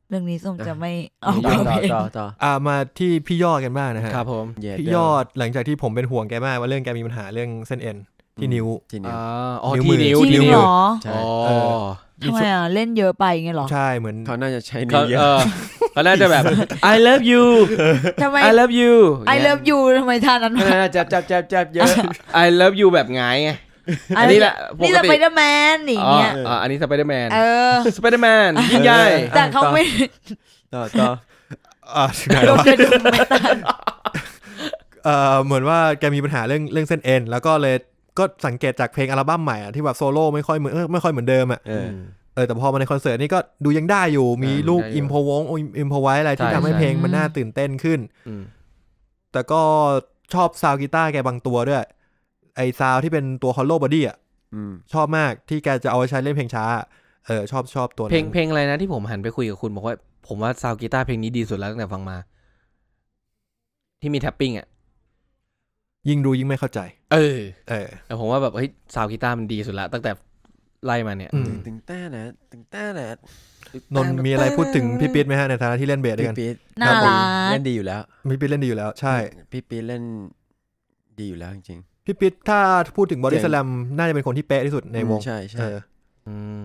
S4: เรื่องนี้ส้มจะไม่
S3: ต่
S4: เอาไป
S3: อต่อ
S4: เป็น
S3: ต่อต่อ
S1: อ่ามาที่พี่ยอดกันบ้างนะฮะ
S2: ครับผม
S3: เหด
S1: พี่
S3: เดิม
S1: ยอดหลังจากที่ผมเป็นห่วงแกมากว่าเรื่องแกมีปัญหาเรื่องเส้นเอ็นที่นิ้ว
S3: ทีนี้
S2: อ่าอ๋อ
S1: นิ้วมือ
S2: ที่นิ้ว
S4: จริ
S2: ที่
S4: ง
S2: นิ้
S4: เห
S2: ว
S4: รอ
S3: ใช่
S2: อ๋อ
S1: เออ
S4: ทำไมอ่ะ เล่นเยอะไปไงเหรอ
S1: ใช่เหมือน
S3: เขาน่าจะใช้
S2: เขา
S3: นิ้วเย
S2: เอ
S3: อะ
S2: อเขาน่าจะแบบ I love you
S4: ทำ ไม
S2: I love you
S4: ไอเลิฟยูทำไมท่านั้นวะ
S3: น่าจะจับจับจับเยอะ
S2: I love you แบบหงายไง อันนี้แหละป
S4: นี่
S2: ก
S4: ส
S2: ติ
S4: ไปเดอร์แมนอย่างเงี้ย
S2: อ๋ออ่าอันนี้สไปเดอร์แมน
S4: เออ
S2: สไปเดอร์แมนยิ่งใหญ่
S3: อ
S4: แต่เขาไม่
S3: ต่อต่อ
S1: อ่าถึงไหน
S4: โด
S1: แล้ววะ
S4: นกระดุมไม่ตัน
S1: เออเหมือนว่าแกมีปัญหาเรื่องเรื่องเส้นเอ็นแล้วก็เลยก็สังเกตจากเพลงอัลบั้มใหม่อะที่แบบโซโล่ไม่ค่อยเหมือนเออไม่ค่อยเหมือนเดิมอ่ะ
S3: เออ
S1: เออแต่พอมาในคอนเสิร์ตนี่ก็ดูยังได้อยู่มี
S2: เออ
S1: ลูก
S2: ได้อยู่
S1: อิมพวงอิมพไว้อะไรที่
S2: ใช่
S1: ทำให้
S2: ใช่
S1: เพลงมันน่าตื่นเต้นขึ้น
S2: อืม
S1: แต่ก็ชอบซาวด์กีตาร์แกบางตัวด้วย ไอซาวด์ที่เป็นตัวฮอลโลบอดี้อ่ะ
S3: อืม
S1: ชอบมากที่แกจะเอาไว้ใช้เล่นเพลงช้า เออชอบชอบตัวนั้น
S2: เพลงเพลงอะไรนะที่ผมหันไปคุยกับคุณบอกว่าผมว่าซาวด์กีตาร์เพลงนี้ดีสุดแล้วตั้งแต่ฟังมา ที่มีแท็บปิ้งอ่ะ
S1: ยิ่งดูยิ่งไม่เข้าใจ
S2: เออ
S1: เออ
S2: แต่ผมว่าแบบเฮ้ยซาวด์กีตาร์มันดีสุดละตั้งแต่ไล่มาเนี่ย
S1: อืม
S3: ตึงแต่นะตึงแต่นะ
S1: นนท์มีอะไรพูดถึงพี่ปิ๊ดไหมฮะในฐานะที่เล่นเบสด้วย
S3: พี่
S1: กัน
S3: ปี๊ด
S4: น่ารัก
S3: เล่นดีอยู่แล้ว
S1: พี่ปิ๊ดเล่นดีอยู่แล้วใช่
S3: พี่ปี๊ดเล่นดีอยู่แล้วจริง
S1: พี่ปิ๊ดถ้าพูดถึงบอดี้
S3: เจ๋ง
S1: สแลมน่าจะเป็นคนที่เป๊ะที่สุดในวง
S3: ใช่ใช่
S1: เออ
S2: อืม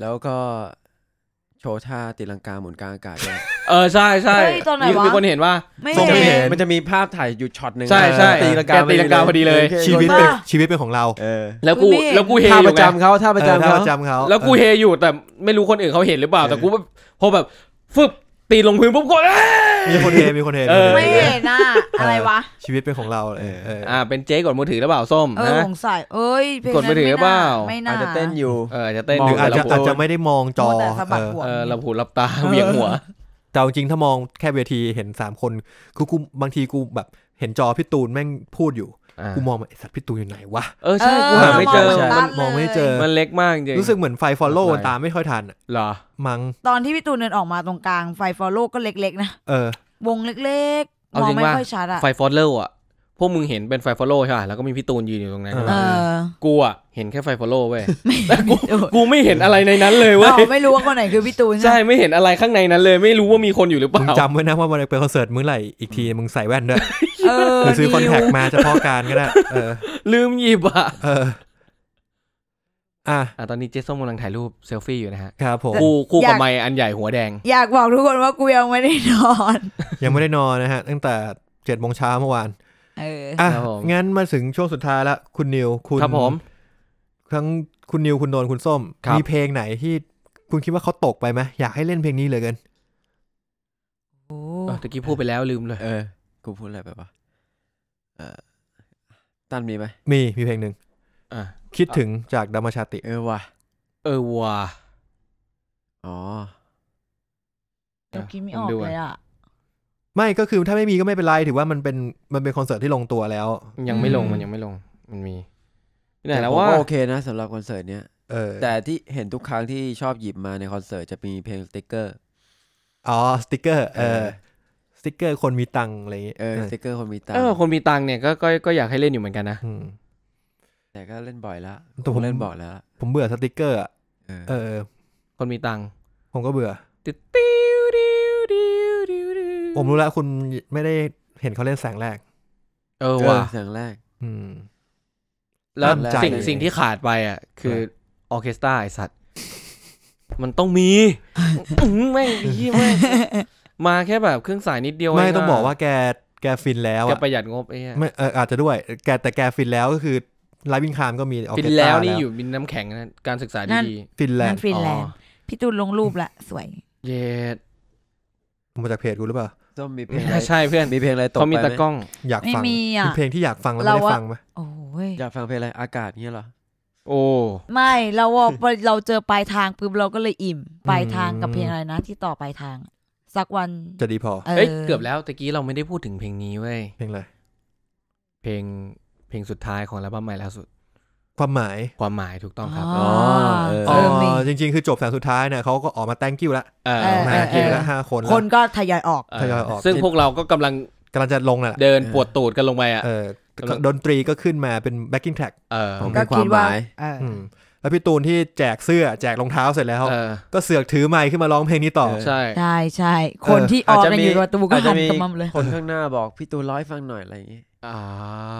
S3: แล้วก็โชว์ท่าตีลังกาหมุนกลางอากาศด้วย
S2: เออใช่ใช่
S4: เฮ้ยตอนไหน
S2: มี
S4: วะ
S2: มีคนเห็นว่า
S4: ไม่
S1: ทรงไม่
S4: เห็
S1: เห็
S4: น
S1: น
S3: มันจะมีภาพถ่ายอยู่ช็อตหนึ่ง
S2: ใช่ใช่
S3: ตีลังกา
S2: แกตีลังกาพอดีเลย
S3: โค
S1: ชีวิตเป็น
S4: บ้า
S1: ชีวิตเป็นของเรา
S3: เออ
S2: แล้วกู
S4: ไม่เห็น
S2: แล้วกูเฮ
S3: ท่า
S2: อ
S3: ป
S2: ยู่
S3: ระจำ
S2: ไง
S3: เขาท่าประจำ
S1: เออถ้า
S3: เขา
S1: ประจำเขา
S2: แล้วกู
S1: เออ
S2: เฮอยู่แต่ไม่รู้คนอื่นเขาเห็นหรือเปล่า แต่กูแบบพอแบบฟึบตีลงพื้นปุ๊บก็เอ๊ะ
S1: มีคนเฮมีคนเฮ
S2: เออ
S4: ไม่เห็นอ่ะ อะไรวะ
S1: ชีวิตเป็นของเราเออเออ
S2: อ่าเป็นเจ๊กดมือถือหรือเปล่าส้ม
S4: เออ
S2: นะ
S4: สงสัยเอ้ยเพลง
S2: กดมื
S4: นั้
S2: อน ถือ
S4: ไม่
S2: เป
S4: น่า
S2: ล่า
S4: ไม่น่า
S3: อาจจะเต้นอยู่
S2: เออจะเต้น
S3: ม
S1: ห
S3: ง
S1: รืออาจจะ
S2: เร
S1: อาจจะไม่ได้มองจอ
S4: มัวแต่สะบัด
S1: เออ
S4: หัว
S2: เออเราหูหลับตาเหวียงหัว
S1: แต่เอาจริงถ้ามองแค่เวทีเห็นสามคนกูกูบางทีกูแบบเห็นจอพี่ตูนแม่งพูดอยู่
S2: อ่า
S1: กูมองมาไอสัตว์พี่ตูนอยู่ไหนวะ
S2: เออใช่กูหาไม่เจอ
S4: เออเรามองหลับตา
S1: มองไม่เจอ
S2: มันเล็กมากจริง
S1: รู้สึกเหมือนไฟฟอลโล่
S3: ไม่เป็นไร
S1: ตามไม่ค่อยทันอะ
S2: เหรอ
S1: มัง
S4: ตอนที่พี่ตูนเดินออกมาตรงกลางไฟฟอลโล่ก็เล็กๆนะ
S1: เออ
S4: วงเล็กๆ
S2: เอา
S4: มอ
S2: จริ
S4: ง
S2: ง
S4: ไม่
S2: ว่า
S4: ค่อยชัดอ่ะ
S2: ไฟฟอลโล่อะพวกมึงเห็นเป็นไฟฟอลโล่ใช่ป่ะแล้วก็มีพี่ตูนยืนอยู่ตรงนั้นใช่
S4: เอ
S2: ป่ะ
S4: อ
S2: กูอะเห็นแค่ไฟฟอลโล่เว้ยแต่กูกูไม่เห็นอะไรในนั้นเลยเว้ย
S4: เราไม่รู้ว่าคนไหนคือพี่ตูน
S2: ใช่
S4: ไหม
S2: ไม่เห็นอะไรข้างในนั้นเลย ไม่รู้ว่ามีคนอยู่หรือเป
S1: มึง
S2: ล่า
S1: จำไว้นะว่าวันไปคอนเสิร์ตมื้อไหร่อีกทีมึงใส่แว่นด้วย
S4: เออ
S1: หรือซื้อคอนแทค
S4: นิว
S1: มาเฉพาะการ ก็ได้เออ
S2: ลืมหยิบอ่ะ
S1: เอออ่ะ
S2: อ่ะตอนนี้เจ๊ส้มกำลังถ่ายรูปเซลฟี่อยู่นะฮะ
S1: ครับผม
S2: คู่คู่กับไมค์อันใหญ่หัวแดง
S4: อยากบอกทุกคนว่ากูยังไม่ได้นอน
S1: ยังไม่ได้นอนนะฮะ ตั้งแต่เจ็ดโมงเช้าเมื่อวาน
S4: เออ
S1: อ่ะ
S2: ครับผม
S1: งั้นมาถึงช่วงสุดท้ายละคุณนิวคุณ
S2: ครับผม
S1: ทั้งคุณนิวคุณโดนคุณส้ม
S2: ครับ
S1: มีเพลงไหนที่คุณคิดว่าเขาตกไปไหมอยากให้เล่นเพลงนี้เหลยกัน
S4: โอ้
S2: เออตะกี้พูดไปแล้วลืมเลย
S3: เออ กูพูดอะไรไปวะเออตั้นมีไหม
S1: มีมีเพลงหนึ่ง
S2: อ่ะ
S1: คิดถึงจากดัมมชาติ
S3: เออว่ะ
S2: เออว่ะ
S3: อ๋อ
S4: เราคิดไม่ออก
S2: ผมดู
S4: เลยอ่ะ
S1: ไม่ก็คือถ้าไม่มีก็ไม่เป็นไรถือว่ามันเป็นมันเป็นคอนเสิร์ตที่ลงตัวแล้ว
S2: ยังไม่ลง
S4: อืม
S2: มันยังไม่ลงมันมีที่ไหน
S3: แต่
S2: แล้ว
S3: ผม
S2: ว่า
S3: ก็โอเคนะสำหรับคอนเสิร์ตเนี้ย
S1: เออ
S3: แต่ที่เห็นทุกครั้งที่ชอบหยิบมาในคอนเสิร์ตจะมีเพลงสติกเกอร์
S1: อ๋อสติกเกอร์เอ
S3: เอ
S1: อ
S3: อ
S1: สติกเกอร์คนมีตังค์อะไรอย่างเงี้ย
S3: เออสติกเกอร์คนมีตัง
S2: เออ
S3: ค์
S2: คนมีตังค์เนี่ยก็ก็ก็อยากให้เล่นอยู่เหมือนกันนะ
S1: ม
S3: แต่ก็เล่นบ่อยแล้ว
S1: แต่ผม
S3: เล่นบ่อยแล้ว
S1: ผมเบื่อสติกเกอร์อะ
S3: เออ
S1: เออ
S2: คนมีตังค์
S1: ผมก็เบื่อ
S2: ติดติ้วดิ้วดิ้วดิ้วดิ้ว
S1: ผมรู้แล้วคุณไม่ได้เห็นเขาเล่นแสงแรก
S2: เออว่ะ
S3: เออเสียงแรก
S1: อืม
S2: แล้ว
S1: มั่นใจ
S2: สิ่ง
S1: เลย
S2: สิ่งที่ขาดไปอ่ะ คือ
S1: ครับ
S2: ออร์เคสตราไอสัตว์ มันต้องมีอื้อแม่งไอ้เหี้ยแม่งมาแค่แบบเครื่องสายนิดเดียว
S1: ไม่
S2: เะ
S1: ต้องบอกว่าแกแกฟินแล้ว
S2: แก
S1: อะ
S2: ประหยัดงบไอ้เหี้ย
S1: ไม่เอออาจจะด้วย แกแต่แกฟินแล้วก็คือไลฟ์วิงคามก็มีออ
S2: ฟิ
S1: เคน สตรา
S2: แล้วนี่อยู่บินน้ำแข็งนะการศึกษา
S4: นั่น
S2: ดี
S1: ฟินแลน
S4: นั่น
S1: ด์
S4: ฟินแลนด์ พี่ตูนลงรูปละสวย
S2: ๆเย็ด
S1: มาจากเพจกูหรือเปล่า
S3: ส้มมีเพลงอะไร
S2: ใช่เพื่อน
S3: มีเพลงอะไรตก
S2: เขามี
S3: ไป
S2: ตะ
S3: ไหม
S2: กล้อง
S1: อยาก
S4: ไม่
S1: ฟัง
S4: มีอ่ะ
S1: เพลงที่อยากฟังแล้วไม่
S4: เรา
S1: ได้
S4: ว่า
S1: ฟังไหม
S4: โอ้ย
S3: อยากฟังเพลงอะไรอากาศเงี้ยเหรอ
S2: โอ้
S4: ไม่เราว่าเราเจอปลายทางปุ๊บเราก็เลยอิ่มปลายทางกับเพลงอะไรนะ ที่ต่อปลายทาง สักวัน
S1: จะดีพอ
S2: เอ้ยเกือบแล้วตะกี้เราไม่ได้พูดถึงเพลงนี้เว้ย
S1: เพลงอะไร
S2: เพลงเพลงสุดท้ายของอัลบั้มใหม่ล่าสุด
S1: ความหมาย
S2: ความหมายถูกต้องครับ
S4: อ๋อ
S1: อ๋
S4: เอ
S1: อ
S4: อมี
S1: จริงๆ คือจบแสงสุดท้ายเนี่ยเขาก็ออกมาแตงกิ้วละ
S2: เออ
S4: เออ
S1: มาแตงกิ้วละห้าคน
S4: คน
S1: ละ
S4: ก็ทยอยออก
S2: เออ
S1: ทยอยออก
S2: ซึ่งพวกเราก็กำลัง
S1: กำลังจะลงน่ะแหละ
S2: เดินปวดตูดกันลงไปอ่ะ
S1: เออ
S2: เออ
S1: ดนตรีก็ขึ้นมาเป็น backing track
S2: เออ
S3: ผม
S4: ก็
S3: มีควา
S4: คิ
S3: ม
S4: ดว่าม
S3: หาย
S4: เออ
S1: อืมแล้วพี่ตูนที่แจกเสื้อแจกรองเท้าเสร็จแล้ว
S2: เออ
S1: ก็เสือกถือไมค์ขึ้นมาร้องเพลงนี้ต่อ
S2: ใช่
S4: ใช่ใช่คนที่ออกกันอยู่ประตูก็
S3: อาจ
S4: หั
S3: จะ
S4: น
S3: มี
S4: กระมังเลย
S3: คนข้างหน้าบอกพี่ตูนร้อยฟังหน่อยอะไรอย่างงี้
S2: อ่า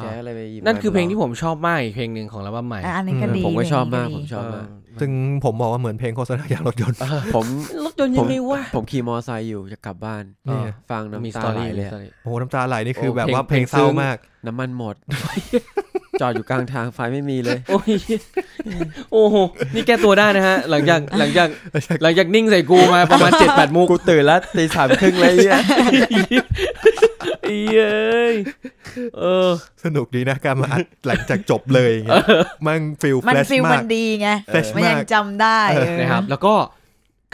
S3: แกก็เลยไปหยิบ
S2: นั่นคือเพลง
S3: มา
S2: ที่ผมชอบมากอีกเพลงหนึ่งของอัลบั้มใหม่
S4: อ่ะอันนี้ก็
S1: อืม
S4: ดี
S3: ผมก็ชอบ
S4: เพล
S3: มาก
S4: งนี้
S3: ผมชอบมาก
S1: ซึ่งผมบอกว่าเหมือนเพลงโฆษณาย างรถยนต์
S3: ผม
S2: รถยนต์ยังไงวะ
S3: ผมขี่มอไซค์อยู่จะกลับบ้าน
S2: เออ
S3: ฟังน้ำ
S2: มีส
S3: ตา
S2: ตอ
S3: ไหล
S2: รี่
S3: เล
S2: เลย ย
S3: อะ
S1: โอ้โหน้ำตาไหลนี่คือ
S2: โอ้
S1: แบบว่า
S2: เพ
S1: เพลง
S2: ลง
S1: เศ
S2: ซึ้
S1: ร้าง มาก
S3: น้ำมันหมด จอดอยู่กลางทางไฟไม่มีเลย
S2: โอ้ยโอ้โห นี่แก้ตัวได้นะฮะ หลังจากหลังจากหลังจากนิ่งใส่กูมาประมาณเจ็ดแปด มุก
S3: กูตื่นแล้วตีสามครึ่งเลยเนี่ย
S2: เย้ยเออ
S1: สนุกดีนะการมา อัด หลังจากจบเลยอย่างเงี้ยมันฟิลแฟ
S4: มัน
S1: ลช
S4: ฟิลมั
S1: มาก
S4: นดีไง
S1: เออ
S4: มันยัง
S1: มาก
S4: จำได้เออ
S2: นะครับ แล้วก็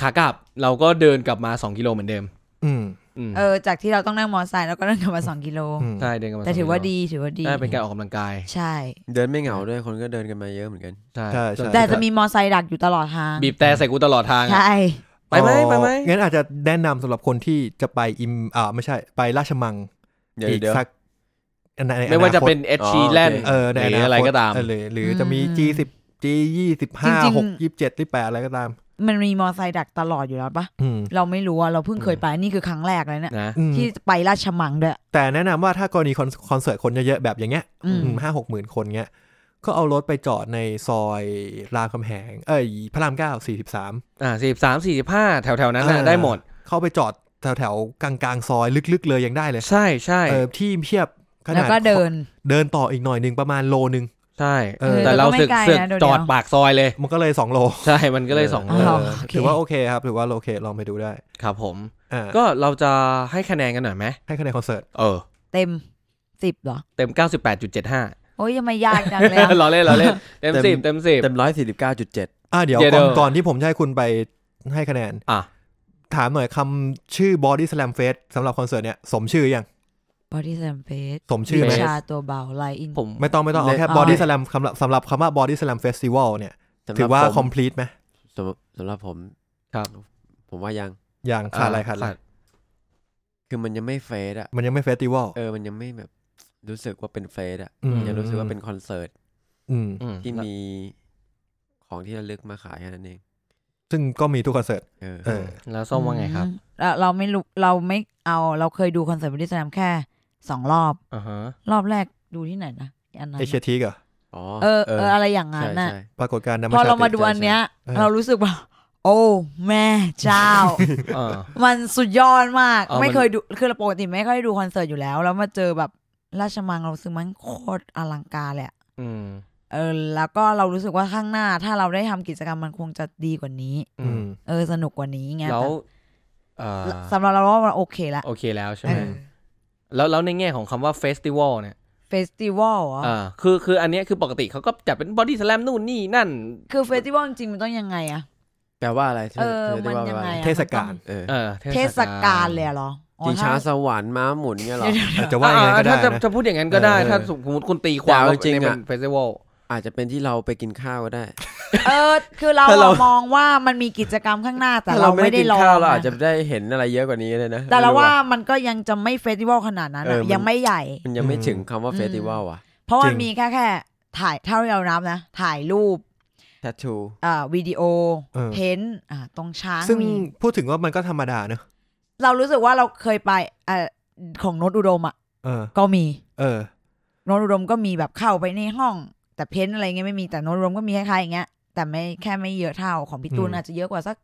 S2: ขากลับเราก็เดินกลับมาสองกิโลเหมือนเดิม
S1: อืม
S2: อืม
S4: เออ จากที่เราต้องนั่งมอเตอร์ไซค์แล้วก็นั่งกันมาสองกิโล
S1: อืม
S2: ใช่เดินกลับมา
S4: แต่ถือว่าดีถือว่าดี
S2: ได้เป็นการออกกำลังกาย
S4: ใช่
S3: เดินไม่เหงาด้วยคนก็เดินกันมาเยอะเหมือนกัน
S2: ใช่
S1: ใช่ใช่
S4: แต่จะมีมอเตอร์ไซค์ดักอยู่ตลอดทาง
S2: บีบแต่ใส่กูตลอดทางอะ
S4: ใช่
S2: ไปไหมไปไหม
S1: อ๋องั้นอาจจะแนะนำสำหรับคนที่จะไปอิมอ่าไม่ใช่ไปราชมัง
S3: เดี๋ยว
S1: อีก
S3: เดี๋ยว
S1: สักอันใน
S2: ไม่ว่าจะเป็น
S1: อค
S2: เอชีแลน
S3: อ๋
S1: ต
S3: อโอเค
S1: เออใน
S2: หรืออะไรก็ตาม
S1: เออหรือหรือจะมี
S4: อืม
S1: G สิบ G ยี่สิบห้า
S4: จริงๆ
S1: หกยี่สิบเจ็ดที่แปดอะไรก็ตาม
S4: มันมีมอเตอร์ไซค์ดักตลอดอยู่แล้วปะ
S1: อืม
S4: เราไม่รู้อะเราเพิ่งเคยไปนี่คือครั้งแรกเลยเนี่ย
S2: นะ
S1: อืม
S4: ที่ไปราชมังด้วย
S1: แต่แนะนำว่าถ้ากรณีคอนคอนเสิร์ตคนเยอะๆแบบอย่างเงี้ย
S4: อืม
S1: ห้าหกหมื่นคนเงี้ย ก็เอารถไปจอดในซอยรามคำแหง เอ้ย พระรามเก้าสี่สิบสาม
S2: อ่าสี่สามสี่ห้าแถวแถวๆนั้นน่ะ
S1: อ่า
S2: ได้หมด
S1: เข้าไปจอดแถวแถวๆกลางกลางๆซอยลึกๆเลยยังได้เลย
S2: ใช่ใช่
S1: เออที่เพียบข
S4: แล้ว
S1: นาด
S4: ก็เดิน
S1: เดินต่ออีกหน่อยหนึ่งประมาณโลนึง
S2: ใช่
S1: เออ
S2: แต่เรา
S4: ก็ไม่
S2: สึก
S4: ไกลนะ
S2: สึก
S4: เดี๋ยว
S2: จอดปากซอยเลย
S1: มันก็เลยสองโล
S2: ใช่ มันก็เลยสอง
S4: อ๋อ
S2: โล
S4: เหรอ
S1: เออ
S4: โอเค
S1: ถือว่าโอเคครับ ถือว่าโอเคลองไปดูได้
S2: ครับผม
S1: อ่า
S2: ก็เราจะให้คะแนนกันหน่อยไหม
S1: ให้คะแนนคอนเสิร์ต
S2: เออ
S4: เต็มสิบเหรอ
S2: เต็ม 98.75
S4: โอ้ยยังไม่ยากจังเลย
S2: ล้อเล่นล้อเล่นเต็ม
S3: เต็ม
S2: สิบเต็มสิบ
S3: เต็มร้อยสี่สิบเก้าจุดเจ็ด
S1: อ่าเดี๋ยว
S2: เดี๋ยว
S1: ก่อนก่อน
S2: เดี๋ยว
S1: ที่ผมจะให้คุณไปให้คะแนน
S2: อ่ะ
S1: ถามหน่อยคำชื่อ Body Slam Fest สำหรับคอนเสิร์ตเนี่ยสมชื่อยัง
S4: บอดี้แซมเฟส
S1: สมชื่อไหม
S2: ไม่
S4: ชาตัวเบาไลอิน
S2: ผม
S1: ไม่ต้องไม่ต้องเอาแค่
S4: เอา
S1: Body Slam สำหรับสำหรับคำว่า Body Slam Festival เนี่ย ถือว่า complete ไหม
S3: สำหรับสำหรับผม
S2: ครับ
S3: ผมว่ายัง
S1: อย่างขาดอะไรขาดอะไร
S3: คือมันยังไม่เฟสอะ
S1: มันยังไม่เฟสติวัล
S3: เออมันยังไม่แบบ รู้สึกว่าเป็นเฟสอะ
S1: อืม
S3: ยังรู้สึกว่าเป็นคอนเสิร์ต
S1: อืม
S2: อืม
S3: ที่มีของที่ระลึกมาขายแค่นั้นเอง
S1: ซึ่งก็มีทุกคอนเสิร์ต
S3: เออ
S1: เออ
S2: แล้วส้มว่าไงครับ
S4: อืมเราเราไม่รู้เราไม่เอาเราเคยดูคอนเสิร์ตบอดี้สแลมแค่สองรอบ
S2: อ่า ฮะ
S4: รอบแรกดูที่ไหนนะอันนั้น
S1: เอเชีย
S4: น่ะ
S1: ทีกเหรอ
S3: อ๋อ
S4: เออเอออะไรอย่างนั้นน่ะ
S3: ใช่
S1: ปรากฏการณ์นำ
S4: พอ
S1: ชา
S4: เรามา
S1: ติ
S4: ดูอันเนี้ย
S1: ใช่ใช่
S4: เรารู้สึกว่า โอ้ แม่เจ้า
S2: เออ
S4: มันสุดยอดมาก
S2: เอามัน
S4: ไม่เคยดูคือปกติไม่ค่อยได้ดูคอนเสิร์ตอยู่แล้ว แล้วมาเจอแบบราชมังเรารู้สึกมันโคตรอลังการเลยอะ
S2: อืม
S4: เออ แล้วก็เรารู้สึกว่าข้างหน้า ถ้าเราได้ทำกิจกรรมมันคงจะดีกว่านี้
S2: อื
S1: อื
S2: ม
S1: ม
S4: เออสนุกกว่านี้ไง
S2: แล้วเอ่อ
S4: แต่สำหรับเราว่ามันโอเคละ
S2: โอเคแล้วใช่
S4: เอ
S2: ไหม
S4: อ
S2: แล้วแล้วในแง่ของคำว่าเฟสติวัลเนี่ย
S4: เฟสติวัลเหรอ
S2: อ่าคือคืออันเนี้ยคือปกติเขาก็จัดเป็นบอดี้สแลมนู่นนี่นั่น
S4: คือเฟสติวัลจริงๆมันต้องยังไงอะ
S3: แปลว่าอะไรธ
S4: เออ
S3: ธได้
S4: มัน
S3: ว่า
S4: ยังไงอะ
S1: เทศกาล
S4: มันต้อง
S3: เออ
S2: เออ
S4: เทศกาลเลยอะเหรอ อ๋อ
S3: จิงช้า
S4: ถ้า
S3: สวรรค์ม้าหมุนเงี้ยเหรอ
S4: เดี๋ยว
S1: อาจจะว่าอย่างนั้นก็ได้
S2: ถ้าจะ
S1: นะ
S2: จะพูดอย่างนั้นก็ได้
S1: เออ
S2: ถ้าสมมติคุณตีความ
S3: แต่เอาจริงๆ
S2: ใน
S3: อะ
S2: เฟสติวัล
S3: อาจจะเป็นที่เราไปกินข้าวก็ได้
S4: เออคือเรา
S2: ถ้าเรา
S4: อะมองว่ามันมีกิจกรรมข้างหน้าแต่
S3: ถ้
S4: เราไม่ได้
S3: กิน
S4: ลอง
S3: ข้าวเราอาจจะ
S4: นะ
S3: ได้เห็นอะไรเยอะกว่านี้เลยนะ
S4: แต่เรา
S3: ไม่
S4: ว่า
S3: อะ
S4: มันก็ยังจะไม่เฟสติวัลขนาดนั้นอะ
S3: เออมัน
S4: ยังไม่ใหญ่
S3: มันยังไม่ถึงคำว่า
S4: อืม
S3: เฟสติวัลอ่ะ
S4: เพราะ
S1: จริ
S4: มั
S1: ง
S4: นมีแค่แค่ถ่ายเท่าที่เรานับนะ ถ่ายรูป
S3: แททู
S4: อ่าวิดีโอ
S1: เออ
S4: เทนต์อ่าตรงช้าง
S1: ซึ่ง
S4: มี
S1: พูดถึงว่ามันก็ธรรมดาเนอะ
S4: เรารู้สึกว่าเราเคยไปอ่าของโนตอุดมอ่ะ
S1: เออ
S4: ก็มี
S1: เออ
S4: โนตอุดมก็มีแบบเข้าไปในห้อง แต่เพ้นท์อะไรเงี้ยไม่มีแต่โนตอุดมก็มีคล้ายๆอย่างเงี้ยแต่ไม่แค่ไม่เยอะเท่าของพี่ตู
S1: อื
S4: น
S1: ม
S4: อาจจะเยอะกว่าสัก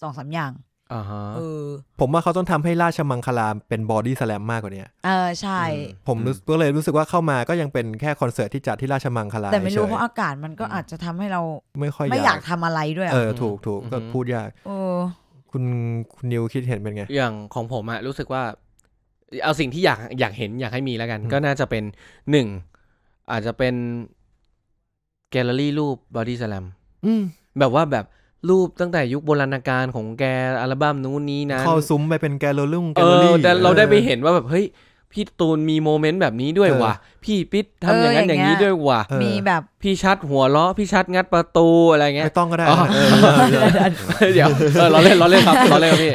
S4: สองสามอย่าง
S2: อ่าฮะ
S4: เออ
S1: ผมว่าเขาต้องทำให้ราชมังคลาเป็นบอดี้สแลมมากกว่าเนี้ย
S4: เออใช่
S1: ผมรู้ก็เลยรู้สึกว่าเข้ามาก็ยังเป็นแค่คอนเสิร์ตที่จัดที่ราชมังคลา
S4: แต่ไม่รู้
S1: ฉยๆ
S4: เพราะอากาศมันก็
S2: อืม
S4: อาจจะทำให้เรา
S1: ไม่ค่อย
S4: ไม่อยากทำอะไรด้วย
S1: เอ
S4: อะ
S1: อถูกถูกก็พูดยาก
S4: เออ
S1: คุณคุณนิวคิดเห็นเป็นไง
S2: อย่างของผมอะรู้สึกว่า เอาสิ่งที่อยากอยากเห็นอยากให้มีแล้วกัน
S1: อืม
S2: ก็น่าจะเป็นหนึ่งอาจจะเป็นแกลเลอรี่รูปบอดี้สแลม
S1: อืม
S2: แบบว่าแบบรูปตั้งแต่ยุคโบราณกาลของแกอัลบั้มนู้นนี้นั้น
S1: เข้าซุ้มไปเป็นแกลโลลุ่งแก
S2: เอ
S1: ลโล
S2: อ
S1: ลี่
S2: แต่เราได้ไปเห็นว่าแบบเฮ้ยพี่ตูนมีโมเมนต์แบบนี้ด้วยว่ะพี่ปิ๊ดทำอย่างนั้นอ
S4: เอออย่าง
S2: ย่าง
S4: เงี้
S2: นี้
S4: ย
S2: ด้วยว่ะ
S1: เออ
S4: มีแบบ
S2: พี่ชัดหัวเราะพี่ชัดงัดประตูอะไรเงี้ย
S1: ไม่ต้องก็ได้
S2: อ๋อ
S1: เออเออเออ
S2: เดี๋ยวเอ อเราเล่นเราเล่นครับเราเล่นครับพี่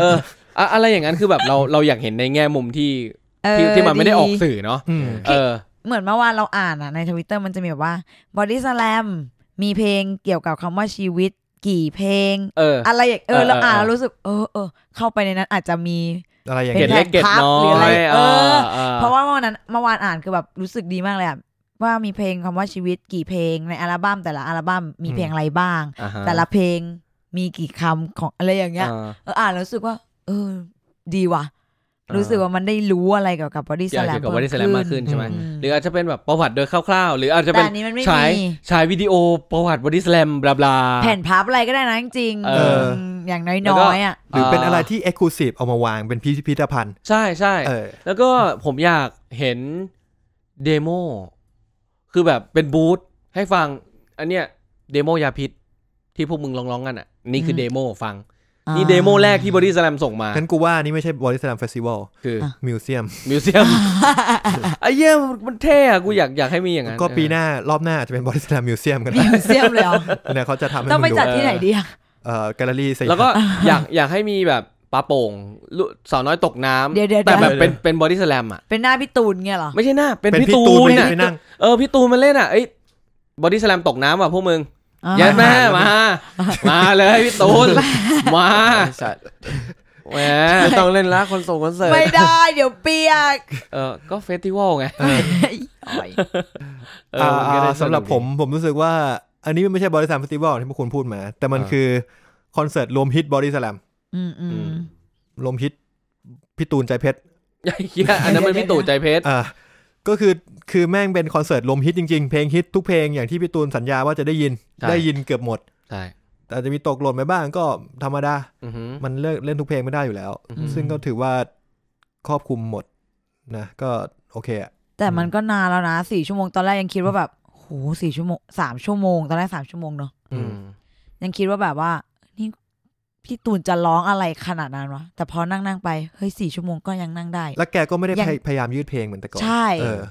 S2: เอออะอะไรอย่างนั้นคือแบบเราเราอยากเห็นในแง่มุมที่
S4: เออ
S2: ที่ที่มันไม่ได้ออก
S4: ดี
S2: สื่อเนาะ
S1: อืม
S2: เออ
S4: เหมือนเมื่อวานเราอ่านอ่ะในทวิตเตอร์มันจะมีแบบว่าบอดี้สแลมมีเพลงเกี่ยวกับคำว่าชีวิต กี่เพลง
S2: เออ
S4: อะไรอย่างเออ
S2: เออ
S4: เราอ่าน
S2: เออ
S4: เรารู้สึกเออเออเข้าไปในนั้นอาจจะมี
S1: อะไรอย่าง
S2: เก
S1: เงี้ย
S2: ร็ดเล็กเกร็ดน้อ
S4: หรืออะไร
S2: ย
S4: เออ
S2: ออ
S4: เพราะว่าเมื่อวานนั้นเมื่อวานอ่านคือแบบรู้สึกดีมากเลยอะว่ามีเพลงคำว่าชีวิตกี่เพลงในอัลบั้มแต่ละอัลบั้มมีเพลงอะไรบ้าง
S2: อ่าฮ
S4: แต่ละเพลงมีกี่คำของอะไรอย่างเงี้ย
S2: อ่า
S4: เอออ่านแล้วรู้สึกว่า เออ ดีว่ะ
S2: อ่ารู้
S4: รู้สึกว่ามันได้รู้อะไรเกี่ยวกับบอดี้
S2: เกี่
S4: ส
S2: ยว
S4: แลม
S2: กับวัตถุสแลมมากขึ้นใช่ไหมหรืออาจจะเป็นแบบประวัติโดยคร่าวๆ หรืออาจจะ
S4: แต่
S2: เป็น
S4: อันนี้มันไม่
S2: ฉาย
S4: มี
S2: ฉายวิดีโอประวัติวัตถุสแลมบลาบลา
S4: แผ่นพับอะไรก็ได้นะจริงๆ
S2: เอ
S1: อ
S4: มอย่างน้
S2: แล้วก็
S4: อยๆอ่ะ
S1: หรือเป็นอะไรที่เอ็กซ์คลูซีฟเอามาวางเป็นพิพิธภัณฑ์
S2: ใช่ใช่
S1: เออ
S2: แล้วก็ผมอยากเห็นเดโมคือแบบเป็นบูธให้ฟัง อันเนี้ยเดโมยาพิษ ที่พวกมึงร้องๆกันอ่ะ นี่คือ
S4: ม
S2: เดโมฟัง นี่เดโมแรกที่บริสแลมส่งมา
S1: งั้นกูว่านี่ไม่ใช่บอดี้สแลมเฟสติวัล
S2: คืออ
S1: มิวเซียม
S2: มิวเซียมไอ้เยี่ยมนมันเท่อะกูอยากอยากให้มีอย่างนั้น
S1: ก็ปีห
S2: เอ
S1: น้ารอบหน้าอาจจะเป็นบอดี้สแลมมิวเซียมกัน
S4: มี
S1: นะ
S4: มิวเซียมเลยเหรอ
S1: เนี่ยเขาจะทำให้
S4: ต้อง
S1: มึ
S4: ไป
S1: งดู
S4: จัดที่ไหนดีอะ
S1: เอ่อแกลเลอรี่
S2: อย
S1: สาม
S2: แล้วก็ อยากอยากให้มีแบบปลาโป่งลูกสาวน้อยตกน้ำ
S4: เดี๋ยวเดี๋ยว
S2: แต่แบบ
S1: เดี๋ยว
S2: เป็นเป็นบอดี้สแลมอ่ะ
S4: เป็นหน้าพี่ตูนเงี้ยเหรอ
S2: ไม่ใช่หน้าเป็น
S1: เป็น
S2: พี่
S1: พี่
S2: ตู
S1: ตูน
S2: น
S1: ไม่ได้
S2: น่ะ
S1: ไปนั่ง
S2: เออพี่ตูนมันเล่นอ่ะเอ้ยบอดี้สแลมตกน้ำอ่ะพวกมึง ยันแม่มา มาเลยพี่ตูน มา
S3: ไอ้สัตว์
S2: แหม
S3: ไม่ต้องเล่นละคนส่งคอนเสิร์ต
S4: ไม่ได้เดี๋ยวเปียก
S2: เออก็เฟสติวัลไง
S1: เออ
S2: เออมันก็ได้
S1: อ่าสำหรับผมผมรู้สึกว่า อันนี้มันไม่ใช่บอดี้สแลมเฟสติวัลที่พวกคุณพูดมา แต่มันคือคอนเสิร์ตรวมฮิตบอดี้สแลม
S4: อืมอืม
S1: รวมฮิตพี่ตูนใจเพชร
S2: ไอ้เหี้ยอันนั้นมันพี่ตู่ใจเพชร
S1: อ่าก็คือคือแม่งเป็นคอนเสิร์ตรวมฮิตจริงๆ เพลงฮิตทุกเพลงอย่างที่พี่ตูนสัญญาว่าจะได้ยินได้ยินเกือบหมด
S2: ใช่
S1: แต่จะมีตกหล่นไปบ้างก็ธรรมดา
S2: อือหือ
S1: มันเลิกเล่นทุกเพลงไม่ได้อยู่แล้ว
S2: อืม
S1: ซึ่งก็ถือว่าครอบคลุมหมดนะ ก็โอเคอะ
S4: แต่มันก็นานแล้วนะสี่ชั่วโมงตอนแรกยังคิดว่าแบบโหสี่ชั่วโมงสามชั่วโมงตอนแรกสามชั่วโมงเนอะ
S2: อืม
S4: ยังคิดว่าแบบว่า นี่พี่ตูนจะร้องอะไรขนาดนั้นวะ แต่พอนั่งนั่งๆไป เฮ้ยสี่ชั่วโมงก็ยังนั่งได้
S1: แล้วแกก็ไม่ได้
S4: ยัง
S1: พยพยายามยืดเพลงเหมือนแต่ก่อน
S4: ใช่
S1: เออ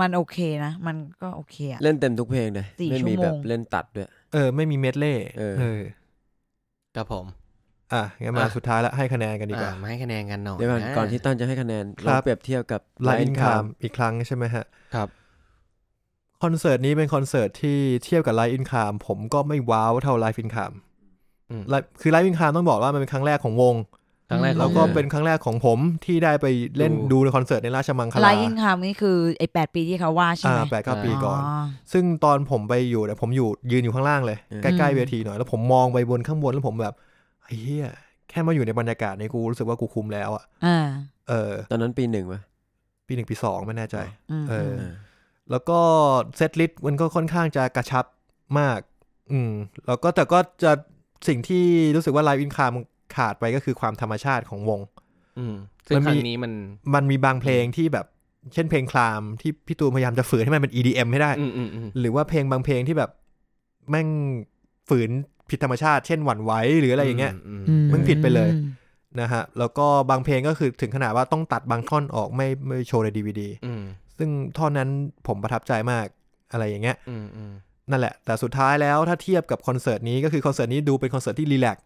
S4: มันโอเคนะ มันก็โอเคอะ
S3: เล่นเต็มทุกเพลงเลย
S4: สี่
S3: ไม่มี
S4: ชั่วโมง
S3: แบบเล่นตัดด้วย
S1: เออ ไม่มีเมดเล่
S3: เออ
S1: เออ
S2: ครับผม
S1: อ่ะ งั้นมาสุดท้ายละให้คะแนนกันดีก
S2: อ่า
S1: ว่า
S2: มาให้คะแนนกันหน่อย
S3: เดี๋ยวก่อน
S2: นะ
S3: ก่อนที่ต้นจะให้คะแนนเราเปรียบเทียบกับ
S1: ไล
S3: Lion
S1: น์อินคาม
S3: Cam
S1: อีกครั้งใช่ไหมฮะ
S2: ครับ
S1: คอนเสิร์ตนี้เป็นคอนเสิร์ตที่เทียบกับไลน์อินคามผมก็ไม่ว้าวเท่าไลฟ์อินคาม
S2: อืม
S1: คือไลฟ์อินคามต้องบอกว่ามันเป็นครั้งแรกของวง
S2: ครั้งแรก
S1: แล้วก็
S2: ของ
S1: เป็นครั้งแรกของผมที่ได้ไปเล่น
S2: ดู
S1: ดูในคอนเสิร์ตในราชมังค
S4: ไล
S1: ลา
S4: อินคามนี่คือไอแปดปีที่เขาว่าใช่
S1: อ่า
S4: ไหม
S1: แปดเก้าปีก่อน
S4: อ๋อ
S1: ซึ่งตอนผมไปอยู่เนี่ยผมอยู่ยืนอยู่ข้างล่างเลย
S3: อืม
S1: ใกล้
S4: อื
S1: ๆ
S4: ม
S1: เวทีหน่อย แล้วผมมองไปบนข้างบนแล้วผมแบบไอ้เฮียแค่มาอยู่ในบรรยากาศนี้กูรู้สึกว่ากูคุมแล้วอะ
S4: อ่า
S1: เออ
S3: ตอนนั้นปีหนึ่งปะ
S1: ปีหนึ่งปีสองไม่แน่ใจ
S4: ม
S1: เออ
S4: ม
S1: แล้วก็เซตลิสต์มันก็ค่อนข้างจะกระชับมาก อืม แล้วก็แต่ก็จะสิ่งที่รู้สึกว่าไลฟ์อินคามขาดไปก็คือความธรรมชาติของวง
S2: อืมซึ่ง
S1: มัน
S2: ค
S1: มี
S2: รั้งนี้มัน
S1: มันมีบางเพลงที่แบบ เช่นเพลงคลามที่พี่ตูนพยายามจะฝืนให้มันเป็น EDM ให้ได้
S2: อืมอืมอืม
S1: หรือว่าเพลงบางเพลงที่แบบแม่งฝืนผิดธรรมชาติ เช่นหวั่นไหวหรืออะไรอย่างเงี้ย
S2: มม
S4: อื
S1: มันผิดไปเลย
S4: อืม
S1: นะฮะ แล้วก็บางเพลงก็คือถึงขนาดว่าต้องตัดบางท่อนออกไม่ไม่โชว์ในดีวดี
S2: อืม
S1: ซึ่งท่อนนั้นผมประทับใจมากอะไรอย่างเงี้ย
S2: อืมอืม
S1: นั่นแหละ แต่สุดท้ายแล้วถ้าเทียบกับคอนเสิร์ตนี้ก็คือคอนเสิร์ตนี้ดูเป็นคอนเสิร์ตที่รีแลกซ์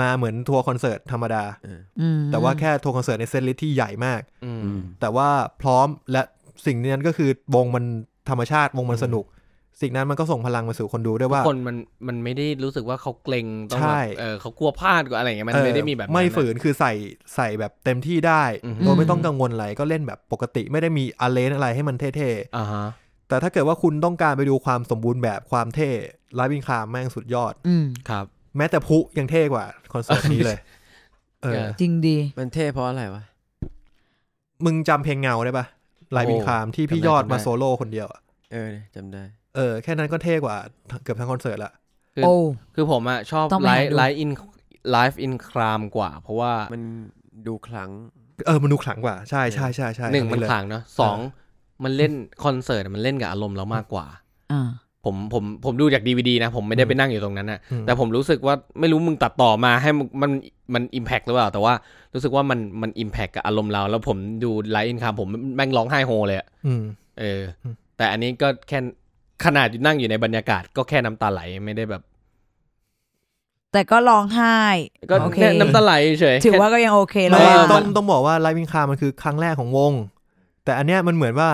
S1: มาเหมือนทัวร์คอนเสิร์ตธรรมดา
S4: อืม
S1: แต่ว่าแค่ทัวร์คอนเสิร์ตในเซตลิสต์ที่ใหญ่มาก
S2: อืม
S3: อืม
S1: แต่ว่าพร้อมและสิ่งนั้นก็คือวงมันธรรมชาติวงมันสนุก สิ่งนั้นมันก็ส่งพลังมาสู่คนดูด้วยว่า
S2: คนมันมันไม่ได้รู้สึกว่าเขาเกรงต้อง
S1: ใช่
S2: แบบเออเขากลัวพลาดกลัวอะไรอย่างเงี้ยมันไม่ได้มีแบบ
S1: เออไม่
S2: นั้นอะ
S1: ฝืนคือใส่ใส่แบบเต็มที่ได้
S2: อือฮึ
S1: โดยไม่ต้องกังวลอะไรก็เล่นแบบปกติไม่ได้มีอาเลนอะไรให้มันเท่
S2: อ่าฮะ
S1: ๆ แต่ถ้าเกิดว่าคุณต้องการไปดูความสมบูรณ์แบบความเท่ไลฟ์บินคามแม่งสุดยอด
S4: อืม
S2: ครับ
S1: แม้แต่พลุยังเท่กว่าคอนเสิร์ตนี้เลย เออ
S4: จริงดี
S3: มันเท่เพราะอะไรวะ
S1: มึงจำเพลงเงาได้ปะไลฟ์บินคามที่พี่ยอดมาโซโล่คนเดียวอะ
S3: เออเนี่ยจำได้
S1: เออแค่นั้นก็เท่กว่าเกือบทั้งคอนเสิร์ตละ
S2: คือ
S4: โอ้
S2: คือผมอะชอบ
S4: ต้องไป
S2: ไล
S4: หา
S2: ฟ์ไล
S4: ดู
S2: ฟ์อินไลฟ์อินครามกว่า เพราะว่า
S3: มันดูคลัง
S1: เออมันดูขลังกว่าใช่ใช่ใช่ใช่
S2: หนึ่ง
S1: อั
S2: มัน
S1: เลย
S2: ขลังเนาะสองมันเล่นคอนเสิร์ตมันเล่นกับอารมณ์เรามากกว่า
S4: อ่า
S2: ผมผมผมดูจากดีวดีนะ ผมไม่ได้
S1: อืม
S2: ไปนั่งอยู่ตรงนั้นนะ
S1: อืม
S2: แต่ผมรู้สึกว่าไม่รู้มึงตัดต่อมาให้มันมันมันอิมแพกหรือเปล่า แต่ว่ารู้สึกว่ามันมันอิมแพกกับอารมณ์เรา แล้วผมดูไลฟ์อินครามผมแม่งร้องไห้โฮเลยอะ
S1: อืม
S2: เอออ
S1: ม
S2: แต่อันนี้ก็แค่ขนาดนั่งอยู่ในบรรยากาศก็แค่น้ำตาไหลไม่ได้แบบ
S4: แต่ก็ร้องไห้
S2: ก็
S4: โอเค
S2: แค่น้ำตาไหลเฉย
S4: ถือว่า
S2: แค่
S4: ก็ยังโอเคแล้
S1: ไม่
S4: ว
S2: เออ
S1: ต้อ
S4: ว่า
S1: งต้องบอกว่าไลฟ์วิงคามันคือครั้งแรกของวง แต่อันเนี้ยมันเหมือนว่า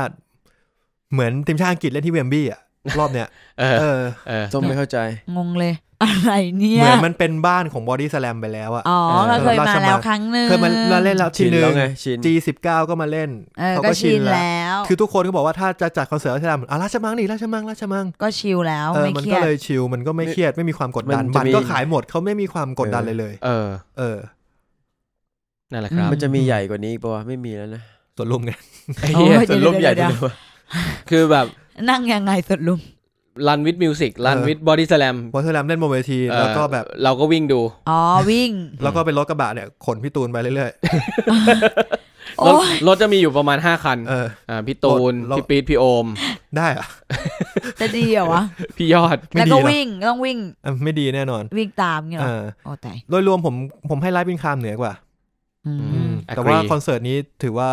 S1: เหมือนทีมชาติอังกฤษเล่นที่เวมบลีอ่ะ รอบเนี้ย
S2: เออ
S1: เออ
S2: เออ
S3: ส้มไม่เข้าใจ
S4: งงเลย อะไรเนี่
S1: เห
S4: ย
S1: มือนมันเป็นบ้านของบอดี้สแลมไปแล้วอ่ะ
S4: อ๋อ เราเคย
S1: รา
S4: มา
S1: ชมัง
S4: แล้วครั้งหนึ่ง
S1: เคยมาเล่นแล้วที
S3: ชิน
S1: หนึ่
S3: แล้
S1: ง
S3: วไง ชิน
S1: G19 ก็มาเล่น
S4: เออก็ชินแล้ว
S1: คือทุกคนก็บอกว่าถ้าจะจัดคอนเสิร์ตราชดำอ่ะราชมังนี่ราชมังราชมัง
S4: ก็ชิลแล้ว
S1: เออ
S4: ไม่
S1: มัน
S4: เครี
S1: ก็
S4: ยด
S1: เลยชิลมันก็ไม่เครียดไม่มีความกดดัน
S3: มันจะ
S1: บัตรก็
S3: มี
S1: ขายหมดเขาไม่มีความกดดันเลยเลย
S2: เออ
S1: เออ
S2: นั่นแหละครับ
S3: มันจะมีใหญ่กว่านี้อีกปะวะไม่มีแล้วนะ
S1: ส่วนรวมกัน
S2: ไอ้เหี้ย
S4: โอ้ย
S3: ส่วนร่มใหญ่จังเลยวะ
S2: คือแบบ
S4: นั่งยังไงสดลุม
S2: Run with Music Run
S1: เออ
S2: with Body Slam
S1: บอดี้สแลมเล่นบนเวที
S2: เออ
S1: แล้วก็แบบ
S2: เราก็วิ่งดู
S4: อ๋อ วิ่ง
S1: แล้วก็เป็นรถกระบะเนี่ยขนพี่ตูนไปเรื่อย
S2: ร
S4: โอ้
S2: ถ
S4: ย
S2: รถจะมีอยู่ประมาณ 5 คัน
S1: ๆเออ
S2: อ่าพี่ตูน
S1: รถ
S2: พี่ปี๊ดพี่โอม
S1: ได้อะ
S4: จะดีเหรอวะ
S2: พี่ยอด
S1: ไม่
S4: แล้ว
S1: ดี
S4: ก็
S1: หรอ
S4: วิ่งต้องวิ่ง
S1: อ่ะไม่ดีแน่นอน
S4: วิ่งตามเงี้ยเหร
S1: เอ
S4: อ
S1: อ
S4: โอ้แต่
S1: โดยรวมผมผมให้ไลฟ์บินคามเหนือกว่า
S4: อืม
S2: อืม
S1: แต่ว่า
S2: Agree
S1: คอนเสิร์ตนี้ถือว่า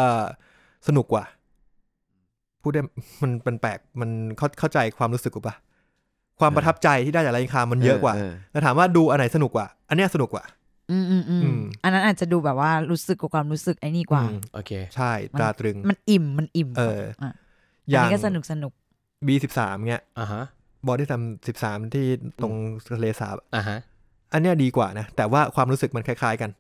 S1: สนุกกว่า พูดได้มันมันแปลกมันเข้าเข้าใจความรู้สึกกูปะความ
S3: เออ
S1: ประทับใจที่ได้จากไลฟ์บินคามมันเยอะกว่า
S3: เออ
S1: แต่ถามว่าดูอันไหนสนุกกว่า อันเนี้ยสนุกกว่า
S4: อืมอืมอืม
S1: อืม
S4: อันนั้นอาจจะดูแบบว่ารู้สึกกับความรู้สึกไอ้นี่กว่า
S1: อืม
S2: โอเค
S1: ใช่ตราตรึง
S4: มันอิ่มมันอิ่ม
S1: เออ
S4: อ่ะ
S1: อ
S4: อัน
S1: ย่าง
S4: นี้ก็สนุกสนุก
S1: B13 เงี้ย
S2: อ่าฮะ
S1: บอดี้ซัม13 ที่ตรงทะเลสาบ
S2: อ่าฮะ
S1: อันเนี้ยดีกว่านะ แต่ว่าความรู้สึกมันคล้ายๆกัน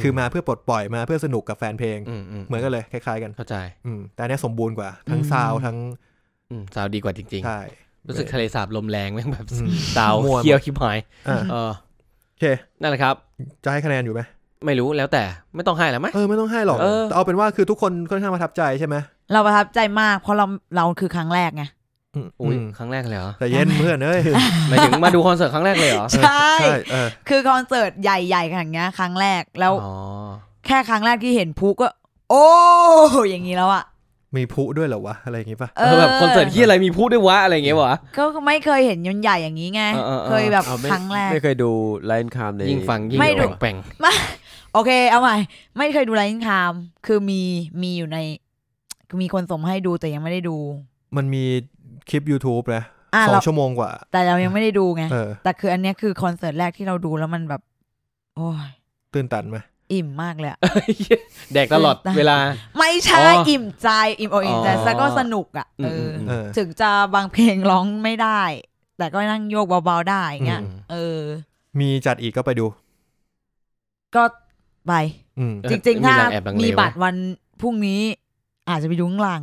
S1: คือมาเพื่อปลดปล่อยมาเพื่อสนุกกับแฟนเพลง
S2: อืมอืม
S1: เหมือนกันเลยคล้ายๆกัน
S2: เข้าใจ
S1: อืมแต่อันเนี้ยสมบูรณ์กว่า ทั้งซาวด์ทั้ง
S2: อืมสาวดีกว่าจริง
S1: ใช่
S2: ๆ รู้สึกทะเลสาบลมแรงแม่งแบบ
S1: อืม
S2: สาว
S1: ม่วน
S2: เคี้ยวคิบหาย
S1: อ่ะ
S2: เออ
S1: โอเค
S2: นั่นแหละครับ
S1: จะให้คะแนนอยู่ไหม
S2: ไม่รู้แล้วแต่ไม่ต้องให้แล้วไหม
S1: เออไม่ต้องให้หรอก
S2: เออ
S1: แต่เอาเป็นว่าคือทุกคนค่อนข้างประทับใจใช่ไหม
S4: เราประทับใจมาก เพราะเราเราคือครั้งแรกไง
S1: อืม
S2: อุ้ย
S1: อืม
S2: ครั้งแรกเลยเหรอ
S1: แต่เย็นเพื่อนเอ้ย
S2: หมายถึงมาดูคอนเสิร์ตครั้งแรกเลยเหรอ
S4: ใช่
S1: ใช่เออ
S4: คือคอนเสิร์ตใหญ่ๆขนาดเนี้ยครั้งแรกแล้ว
S2: อ๋อ
S4: แค่ครั้งแรกที่เห็นพลุก็ โอ้อย่างนี้แล้วอะ
S1: มีพลุด้วยเหรอวะ อะไรอย่างงี้ป่ะ
S4: เอ
S2: เออแบบคอนเสิร์ตที่อะไรมีพูดด้วยวะอะไรอย่างเงี้ยวะ
S4: ก็ไม่เคยเห็นยนต์ใหญ่อย่างนี้ไง
S2: เออเออเออ
S4: เคยแบบ
S3: เอาไม่
S4: ครั้งแรก
S3: ไม่เคยดูไลน์คามใน
S2: ยิ่งฟังยิ่ง
S4: ไม่ดู
S2: แปลง
S4: โอเคเอาใหม่ไม่เคยดูไลน์คามคือมีมีอยู่ในคือมีคนส่งมาให้ดูแต่ยังไม่ได้ดู
S1: มันมีคลิป YouTube นะ
S4: อ่ะ
S1: สอ
S4: เรา
S1: งชั่วโมงกว่า
S4: แต่เรายังไม่ได้ดูไง
S1: เออ
S4: แต่คืออันเนี้ยคือคอนเสิร์ตแรกที่เราดูแล้วมันแบบ โอ้ย
S1: ตื่นตันไหม
S4: อิ่มมากเลยอะ
S2: ๆแดกตลอดเวลา
S4: ไม่ใช่
S2: อ๋ออิ่
S4: อิ่มใจอิ่มอกอิ่มใจ
S2: อ๋อ
S4: แต่ก็สนุกอ่ะ
S2: อืม
S4: เออ
S2: ม
S1: เออ
S4: อถึงจะบางเพลงร้องไม่ได้ แต่ก็นั่งโยกเบาๆได้อย่างเงี้ย
S1: อืม
S4: เออ
S1: มีจัดอีกก็ไปดู
S4: ก็ไป
S1: อืม
S4: จริง ๆ ถ้า
S2: แอบแอบลังเล
S4: มี
S2: วะ
S4: บัตรวันพรุ่งนี้ อาจจะไปดูข้างล่าง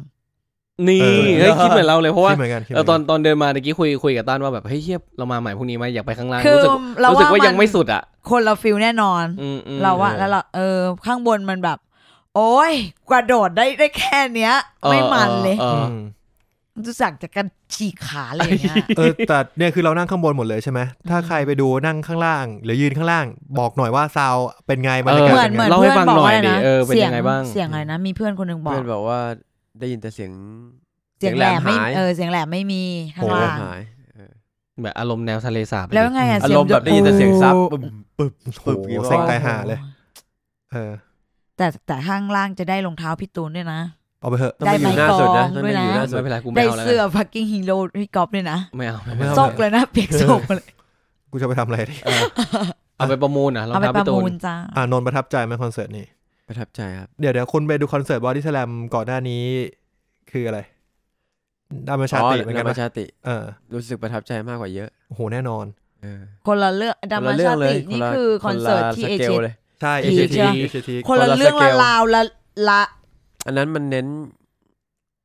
S2: นี่
S1: เออ
S2: เฮ้ยคิดเหมือนเราเลยเพราะว่า
S1: คิดเหมือนกันคิดห
S2: เอ
S1: มื
S2: อ
S1: กั
S2: ตอนตอนเดินมาตะกี้คุยคุยกับต้านว่าแบบเฮ้ยเฮียเรามาใหม่พรุ่งนี้ไหมอยากไปข้างล่าง
S4: คือ
S2: รู้สึก
S4: เรา
S2: รู้สึกว่า
S4: ว่ามั
S2: ยั
S4: น
S2: งไม่สุดอ่ะ
S4: คนเราฟิลแน่นอน
S2: อืมอืม
S4: เราว่าแล้วเราเออ ข้างบนมันแบบ โอ้ยกระโดดได้ได้แค่เนี้ย
S2: ออ
S4: ไม่มันเลย
S2: ออออ
S1: ม
S4: รู้สึกจะกันฉีกขาเลยอย่างเงี้ย
S1: เออแต่เนี่ยคือเรานั่งข้างบนหมดเลยใช่ไหมถ้าใครไปดูนั่งข้างล่าง หรือยืนข้างล่าง บอกหน่อยว่าซาวเป็นไงบรรยากาศ
S4: เหมือน
S1: เป็นไง
S4: เหมือน
S2: เล่าให้
S4: เพื่อน
S2: ฟัง
S4: บอกว่า
S2: หน่อย
S4: อะไร
S2: ดิ
S4: นะ
S2: เออเป็นยังไงบ้าง
S4: เสียงอะไรนะ มีเพื่อนคนหนึ่งบอก
S3: เพื่อนบอกว่าได้ยินแต่เสียง
S4: เสียงแหลมไม่
S3: เสียงแหลมหาย
S4: เออเสียงแหลมไม่มีข้าง
S3: โห
S4: ล่าง
S3: หายเออ
S2: แบบอารมณ์แนวทะเลสาบเลย
S4: แล้วไงอะ
S3: อา
S4: เสีย
S3: รง มณ์แบบได้ยินแต่เสียงซับปึ้ม
S1: ปึ๊บโอ้โห
S3: ปึ๊บ
S1: เสียงไกลห่าเลย
S4: โอ้โห
S1: เออ
S4: แต่แต่ข้างล่างจะได้รองเท้าพี่ตูนด้วยนะ
S1: เอาไปเถอะ
S3: ต้องไปอยู่หน้าสุดนะต้องไปอยู่หน้าสุด
S2: ไม่เป็นไรกูไม่
S4: ได้
S2: เอาแล้ว
S4: เสื้อพักกิ้งฮีโร่พี่ก๊อฟด้วยนะ
S2: ไม่เอา
S1: เอาไม่เอา
S4: ซก
S1: เถ
S4: เล
S1: อะ
S4: ยนะเปียกซกเลย
S1: กูจะไปทำอะไรดี
S2: เออเอาไปประมูลนะรอง
S4: เอาไป
S2: เท้า
S4: ป
S2: พี่
S4: ระ
S2: ตู
S4: มู
S2: น
S4: ลจ้า
S1: อ่านนท์ประทับใจไหมคอนเสิร์ตนี้
S3: ประทับใจครับ
S1: เดี๋ยวเดี๋ยวคุณไปดูคอนเสิร์ตบอดี้สแลมก่อนหน้านี้คืออะไรดามาชาติเหมือนกัน
S3: น
S1: นะ
S3: ชาติ
S1: เออ
S3: รู้สึกประทับใจมากกว่าเยอะ
S1: โอ้โหแน่นอน
S3: เออ
S4: คนละเรื่องดา
S3: คน
S4: มา
S3: ละเรื่อ
S4: ชาง
S3: เลย
S4: ตินี่คือคอนเสิร์ตที่
S3: คน
S4: เอ
S3: ละสก
S4: เชี
S3: ล
S4: ย
S3: เลย
S1: ใช่เอ
S4: ที
S1: เชีย
S4: ใช่
S1: ที
S4: ไหม
S1: เอเชียที
S4: คนละ
S3: คนละ
S4: เรื่อง
S3: สเก
S4: ละ
S3: ล
S4: ราวละละ
S3: อันนั้นมันเน้น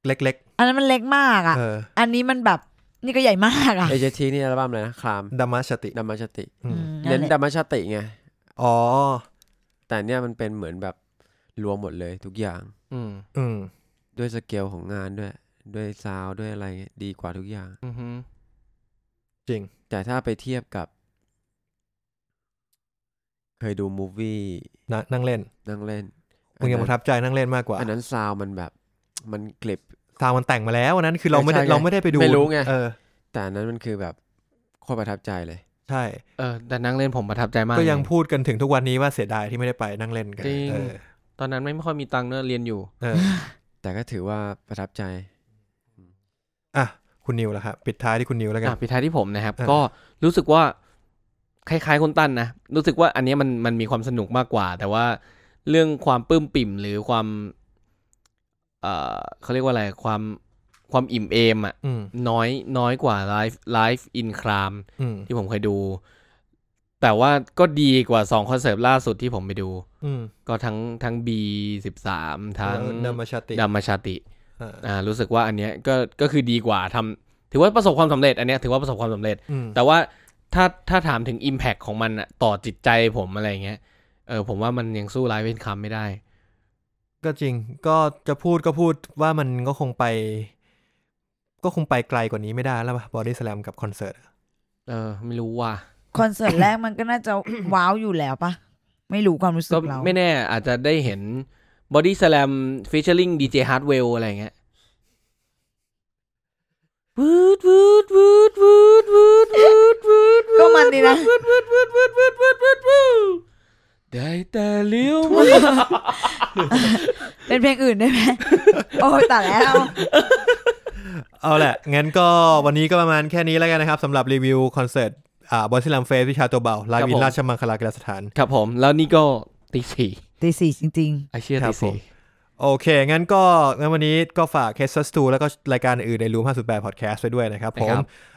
S1: เล็ก
S4: อันนั้นมันเล็กมากอ่ะ
S1: ๆเออ
S4: อันนี้มันแบบนี่ก็ใหญ่มากอ่ะ
S3: เอเจทีนี่อัลบั้มอะไรนะคลาม
S1: ดามาชาติ
S3: ดัมมาชาติ
S1: อื
S4: อื
S1: ม
S4: ม
S3: เน้น
S4: แหละ
S3: ดัมมาชาติไง
S1: อ๋อ
S3: แต่เนี่ยมันเป็นเหมือนแบบรวมหมดเลยทุกอย่าง
S2: อืม
S1: อืม
S3: ด้วยสเกลของงานด้วย ด้วยซาวด์ด้วยอะไรเงี้ยดีกว่าทุกอย่าง
S2: อือฮึ
S1: จริง
S3: แต่ถ้าไปเทียบกับ เคยดูมูฟวี่
S1: นะนั่งเล่น
S3: นั่งเล่น
S1: มึงยังประทับใจนั่งเล่นมากกว่า
S3: อันนั้นซาวด์มันแบบมันกลิบ
S1: ซาวมันแต่งมาแล้วอันนั้นคือเราไม่ได้
S3: ใช่ไง
S1: เราไม่ได้ไปดู
S3: ไม่รู้ไง
S1: เออ
S3: แต่อันนั้นมันคือแบบโคตรประทับใจเลย
S1: ใช่
S2: เออแต่นั่งเล่นผมประทับใจมาก
S1: ก็ยังพูดกันถึงทุกวันนี้ว่าเสียดายที่ไม่ได้ไปนั่งเล่นกัน
S2: จริง
S1: เออ
S2: ตอนนั้นไม่ค่อยมีตังค์เนอะเรียนอยู่
S1: เออ
S3: แต่ก็ถือว่าประทับใจ
S1: อ่ะคุณนิวแล้วครับปิดท้ายที่คุณนิวแล้วกัน
S2: อ่ะปิดท้ายที่ผมนะครับ
S1: อ่ะ
S2: ก็รู้สึกว่าคล้ายๆคนตั้นนะ รู้สึกว่าอันเนี้ยมันมันมีความสนุกมากกว่า แต่ว่าเรื่องความปลื้มปิ่มหรือความ เอ่อเขาเรียกว่าอะไรความความอิ่มเอมอะ
S1: อืม
S2: น้อยน้อยกว่าไลฟ์ไลฟ์อินคราม
S1: อืม
S2: ที่ผมเคยดู แต่ว่าก็ดีกว่า 2 คอนเสิร์ตล่าสุดที่ผมไปดู
S1: อืม
S2: ก็ทั้งทั้ง B13 ทั้ง
S1: เดมาชาติ
S2: ดัมมาชาติ
S1: อ่า
S2: อ่ารู้สึกว่าอันเนี้ยก็ก็คือดีกว่าทำถือว่าประสบความสำเร็จอันเนี้ยถือว่าประสบความสำเร็จ
S1: อืม
S2: แต่ว่าถ้าถ้าถามถึง Impact ของมันอะต่อจิตใจผมอะไรอย่างเงี้ยเออผมว่ามันยังสู้ไลฟ์เป็นคำไม่ได้
S1: ก็จริงก็จะพูดก็พูดว่ามันก็คงไป ก็คงไปไกลกว่านี้ไม่ได้แล้วป่ะบอดี้สแลมกับคอนเสิร์ตอะ
S2: เออไม่รู้ว่า
S4: คอนเสิร์ตแรกมันก็น่าจะ ว้าวอยู่แล้วปะไม่รู้ความรู้สึ
S2: ก็
S4: กเรา
S2: ไม่แน่อาจจะได้เห็น Body Slam featuring DJ Hardwell อะไรอย่างเงี้ยวืดวืดวืดวืดวืดวืดวืดวืด
S4: ก็มันดีนะ
S2: วืดวืดวืดวืดวืดวืดวืดวืดได้แต่เลี้ยวมา
S4: เป็นเพลงอื่นได้ไหม โอ้ยแต่แล้ว
S1: เอาแหละ งั้นก็วันนี้ก็ประมาณแค่นี้แล้วกันนะครับสำหรับรีวิวคอนเสิร์ตอ่าบอดี้สแลมเฟสวิชาตัวเบาลา
S2: ครับ
S1: วิ
S2: ผ
S1: น
S2: ม
S1: ราชมังคลากีฬาสถาน
S2: ครับผมแล้วนี่ก็ตีสี่
S4: ตีสี่จริง
S2: ไอเชีย
S1: ครั
S2: ตี
S1: บผม
S2: สี่
S1: โอเค งั้นก็งั้นวันนี้ก็ฝาก c a s e s 2แล้วก็รายการอื่นในรูม58 Podcast ไปด้วยนะครับผม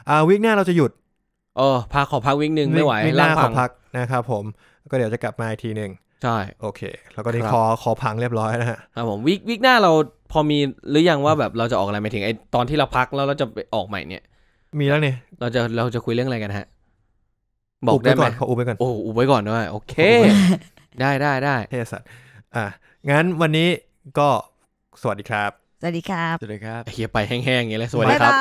S1: อ่าวิกหน้าเราจะหยุด
S2: เออพาขอพักวิ่งหนึ่งไม่ไหว
S1: วิกหน้า
S2: ร่าง
S1: ข
S2: พั
S1: องพักนะครับผมก็เดี๋ยวจะกลับมาอีกทีหนึ่ง
S2: ใช่
S1: โอเค แล้วก็นี่
S2: ครับ
S1: คอคอพังเรียบร้อยนะฮะ
S2: ครับผมวิกวิกหน้าเราพอมีหรือยังว่าแบบเราจะออกอะไรหมายถึงไอตอนที่เราพักแล้วเราจะไปออกใหม่เนี่ย
S1: มีแล้วเนี่ย
S2: เราจะเราจะคุยเรื่องอะไรกันฮะ บอก
S1: บ
S2: ได้
S1: ได้
S2: ไหม
S1: ก่อนขออุบไปก่อน
S2: โอ้อุบไว้ก่อนด้วยโอเค
S1: อุบไว้
S2: ได้ได้ได้
S1: เทสัตว์อ่ะงั้นวันนี้ก็สวัสดีครับ
S4: ๆ สวัสดีครับ
S3: สวัสดีครับ
S2: ไอ้เฮียไปแห้งๆอย่างเงี้ยเลยสวัสดี
S4: บ๊าย
S2: ครับ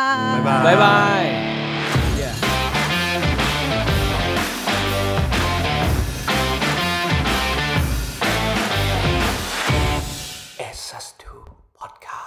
S4: า
S1: บ๊ายบาย
S2: บบ๊ายบาย
S4: ย
S2: เอสซัสทูพอดคา